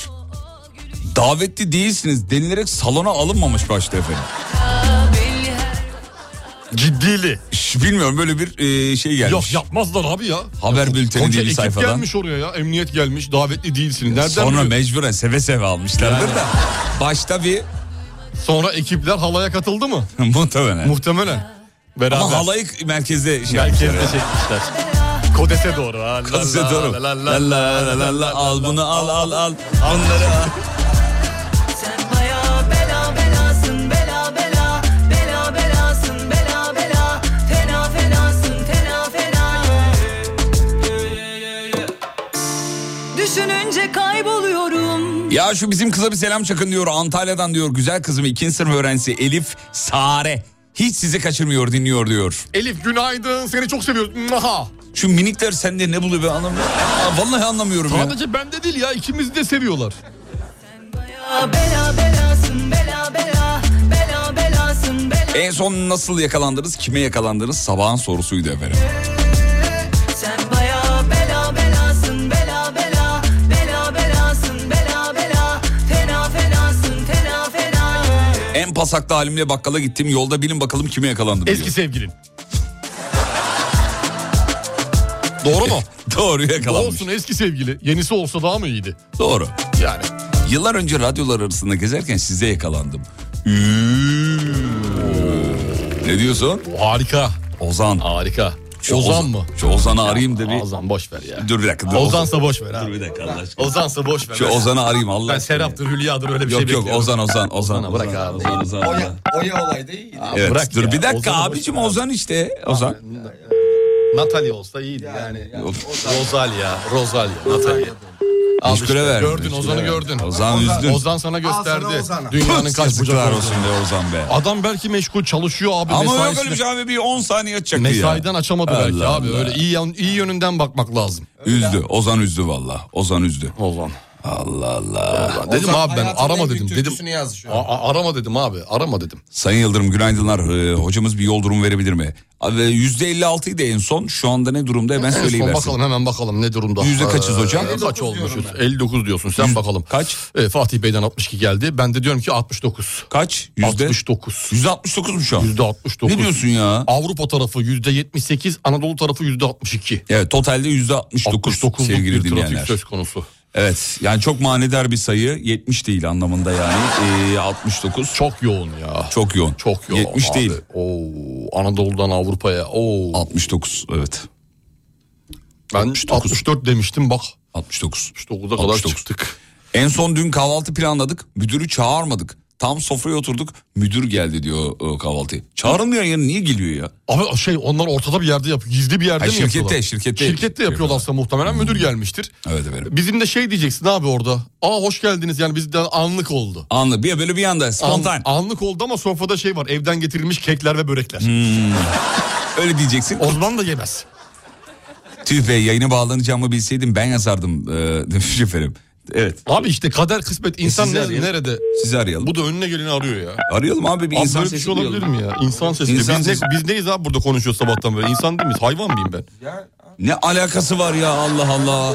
[SPEAKER 2] davetli değilsiniz denilerek salona alınmamış başta efendim.
[SPEAKER 13] aa, belli her
[SPEAKER 3] Ciddili.
[SPEAKER 2] Bilmiyorum böyle bir e, şey gelmiş.
[SPEAKER 3] Yok yapmazlar abi ya.
[SPEAKER 2] Haber bülteni
[SPEAKER 3] Koca
[SPEAKER 2] diye bir
[SPEAKER 3] ekip
[SPEAKER 2] sayfadan.
[SPEAKER 3] gelmiş oraya ya. Emniyet gelmiş. Davetli değilsiniz. Nereden
[SPEAKER 2] Sonra
[SPEAKER 3] biliyor?
[SPEAKER 2] mecburen seve seve almışlardır
[SPEAKER 3] Yani.
[SPEAKER 2] da. Başta bir
[SPEAKER 3] Sonra ekipler halaya katıldı mı?
[SPEAKER 2] muhtemelen.
[SPEAKER 3] Muhtemelen. Beraber.
[SPEAKER 2] Ama halayı merkezde şey
[SPEAKER 3] Merkezde
[SPEAKER 2] yapmışlar. ya.
[SPEAKER 3] çekmişler. Kodese doğru. ha. La
[SPEAKER 2] Kızı
[SPEAKER 3] la
[SPEAKER 2] doğru.
[SPEAKER 3] la
[SPEAKER 2] La
[SPEAKER 3] la la la la la la.
[SPEAKER 2] al bunu al al al. Onları al.
[SPEAKER 7] Sen baya bela belasın bela bela Bela belasın bela bela Fena fenasın fena fena Düşününce kayboluyorum
[SPEAKER 2] Ya şu bizim kıza bir selam çakın diyor. Antalya'dan diyor. Güzel kızım ikinci sınıf öğrencisi Elif Sare. Hiç sizi kaçırmıyor dinliyor diyor.
[SPEAKER 3] Elif günaydın. Seni çok seviyoruz. Maha.
[SPEAKER 2] Şu minikler sende ne buluyor ben anlamıyorum. Aa, vallahi anlamıyorum ya.
[SPEAKER 3] Sadece bende değil ya. ikimizi de seviyorlar.
[SPEAKER 7] Bela belasın bela bela Bela belasın bela
[SPEAKER 2] En son nasıl yakalandınız, kime yakalandınız sabahın sorusuydu efendim.
[SPEAKER 7] Sen baya bela belasın bela bela Bela belasın bela bela Fena fenasın fena fena
[SPEAKER 2] En pasaklı halimle bakkala gittim. Yolda bilin bakalım kime yakalandım diyor.
[SPEAKER 3] Eski sevgilin. Doğru mu?
[SPEAKER 2] Doğru yakalanmış.
[SPEAKER 3] Olsun eski sevgili. Yenisi olsa daha mı iyiydi?
[SPEAKER 2] Doğru. Yani yıllar önce radyolar arasında gezerken size yakalandım. Üüüü. ne diyorsun?
[SPEAKER 3] Harika.
[SPEAKER 2] Ozan.
[SPEAKER 3] Harika.
[SPEAKER 2] Şu
[SPEAKER 3] Ozan mı?
[SPEAKER 2] Şu Ozan'ı arayayım da bir.
[SPEAKER 3] Ozan boş ver ya.
[SPEAKER 2] Dur bir dakika. Dur.
[SPEAKER 3] Ozansa boş ver
[SPEAKER 2] Dur bir
[SPEAKER 3] abi.
[SPEAKER 2] dakika Allah aşkına.
[SPEAKER 3] Ozansa boş ver.
[SPEAKER 2] Şu Ozan'ı arayayım Allah
[SPEAKER 3] Ben
[SPEAKER 2] aşkına.
[SPEAKER 3] Serap'tır, Hülya'dır öyle bir
[SPEAKER 2] Yok
[SPEAKER 3] şey
[SPEAKER 2] yok
[SPEAKER 3] bekliyorum.
[SPEAKER 2] Ozan Ozan Ozan.
[SPEAKER 3] Ozan'a bırak
[SPEAKER 2] Ozan,
[SPEAKER 3] abi.
[SPEAKER 2] Ozan, Ozan, Ozan.
[SPEAKER 4] Oya olaydı iyiydi.
[SPEAKER 2] Evet,
[SPEAKER 3] bırak
[SPEAKER 2] dur
[SPEAKER 3] ya,
[SPEAKER 2] bir dakika
[SPEAKER 3] Ozan'ı boş
[SPEAKER 2] abicim
[SPEAKER 3] ver abi.
[SPEAKER 2] Ozan işte. Ozan.
[SPEAKER 3] Natalya olsa iyiydi yani.
[SPEAKER 2] Of.
[SPEAKER 3] Rosalya, Rosalya, Natalya. Al
[SPEAKER 2] Müşküle
[SPEAKER 3] işte,
[SPEAKER 2] verdim,
[SPEAKER 3] Gördün,
[SPEAKER 2] müşküle
[SPEAKER 3] Ozan'ı
[SPEAKER 2] verdim.
[SPEAKER 3] gördün.
[SPEAKER 2] Ozan üzdün.
[SPEAKER 3] Ozan sana gösterdi.
[SPEAKER 4] Al sana Ozan'ı.
[SPEAKER 3] Dünyanın kaç bucak
[SPEAKER 2] Yazıklar
[SPEAKER 3] olduğunu.
[SPEAKER 2] olsun be Ozan be.
[SPEAKER 3] Adam belki meşgul çalışıyor abi.
[SPEAKER 2] Ama yok
[SPEAKER 3] mesaisine-
[SPEAKER 2] öyle bir şey abi bir 10 saniye açacaktı ya.
[SPEAKER 3] Mesaiden açamadı belki
[SPEAKER 2] Allah
[SPEAKER 3] abi.
[SPEAKER 2] Allah.
[SPEAKER 3] Öyle iyi, yan- iyi yönünden bakmak lazım.
[SPEAKER 2] Üzdü. Ozan üzdü valla. Ozan üzdü.
[SPEAKER 3] Ozan.
[SPEAKER 2] Allah Allah.
[SPEAKER 3] Dedim abi ben arama dedim. Dedim
[SPEAKER 4] yaz şu
[SPEAKER 3] A- a- arama dedim abi. Arama dedim.
[SPEAKER 2] Sayın Yıldırım günaydınlar. Ee, hocamız bir yol durumu verebilir mi? Abi %56 idi en son. Şu anda ne durumda hemen
[SPEAKER 3] En son
[SPEAKER 2] söyleyiversin.
[SPEAKER 3] bakalım hemen bakalım ne durumda.
[SPEAKER 2] Yüzde kaçız hocam?
[SPEAKER 3] Ee, kaç olmuşuz? 59 diyorsun sen bakalım.
[SPEAKER 2] kaç?
[SPEAKER 3] Ee, Fatih Bey'den 62 geldi. Ben de diyorum ki 69.
[SPEAKER 2] Kaç? Yüzde?
[SPEAKER 3] 69.
[SPEAKER 2] %69 mu şu an?
[SPEAKER 3] Yüzde 69.
[SPEAKER 2] Ne diyorsun ya?
[SPEAKER 3] Avrupa tarafı yüzde 78, Anadolu tarafı yüzde 62.
[SPEAKER 2] Evet totalde %69
[SPEAKER 3] 69'luk
[SPEAKER 2] sevgili
[SPEAKER 3] bir trafik
[SPEAKER 2] dinleyenler.
[SPEAKER 3] söz konusu.
[SPEAKER 2] Evet yani çok manidar bir sayı. 70 değil anlamında yani. Ee, 69. Çok,
[SPEAKER 3] Çok yoğun ya.
[SPEAKER 2] çok yoğun.
[SPEAKER 3] Çok yoğun
[SPEAKER 2] 70
[SPEAKER 3] abi.
[SPEAKER 2] değil.
[SPEAKER 3] Oo, Anadolu'dan Avrupa'ya. Oo.
[SPEAKER 2] 69 evet.
[SPEAKER 3] ben
[SPEAKER 2] 69.
[SPEAKER 3] 64 demiştim bak.
[SPEAKER 2] 69.
[SPEAKER 3] 69'a kadar
[SPEAKER 2] 69.
[SPEAKER 3] çıktık.
[SPEAKER 2] En son dün kahvaltı planladık. Müdürü çağırmadık. Tam sofraya oturduk. Müdür geldi diyor e, kahvaltıya. Çağırmıyor yani niye geliyor ya?
[SPEAKER 3] Ama şey onlar ortada bir yerde yapıyor. Gizli bir yerde
[SPEAKER 2] Hayır,
[SPEAKER 3] mi
[SPEAKER 2] şirkette,
[SPEAKER 3] yapıyorlar?
[SPEAKER 2] şirkette.
[SPEAKER 3] Şirkette yapıyorlarsa muhtemelen müdür gelmiştir.
[SPEAKER 2] Evet efendim.
[SPEAKER 3] Bizim de şey diyeceksin abi orada. Aa hoş geldiniz yani bizden anlık oldu.
[SPEAKER 2] Anlı bir böyle bir anda
[SPEAKER 3] An-
[SPEAKER 2] spontan.
[SPEAKER 3] anlık oldu ama sofrada şey var. Evden getirilmiş kekler ve börekler.
[SPEAKER 2] Hmm. Öyle diyeceksin.
[SPEAKER 3] O zaman da yemez.
[SPEAKER 2] Tüh be yayına bağlanacağımı bilseydim ben yazardım e, demiş efendim. Evet
[SPEAKER 3] Abi işte kader kısmet insan
[SPEAKER 2] siz
[SPEAKER 3] ne-
[SPEAKER 2] arayın.
[SPEAKER 3] nerede?
[SPEAKER 2] sizi arayalım.
[SPEAKER 3] Bu da önüne geleni arıyor ya.
[SPEAKER 2] Arayalım abi bir
[SPEAKER 3] Abi
[SPEAKER 2] insan
[SPEAKER 3] böyle bir
[SPEAKER 2] sesi
[SPEAKER 3] şey olabilir
[SPEAKER 2] duyalım.
[SPEAKER 3] mi ya? İnsan sesi.
[SPEAKER 2] İnsan
[SPEAKER 3] biz,
[SPEAKER 2] sesi.
[SPEAKER 3] Ne, biz neyiz abi burada konuşuyoruz sabahtan beri? İnsan değil miyiz? Hayvan mıyım ben?
[SPEAKER 2] Ne alakası var ya Allah Allah.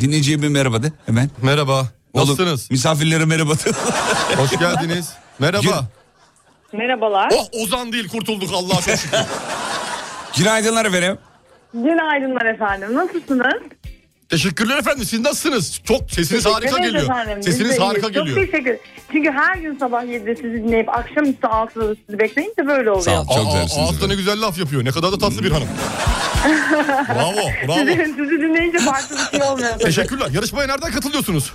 [SPEAKER 2] Dinleyiciye bir merhaba de hemen.
[SPEAKER 3] Merhaba.
[SPEAKER 2] Oğlum,
[SPEAKER 3] Nasılsınız?
[SPEAKER 2] misafirlere merhaba de.
[SPEAKER 3] Hoş geldiniz. Merhaba.
[SPEAKER 14] Merhabalar.
[SPEAKER 3] Oh Ozan değil kurtulduk Allah'a çok şükür.
[SPEAKER 2] Günaydınlar efendim.
[SPEAKER 14] Günaydınlar efendim. Nasılsınız?
[SPEAKER 3] Teşekkürler efendim. Siz nasılsınız? Çok sesiniz harika
[SPEAKER 14] Teşekkür ederiz
[SPEAKER 3] geliyor.
[SPEAKER 14] efendim. Biz de
[SPEAKER 3] Sesiniz
[SPEAKER 14] iyiyiz.
[SPEAKER 3] harika
[SPEAKER 14] Çok
[SPEAKER 3] geliyor.
[SPEAKER 14] teşekkür Çünkü her gün sabah 7'de sizi dinleyip akşamüstü 6'da da sizi bekleyince böyle oluyor.
[SPEAKER 2] Sağ ol çok
[SPEAKER 3] Aa,
[SPEAKER 2] güzelsiniz.
[SPEAKER 3] ağızda ne
[SPEAKER 2] efendim.
[SPEAKER 3] güzel laf yapıyor. Ne kadar da tatlı bir hanım. bravo, bravo.
[SPEAKER 14] Sizi, sizi dinleyince farklı bir şey olmuyor. tabii.
[SPEAKER 3] Teşekkürler. Yarışmaya nereden katılıyorsunuz?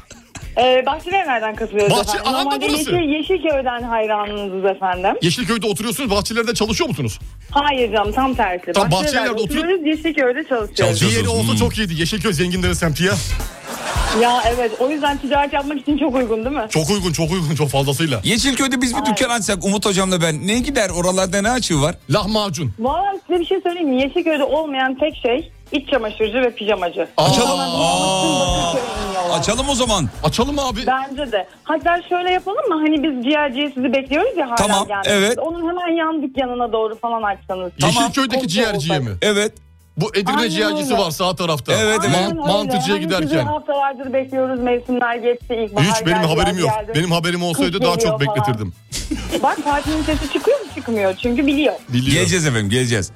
[SPEAKER 14] Ee, Bahçelievler'den katılıyoruz
[SPEAKER 3] Bahçe-
[SPEAKER 14] efendim.
[SPEAKER 3] Aha,
[SPEAKER 14] Normalde
[SPEAKER 3] burası.
[SPEAKER 14] Yeşil, Yeşilköy'den hayranınızız efendim.
[SPEAKER 3] Yeşilköy'de oturuyorsunuz, bahçelerde çalışıyor musunuz?
[SPEAKER 14] Hayır canım tam tersi. Bahçelievler'de
[SPEAKER 3] Tam Bahçelievler'de oturuyor-
[SPEAKER 14] oturuyoruz, Yeşilköy'de çalışıyoruz.
[SPEAKER 3] Bir
[SPEAKER 2] Çalışıyorsunuz.
[SPEAKER 3] yeri olsa
[SPEAKER 2] Hmm.
[SPEAKER 3] çok iyiydi. Yeşilköy zenginlerin semti ya.
[SPEAKER 14] Ya evet o yüzden ticaret yapmak için çok uygun değil mi?
[SPEAKER 3] Çok uygun, çok uygun, çok fazlasıyla.
[SPEAKER 2] Yeşilköy'de biz bir dükkan açsak Umut hocamla ben ne gider oralarda ne açığı var?
[SPEAKER 3] Lahmacun.
[SPEAKER 14] Valla size bir şey söyleyeyim mi? Yeşilköy'de olmayan tek şey iç çamaşırcı ve pijamacı.
[SPEAKER 3] Açalım.
[SPEAKER 14] Tamamen bütün Bakırköy'e iniyorlar.
[SPEAKER 2] Açalım o zaman.
[SPEAKER 3] Açalım abi.
[SPEAKER 14] Bence de. Hatta şöyle yapalım mı? Hani biz ciğerciye sizi bekliyoruz ya hala
[SPEAKER 2] Tamam,
[SPEAKER 14] gelmediniz.
[SPEAKER 2] evet.
[SPEAKER 14] Onun hemen yan dükkanına doğru falan açsanız.
[SPEAKER 3] Yeşilköy'deki
[SPEAKER 14] Komşu
[SPEAKER 3] ciğerciye
[SPEAKER 14] olsak.
[SPEAKER 3] mi?
[SPEAKER 2] Evet.
[SPEAKER 3] Bu Edirne
[SPEAKER 14] Aynen
[SPEAKER 3] cihacisi
[SPEAKER 14] öyle.
[SPEAKER 3] var sağ tarafta.
[SPEAKER 14] Aynen
[SPEAKER 3] Man-
[SPEAKER 14] öyle.
[SPEAKER 3] mantıcıya
[SPEAKER 14] Hani
[SPEAKER 3] giderken.
[SPEAKER 14] Sizi haftalardır bekliyoruz mevsimler geçti. ilkbahar
[SPEAKER 3] Hiç benim
[SPEAKER 14] geldi,
[SPEAKER 3] haberim
[SPEAKER 14] yaz
[SPEAKER 3] yok.
[SPEAKER 14] geldi.
[SPEAKER 3] Benim haberim olsaydı
[SPEAKER 14] Kış
[SPEAKER 3] daha
[SPEAKER 14] geliyor
[SPEAKER 3] çok
[SPEAKER 14] falan.
[SPEAKER 3] bekletirdim.
[SPEAKER 14] Bak partinin sesi çıkıyor mu çıkmıyor çünkü biliyor.
[SPEAKER 2] Geleceğiz efendim geleceğiz.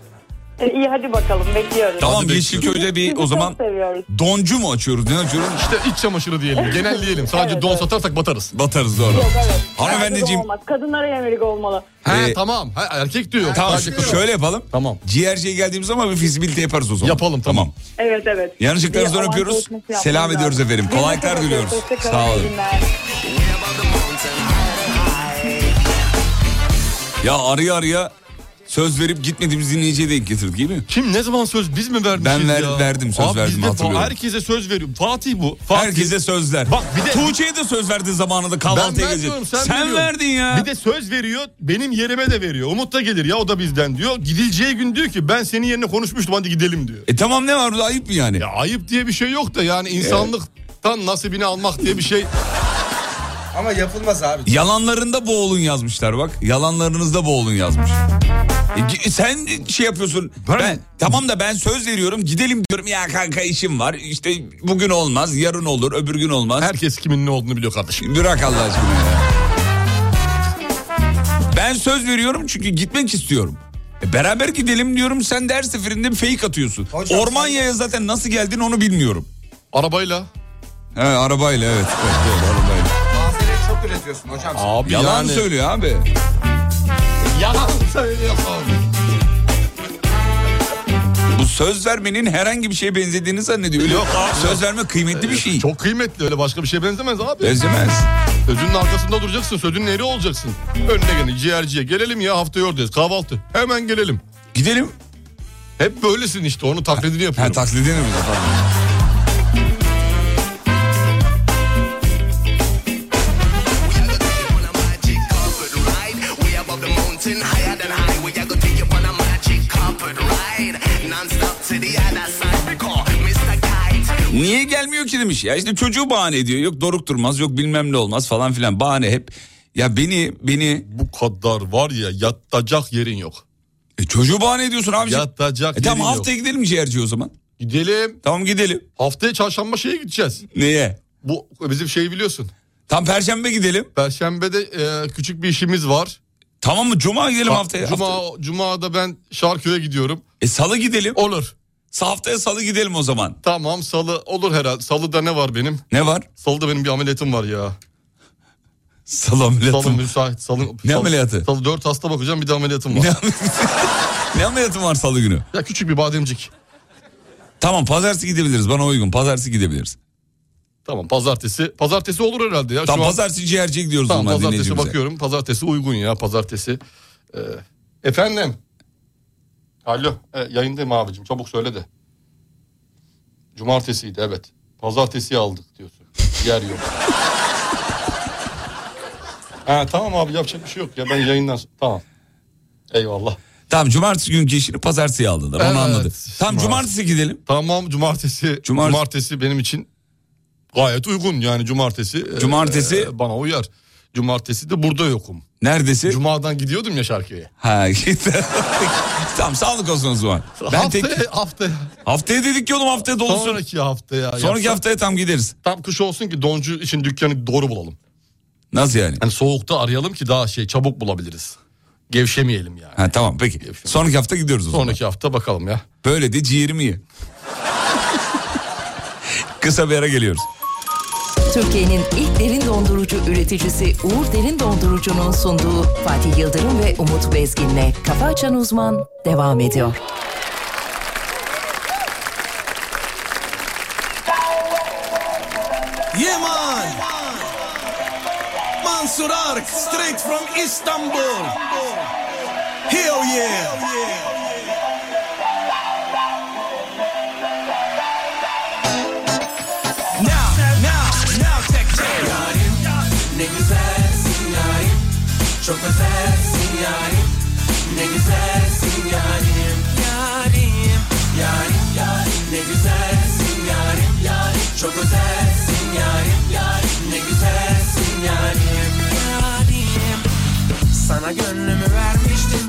[SPEAKER 14] E, İyi hadi bakalım bekliyoruz.
[SPEAKER 2] Tamam
[SPEAKER 14] Sizi-
[SPEAKER 2] Yeşilköy'de bir
[SPEAKER 14] sizi
[SPEAKER 2] o zaman
[SPEAKER 14] çok seviyoruz.
[SPEAKER 2] doncu mu açıyoruz? Ne açıyoruz?
[SPEAKER 3] İşte iç çamaşırı diyelim. Genelleyelim. Sadece don satarsak batarız.
[SPEAKER 2] Batarız doğru.
[SPEAKER 14] Yok evet.
[SPEAKER 2] Hanımefendiciğim.
[SPEAKER 14] Erkek olmaz. Kadınlara yönelik olmalı.
[SPEAKER 3] He
[SPEAKER 2] Ee,
[SPEAKER 3] tamam. Ha, erkek diyor.
[SPEAKER 2] Tamam
[SPEAKER 3] Sadece
[SPEAKER 2] ş-
[SPEAKER 3] kız.
[SPEAKER 2] şöyle yapalım.
[SPEAKER 3] Tamam.
[SPEAKER 2] Ciğerciye geldiğimiz zaman bir fizibilite yaparız o zaman.
[SPEAKER 3] Yapalım, tamam.
[SPEAKER 14] Evet evet.
[SPEAKER 2] Yanlışlıklarınızdan
[SPEAKER 14] Bir avans
[SPEAKER 2] öpüyoruz.
[SPEAKER 14] görüşmesi yapmamız
[SPEAKER 2] Selam
[SPEAKER 14] lazım.
[SPEAKER 2] ediyoruz efendim.
[SPEAKER 14] Biz de
[SPEAKER 2] Kolaylıklar
[SPEAKER 14] teşekkür
[SPEAKER 2] diliyoruz.
[SPEAKER 14] ederiz. Hoşça kalın,
[SPEAKER 2] Sağ olun.
[SPEAKER 14] iyi günler.
[SPEAKER 2] Ya araya araya söz verip gitmediğimiz dinleyiciye denk getirdik değil mi?
[SPEAKER 3] Kim ne zaman söz biz mi vermişiz
[SPEAKER 2] Ben ver-
[SPEAKER 3] ya?
[SPEAKER 2] verdim, söz
[SPEAKER 3] Abi
[SPEAKER 2] verdim,
[SPEAKER 3] biz de fa-
[SPEAKER 2] hatırlıyorum.
[SPEAKER 3] Herkese söz veriyorum. Fatih bu. Fatih.
[SPEAKER 2] Herkese sözler.
[SPEAKER 3] Bak bir de-
[SPEAKER 2] Tuğçe'ye de söz verdin zamanında kahvaltıya
[SPEAKER 3] ben
[SPEAKER 2] gelecek.
[SPEAKER 3] vermiyorum sen,
[SPEAKER 2] Sen,
[SPEAKER 3] veriyorsun.
[SPEAKER 2] verdin ya.
[SPEAKER 3] Bir de söz veriyor benim yerime de veriyor. Umut da gelir ya o da bizden diyor. Gidileceği gün diyor ki ben senin yerine konuşmuştum hadi gidelim diyor.
[SPEAKER 2] E tamam ne var burada ayıp mı yani?
[SPEAKER 3] Ya ayıp diye bir şey yok da yani insanlıktan nasibini almak diye bir şey.
[SPEAKER 15] Ama yapılmaz abi.
[SPEAKER 2] Yalanlarında boğulun yazmışlar bak. Yalanlarınızda boğulun yazmış. E, gi- sen şey yapıyorsun. Ben, tamam da ben söz veriyorum. Gidelim diyorum. Ya kanka işim var. İşte bugün olmaz, yarın olur, öbür gün olmaz.
[SPEAKER 3] Herkes kimin ne olduğunu biliyor kardeşim.
[SPEAKER 2] Bırak Allah aşkına ya. Ben söz veriyorum çünkü gitmek istiyorum. E, beraber gidelim diyorum. Sen de her seferinde bir fake atıyorsun.
[SPEAKER 15] Hocam
[SPEAKER 2] Ormanya'ya zaten nasıl geldin onu bilmiyorum.
[SPEAKER 3] Arabayla.
[SPEAKER 2] He arabayla evet. evet, evet, arabayla.
[SPEAKER 15] Malzemeyi çok üretiyorsun hocam. sen.
[SPEAKER 3] Abi
[SPEAKER 2] Yalan
[SPEAKER 3] yani-
[SPEAKER 2] söylüyor abi.
[SPEAKER 3] Yalan söylüyor abi.
[SPEAKER 2] Bu söz vermenin herhangi bir şeye benzediğini zannediyor. Öyle
[SPEAKER 3] Yok abi. Ee,
[SPEAKER 2] Söz verme kıymetli bir şey.
[SPEAKER 3] Çok kıymetli öyle başka bir şeye benzemez abi.
[SPEAKER 2] Benzemez.
[SPEAKER 3] Sözünün arkasında duracaksın. Sözünün eri olacaksın. Önüne gelin ciğerciye gelelim ya haftaya oradayız kahvaltı. Hemen gelelim.
[SPEAKER 2] Gidelim.
[SPEAKER 3] Hep böylesin işte onun taklidini
[SPEAKER 2] Ha
[SPEAKER 3] yapıyorum.
[SPEAKER 2] taklidini mi yapalım? Niye gelmiyor ki demiş ya işte çocuğu bahane ediyor. Yok doruk durmaz yok bilmem ne olmaz falan filan bahane hep. Ya beni beni
[SPEAKER 3] Bu kadar var ya yatacak yerin yok.
[SPEAKER 2] e, çocuğu bahane ediyorsun abi.
[SPEAKER 3] Yatacak
[SPEAKER 2] E, tamam
[SPEAKER 3] yerin
[SPEAKER 2] haftaya gidelim ciğerci o zaman.
[SPEAKER 3] yok. Gidelim.
[SPEAKER 2] Tamam gidelim.
[SPEAKER 3] Haftaya çarşamba şeye gideceğiz.
[SPEAKER 2] Neye?
[SPEAKER 3] Bu bizim şey biliyorsun.
[SPEAKER 2] Tam perşembe gidelim.
[SPEAKER 3] Perşembe'de e, küçük bir işimiz var.
[SPEAKER 2] Tamam mı? Cuma gidelim
[SPEAKER 3] Bak,
[SPEAKER 2] haftaya.
[SPEAKER 3] Cuma,
[SPEAKER 2] Hafta-
[SPEAKER 3] Cuma'da ben Şarköy'e gidiyorum.
[SPEAKER 2] E salı gidelim.
[SPEAKER 3] Olur.
[SPEAKER 2] Sa- Haftaya salı gidelim o zaman.
[SPEAKER 3] Tamam salı olur herhalde. Salıda ne var benim?
[SPEAKER 2] Ne var?
[SPEAKER 3] Salıda benim bir ameliyatım var ya.
[SPEAKER 2] Salı
[SPEAKER 3] Salı
[SPEAKER 2] ameliyatı. mı?
[SPEAKER 3] müsait. Salı,
[SPEAKER 2] Ne
[SPEAKER 3] salı-
[SPEAKER 2] ameliyatı?
[SPEAKER 3] Salı 4 hasta bakacağım bir de ameliyatım var.
[SPEAKER 2] Ne, ne ameliyatın var salı günü?
[SPEAKER 3] Ya küçük bir bademcik.
[SPEAKER 2] Tamam pazartesi gidebiliriz bana uygun. Pazartesi gidebiliriz.
[SPEAKER 3] Tamam pazartesi. Pazartesi olur herhalde ya.
[SPEAKER 2] Tamam
[SPEAKER 3] Şu an-
[SPEAKER 2] pazartesi ciğerciye gidiyoruz
[SPEAKER 3] Tamam
[SPEAKER 2] o zaman
[SPEAKER 3] pazartesi
[SPEAKER 2] dinleyicimize.
[SPEAKER 3] bakıyorum. Pazartesi uygun ya pazartesi. Ee, efendim. Alo e, yayındayım abicim çabuk söyle de. Cumartesiydi evet. Pazartesi aldık diyorsun. Yer yok. ha, tamam abi yapacak bir şey yok ya ben yayından sonra- Tamam. Eyvallah.
[SPEAKER 2] Tamam cumartesi günkü işini pazartesiye aldılar
[SPEAKER 3] Evet.
[SPEAKER 2] onu anladı. Tamam
[SPEAKER 3] Maalesef.
[SPEAKER 2] cumartesi gidelim.
[SPEAKER 3] Tamam cumartesi.
[SPEAKER 2] Cumart-
[SPEAKER 3] Cumartesi benim için gayet uygun yani cumartesi. e,
[SPEAKER 2] Cumartesi-
[SPEAKER 3] e, bana uyar. Cumartesi de burada yokum.
[SPEAKER 2] Neredesi?
[SPEAKER 3] Cuma'dan gidiyordum ya şarkıya.
[SPEAKER 2] ha gitti. tamam sağlık olsun o zaman. Ben tek...
[SPEAKER 3] haftaya, haftaya.
[SPEAKER 2] Haftaya dedik ki oğlum haftaya dolu Sonraki,
[SPEAKER 3] Sonraki haftaya.
[SPEAKER 2] sonraki
[SPEAKER 3] yapsak-
[SPEAKER 2] haftaya tam gideriz.
[SPEAKER 3] Tam kış olsun ki doncu için dükkanı doğru bulalım.
[SPEAKER 2] Nasıl yani?
[SPEAKER 3] Yani soğukta arayalım ki daha şey çabuk bulabiliriz. Gevşemeyelim yani.
[SPEAKER 2] Ha tamam peki. Sonraki hafta gidiyoruz o zaman.
[SPEAKER 3] Sonraki hafta bakalım ya.
[SPEAKER 2] Böyle de ciğerimi ye. Kısa bir ara geliyoruz.
[SPEAKER 8] Türkiye'nin ilk derin dondurucu üreticisi Uğur Derin Dondurucu'nun sunduğu Fatih Yıldırım ve Umut Bezgin'le Kafa Açan Uzman devam ediyor.
[SPEAKER 1] Yeah man. Mansur Ark, straight from Istanbul. Hell yeah. Now, now, now check check.
[SPEAKER 7] Ne güzelsin yarim Çok özelsin yarim Ne güzelsin yarim Yarim Yarim yarim Ne güzelsin yarim yarim Çok özelsin yarim yarim Ne güzelsin yarim Yarim Sana gönlümü vermiştim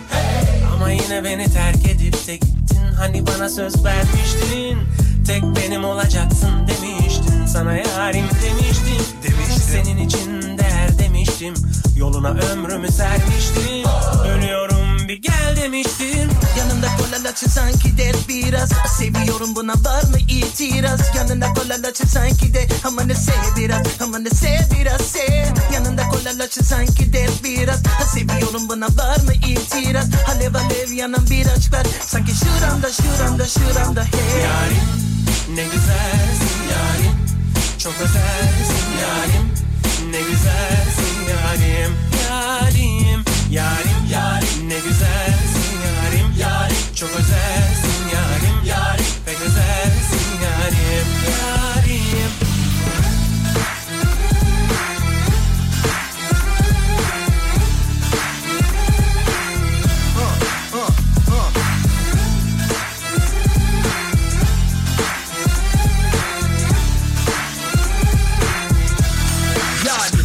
[SPEAKER 7] Ama yine beni terk edip de gittin
[SPEAKER 16] Hani bana söz vermiştin Tek benim olacaksın demiştin Sana yarim demiştim, Senin için değer demiştim Yoluna ömrümü sermiştim Ölüyorum bir gel demiştin
[SPEAKER 17] Yanında kolalaçı sanki de biraz Seviyorum buna var mı itiraz Yanında kolalaçı sanki de Ama ne sev biraz Ama ne sev biraz sev Yanında kolalaçı sanki de biraz Ha, Seviyorum buna var mı itiraz Alev alev yanan bir aşk var Sanki şuramda şuramda şuramda hey
[SPEAKER 16] Yarim ne güzelsin yarim Çok özelsin yarim Ne güzelsin yarim Yarim yarim yarim Ne güzelsin yarim yarim Çok özelsin yarim yarim Pek özelsin yarim Yarim
[SPEAKER 17] Yani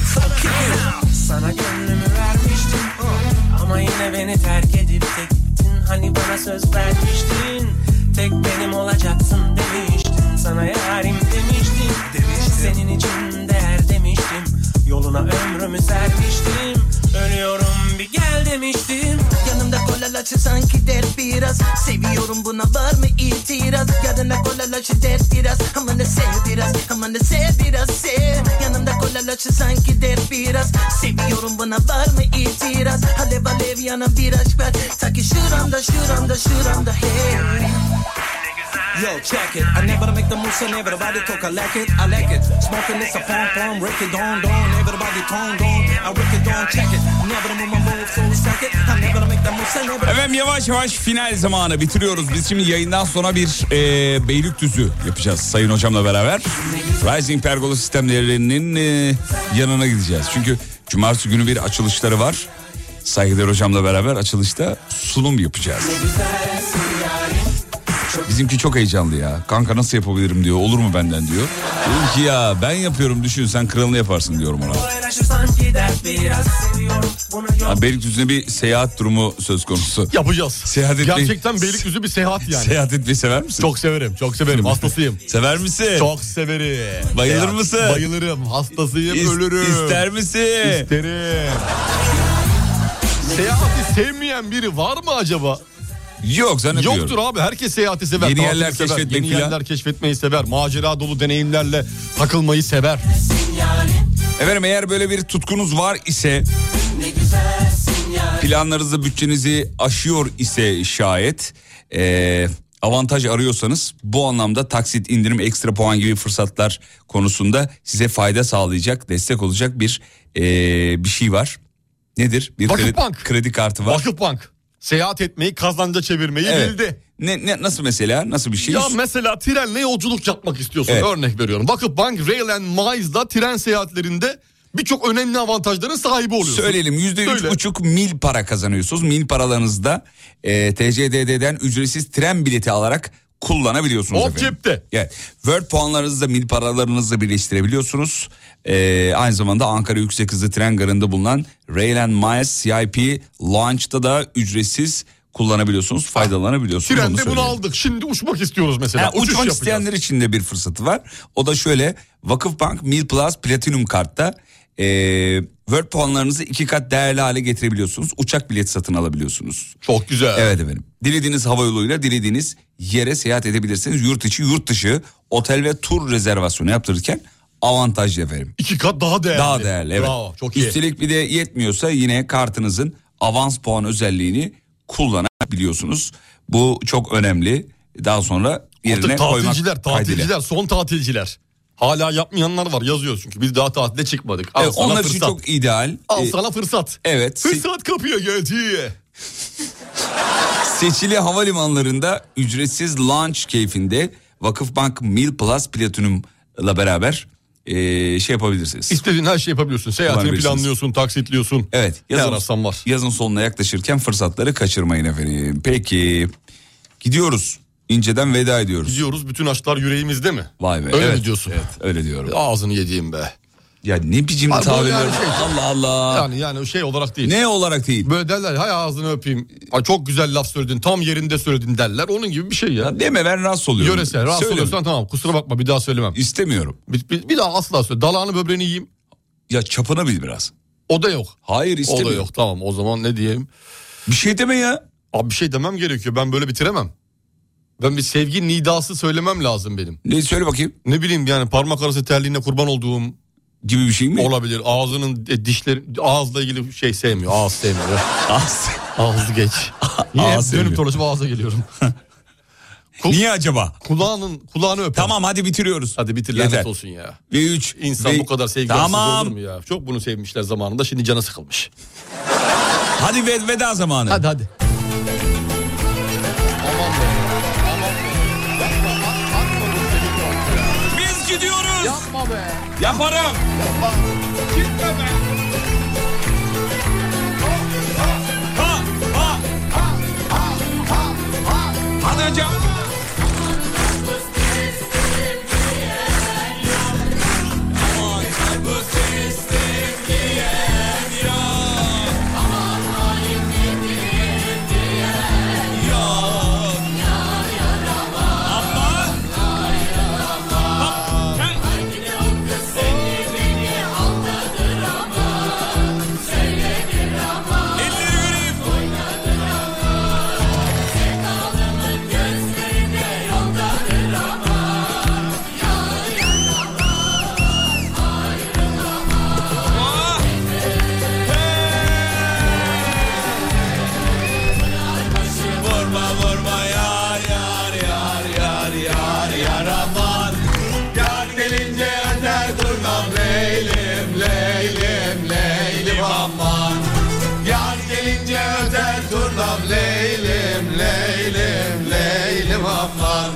[SPEAKER 16] Sana gönlümü vermiştim uh. Ama yine beni terk edip de gittin Hani bana söz vermiştin Tek benim olacaksın demiştin Sana yarim demiştim, Senin için değer demiştim Yoluna ömrümü sermiştim Ölüyorum bir gel demiştim
[SPEAKER 17] Yanımda kolalaçı sanki der biraz Seviyorum buna var mı itiraz Yanına kolalaçı der biraz Ama ne sev biraz Ama ne sev biraz sev Yanımda kolalaçı sanki der biraz Seviyorum buna var mı itiraz Alev alev yanan bir aşk var Ta ki şuramda şuramda şuramda hey
[SPEAKER 16] Yo, check it. I never make the moves and everybody talk. I like it, I like it. Smoking it's a pom pom, Ricky Don Don. Everybody tone don. I Ricky Don, check it. Never move my move so second. I never make the moves and everybody.
[SPEAKER 2] Efendim yavaş yavaş final zamanı bitiriyoruz. Biz şimdi yayından sonra bir e, Beylikdüzü yapacağız Sayın Hocam'la beraber. Rising Pergola sistemlerinin e, yanına gideceğiz. Çünkü cumartesi günü bir açılışları var. Saygıdeğer Hocam'la beraber açılışta sunum yapacağız. Bizimki çok heyecanlı ya. Kanka nasıl yapabilirim diyor. Olur mu benden diyor. Dedim ki ya ben yapıyorum düşün sen kralını yaparsın diyorum ona.
[SPEAKER 16] Paylaşır sanki dert biraz seviyorum. Bunu yok.
[SPEAKER 2] Ha, Beylikdüzü'ne bir seyahat durumu söz konusu.
[SPEAKER 3] Yapacağız.
[SPEAKER 2] Seyahat etmeyi-
[SPEAKER 3] Gerçekten Beylikdüzü bir seyahat yani.
[SPEAKER 2] Seyahat etmeyi sever misin?
[SPEAKER 3] Çok severim, çok severim. Hastasıyım.
[SPEAKER 2] Sever misin?
[SPEAKER 3] Çok severim.
[SPEAKER 2] Bayılır
[SPEAKER 3] Seyahat.
[SPEAKER 2] mısın?
[SPEAKER 3] Bayılırım. Hastasıyım,
[SPEAKER 2] İs-
[SPEAKER 3] ölürüm.
[SPEAKER 2] ister misin?
[SPEAKER 3] İsterim. Seyahati sevmeyen biri var mı acaba?
[SPEAKER 2] Yok zannediyorum.
[SPEAKER 3] Yoktur abi herkes seyahati sever.
[SPEAKER 2] Yeni
[SPEAKER 3] tatili
[SPEAKER 2] yerler
[SPEAKER 3] sever,
[SPEAKER 2] keşfetmek
[SPEAKER 3] Yeni
[SPEAKER 2] filan.
[SPEAKER 3] yerler keşfetmeyi sever. Macera dolu deneyimlerle takılmayı sever.
[SPEAKER 2] Efendim eğer böyle bir tutkunuz var ise planlarınızı bütçenizi aşıyor ise şayet eee, avantaj arıyorsanız bu anlamda taksit indirim ekstra puan gibi fırsatlar konusunda size fayda sağlayacak destek olacak bir eee, bir şey var. Nedir? Bir kredi,
[SPEAKER 3] Vakıfbank.
[SPEAKER 2] kredi kartı var.
[SPEAKER 3] Vakıfbank. Seyahat etmeyi kazanca çevirmeyi
[SPEAKER 2] Evet.
[SPEAKER 3] bildi.
[SPEAKER 2] Ne, ne, nasıl mesela? Nasıl bir şey?
[SPEAKER 3] Ya mesela trenle yolculuk yapmak istiyorsun.
[SPEAKER 2] Evet.
[SPEAKER 3] Örnek veriyorum. Vakıfbank, Rail and Miles'da tren seyahatlerinde birçok önemli avantajların sahibi oluyorsun.
[SPEAKER 2] Söyleyelim yüzde üç
[SPEAKER 3] Söyle.
[SPEAKER 2] buçuk mil para kazanıyorsunuz. Mil paralarınızda e, TCDD'den ücretsiz tren bileti alarak kullanabiliyorsunuz.
[SPEAKER 3] Hop
[SPEAKER 2] efendim. Evet. Word puanlarınızı da mil paralarınızla birleştirebiliyorsunuz. E, aynı zamanda Ankara Yüksek Hızlı Tren Garı'nda bulunan Rail and Miles CIP Launch'ta da ücretsiz kullanabiliyorsunuz, faydalanabiliyorsunuz. Onu
[SPEAKER 3] Trende bunu
[SPEAKER 2] söyleyeyim.
[SPEAKER 3] aldık. Şimdi uçmak istiyoruz mesela.
[SPEAKER 2] Ha,
[SPEAKER 3] Uçuş
[SPEAKER 2] uçmak
[SPEAKER 3] yapacağız.
[SPEAKER 2] isteyenler için de bir fırsatı var. O da şöyle Vakıfbank Mil Plus Platinum kartta e, Word puanlarınızı iki kat değerli hale getirebiliyorsunuz. Uçak bileti satın alabiliyorsunuz.
[SPEAKER 3] Çok güzel.
[SPEAKER 2] Evet efendim. Dilediğiniz hava yoluyla dilediğiniz yere seyahat edebilirsiniz. Yurt içi, yurt dışı otel ve tur rezervasyonu yaptırırken avantajlı efendim.
[SPEAKER 3] İki kat daha değerli.
[SPEAKER 2] Daha değerli evet.
[SPEAKER 3] Bravo, çok iyi.
[SPEAKER 2] Üstelik bir de yetmiyorsa yine kartınızın avans puan özelliğini kullanabiliyorsunuz. Bu çok önemli. Daha sonra yerine
[SPEAKER 3] Artık
[SPEAKER 2] koymak
[SPEAKER 3] tatilciler,
[SPEAKER 2] kaydıyla.
[SPEAKER 3] tatilciler, son tatilciler. Hala yapmayanlar var yazıyor çünkü biz daha tatile çıkmadık. Al
[SPEAKER 2] Evet,
[SPEAKER 3] sana
[SPEAKER 2] onlar için
[SPEAKER 3] fırsat.
[SPEAKER 2] çok ideal.
[SPEAKER 3] Al
[SPEAKER 2] Ee,
[SPEAKER 3] sana fırsat.
[SPEAKER 2] Evet. se-
[SPEAKER 3] Fırsat kapıya geldi.
[SPEAKER 2] seçili havalimanlarında ücretsiz lunch keyfinde Vakıfbank Mil Plus Platinum'la beraber ee, şey yapabilirsiniz.
[SPEAKER 3] İstediğin her şeyi yapabiliyorsun. Seyahatini
[SPEAKER 2] Kullanabilirsiniz.
[SPEAKER 3] planlıyorsun, taksitliyorsun.
[SPEAKER 2] Evet.
[SPEAKER 3] Ne ararsan var.
[SPEAKER 2] Yazın sonuna yaklaşırken fırsatları kaçırmayın efendim. Peki. Gidiyoruz. İnceden veda ediyoruz.
[SPEAKER 3] Gidiyoruz bütün aşklar yüreğimizde mi?
[SPEAKER 2] Vay be.
[SPEAKER 3] Öyle
[SPEAKER 2] evet.
[SPEAKER 3] mi diyorsun?
[SPEAKER 2] Evet, öyle diyorum.
[SPEAKER 3] Ağzını yediğim be.
[SPEAKER 2] Ya ne biçim
[SPEAKER 3] Abi
[SPEAKER 2] tavır
[SPEAKER 3] böyle yani şey-
[SPEAKER 2] Allah Allah.
[SPEAKER 3] Yani yani şey olarak değil.
[SPEAKER 2] Ne olarak değil?
[SPEAKER 3] Böyle derler hay ağzını öpeyim. Ay çok güzel laf söyledin tam yerinde söyledin derler. Onun gibi bir şey ya.
[SPEAKER 2] deme ben rahatsız oluyorum.
[SPEAKER 3] Yöresel rahatsız
[SPEAKER 2] Söyleme.
[SPEAKER 3] oluyorsan tamam kusura bakma bir daha söylemem.
[SPEAKER 2] İstemiyorum.
[SPEAKER 3] Bir, bir- bir daha asla söyle. Dalağını böbreğini yiyeyim.
[SPEAKER 2] Ya çapına bil biraz.
[SPEAKER 3] O da yok.
[SPEAKER 2] Hayır
[SPEAKER 3] O
[SPEAKER 2] istemiyorum.
[SPEAKER 3] da yok tamam o zaman ne diyeyim.
[SPEAKER 2] Bir şey deme ya.
[SPEAKER 3] Abi bir şey demem gerekiyor ben böyle bitiremem. Ben bir sevgi nidası söylemem lazım benim.
[SPEAKER 2] Ne söyle bakayım.
[SPEAKER 3] Ne bileyim yani parmak arası terliğine kurban olduğum.
[SPEAKER 2] Gibi bir şey mi?
[SPEAKER 3] Olabilir. Ağzının e, dişleri ağızla ilgili şey sevmiyor. Ağız sevmiyor.
[SPEAKER 2] Ağız.
[SPEAKER 3] Ağzı geç. Yine
[SPEAKER 2] Ağız
[SPEAKER 3] dönüp
[SPEAKER 2] sevmiyor.
[SPEAKER 3] dolaşıp ağza geliyorum.
[SPEAKER 2] Niye acaba?
[SPEAKER 3] Kulağının kulağını öp.
[SPEAKER 2] Tamam hadi bitiriyoruz.
[SPEAKER 3] Hadi bitir
[SPEAKER 2] Yeter.
[SPEAKER 3] lanet olsun ya.
[SPEAKER 2] Ve 3.
[SPEAKER 3] İnsan bu kadar sevgisiz
[SPEAKER 2] tamam.
[SPEAKER 3] olur mu ya? Çok bunu sevmişler zamanında şimdi canı sıkılmış.
[SPEAKER 2] Hadi ve- veda zamanı.
[SPEAKER 3] Hadi hadi.
[SPEAKER 2] Biz gidiyoruz. Yapma be. Yaparım. Yapma. Gitme be. Ha, ha. Hadi hocam.
[SPEAKER 1] Vurma vurma yar yar yar yar yar yar aman Yar gelince öter durmam leylim leylim leylim aman Yar gelince öter durmam leylim leylim leylim aman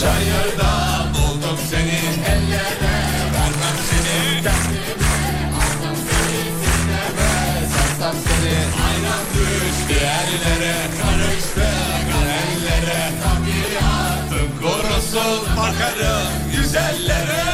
[SPEAKER 1] Çayırda buldum seni ellere vermem seni Aldım seni sineme sarsam seni Aynen düş diğerlere karıştı karellere Tabiatım korusun bakarım güzellere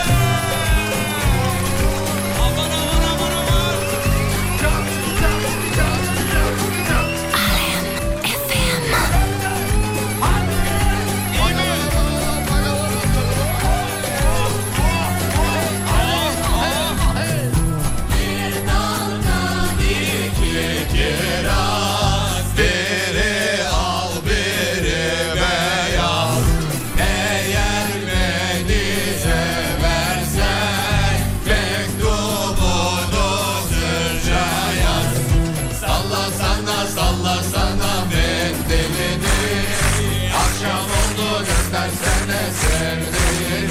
[SPEAKER 1] Kiraz biri al biri beyaz Eğer beni seversen Mektubunu sırca yaz Salla sana salla sana mendilini Akşam oldu göstersene sevdiğini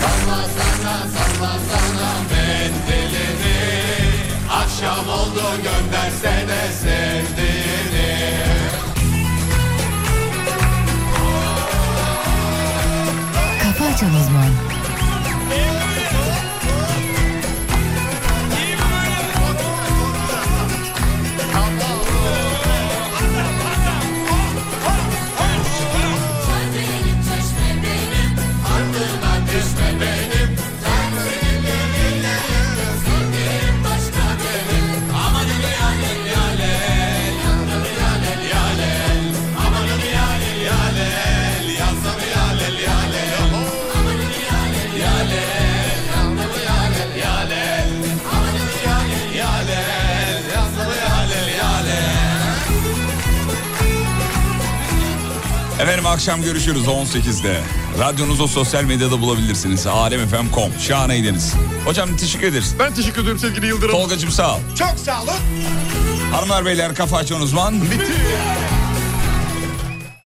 [SPEAKER 1] Salla sana salla sana mendilini Akşam oldu göndersene sevdiğini
[SPEAKER 5] Kafa Açan Uzman.
[SPEAKER 1] Ardından düşme benim Ben senin benim Sevdiğim başka benim Amanım yalel yalel Yandım yalel yalel Amanım yalel yalel Yansam yalel yalel Amanım yalel yalel Yandım yalel yalel Amanım yalel yalel Yansam yalel yalel
[SPEAKER 2] Efendim akşam görüşürüz 18'de. Radyonuzu sosyal medyada bulabilirsiniz. Alemfm.com. Şahaneydiniz. Hocam teşekkür ederiz.
[SPEAKER 3] Ben teşekkür ederim sevgili Yıldırım.
[SPEAKER 2] Tolgacığım sağ ol.
[SPEAKER 18] Çok sağ olun.
[SPEAKER 2] Hanımlar beyler kafa açan uzman.
[SPEAKER 3] Bitti.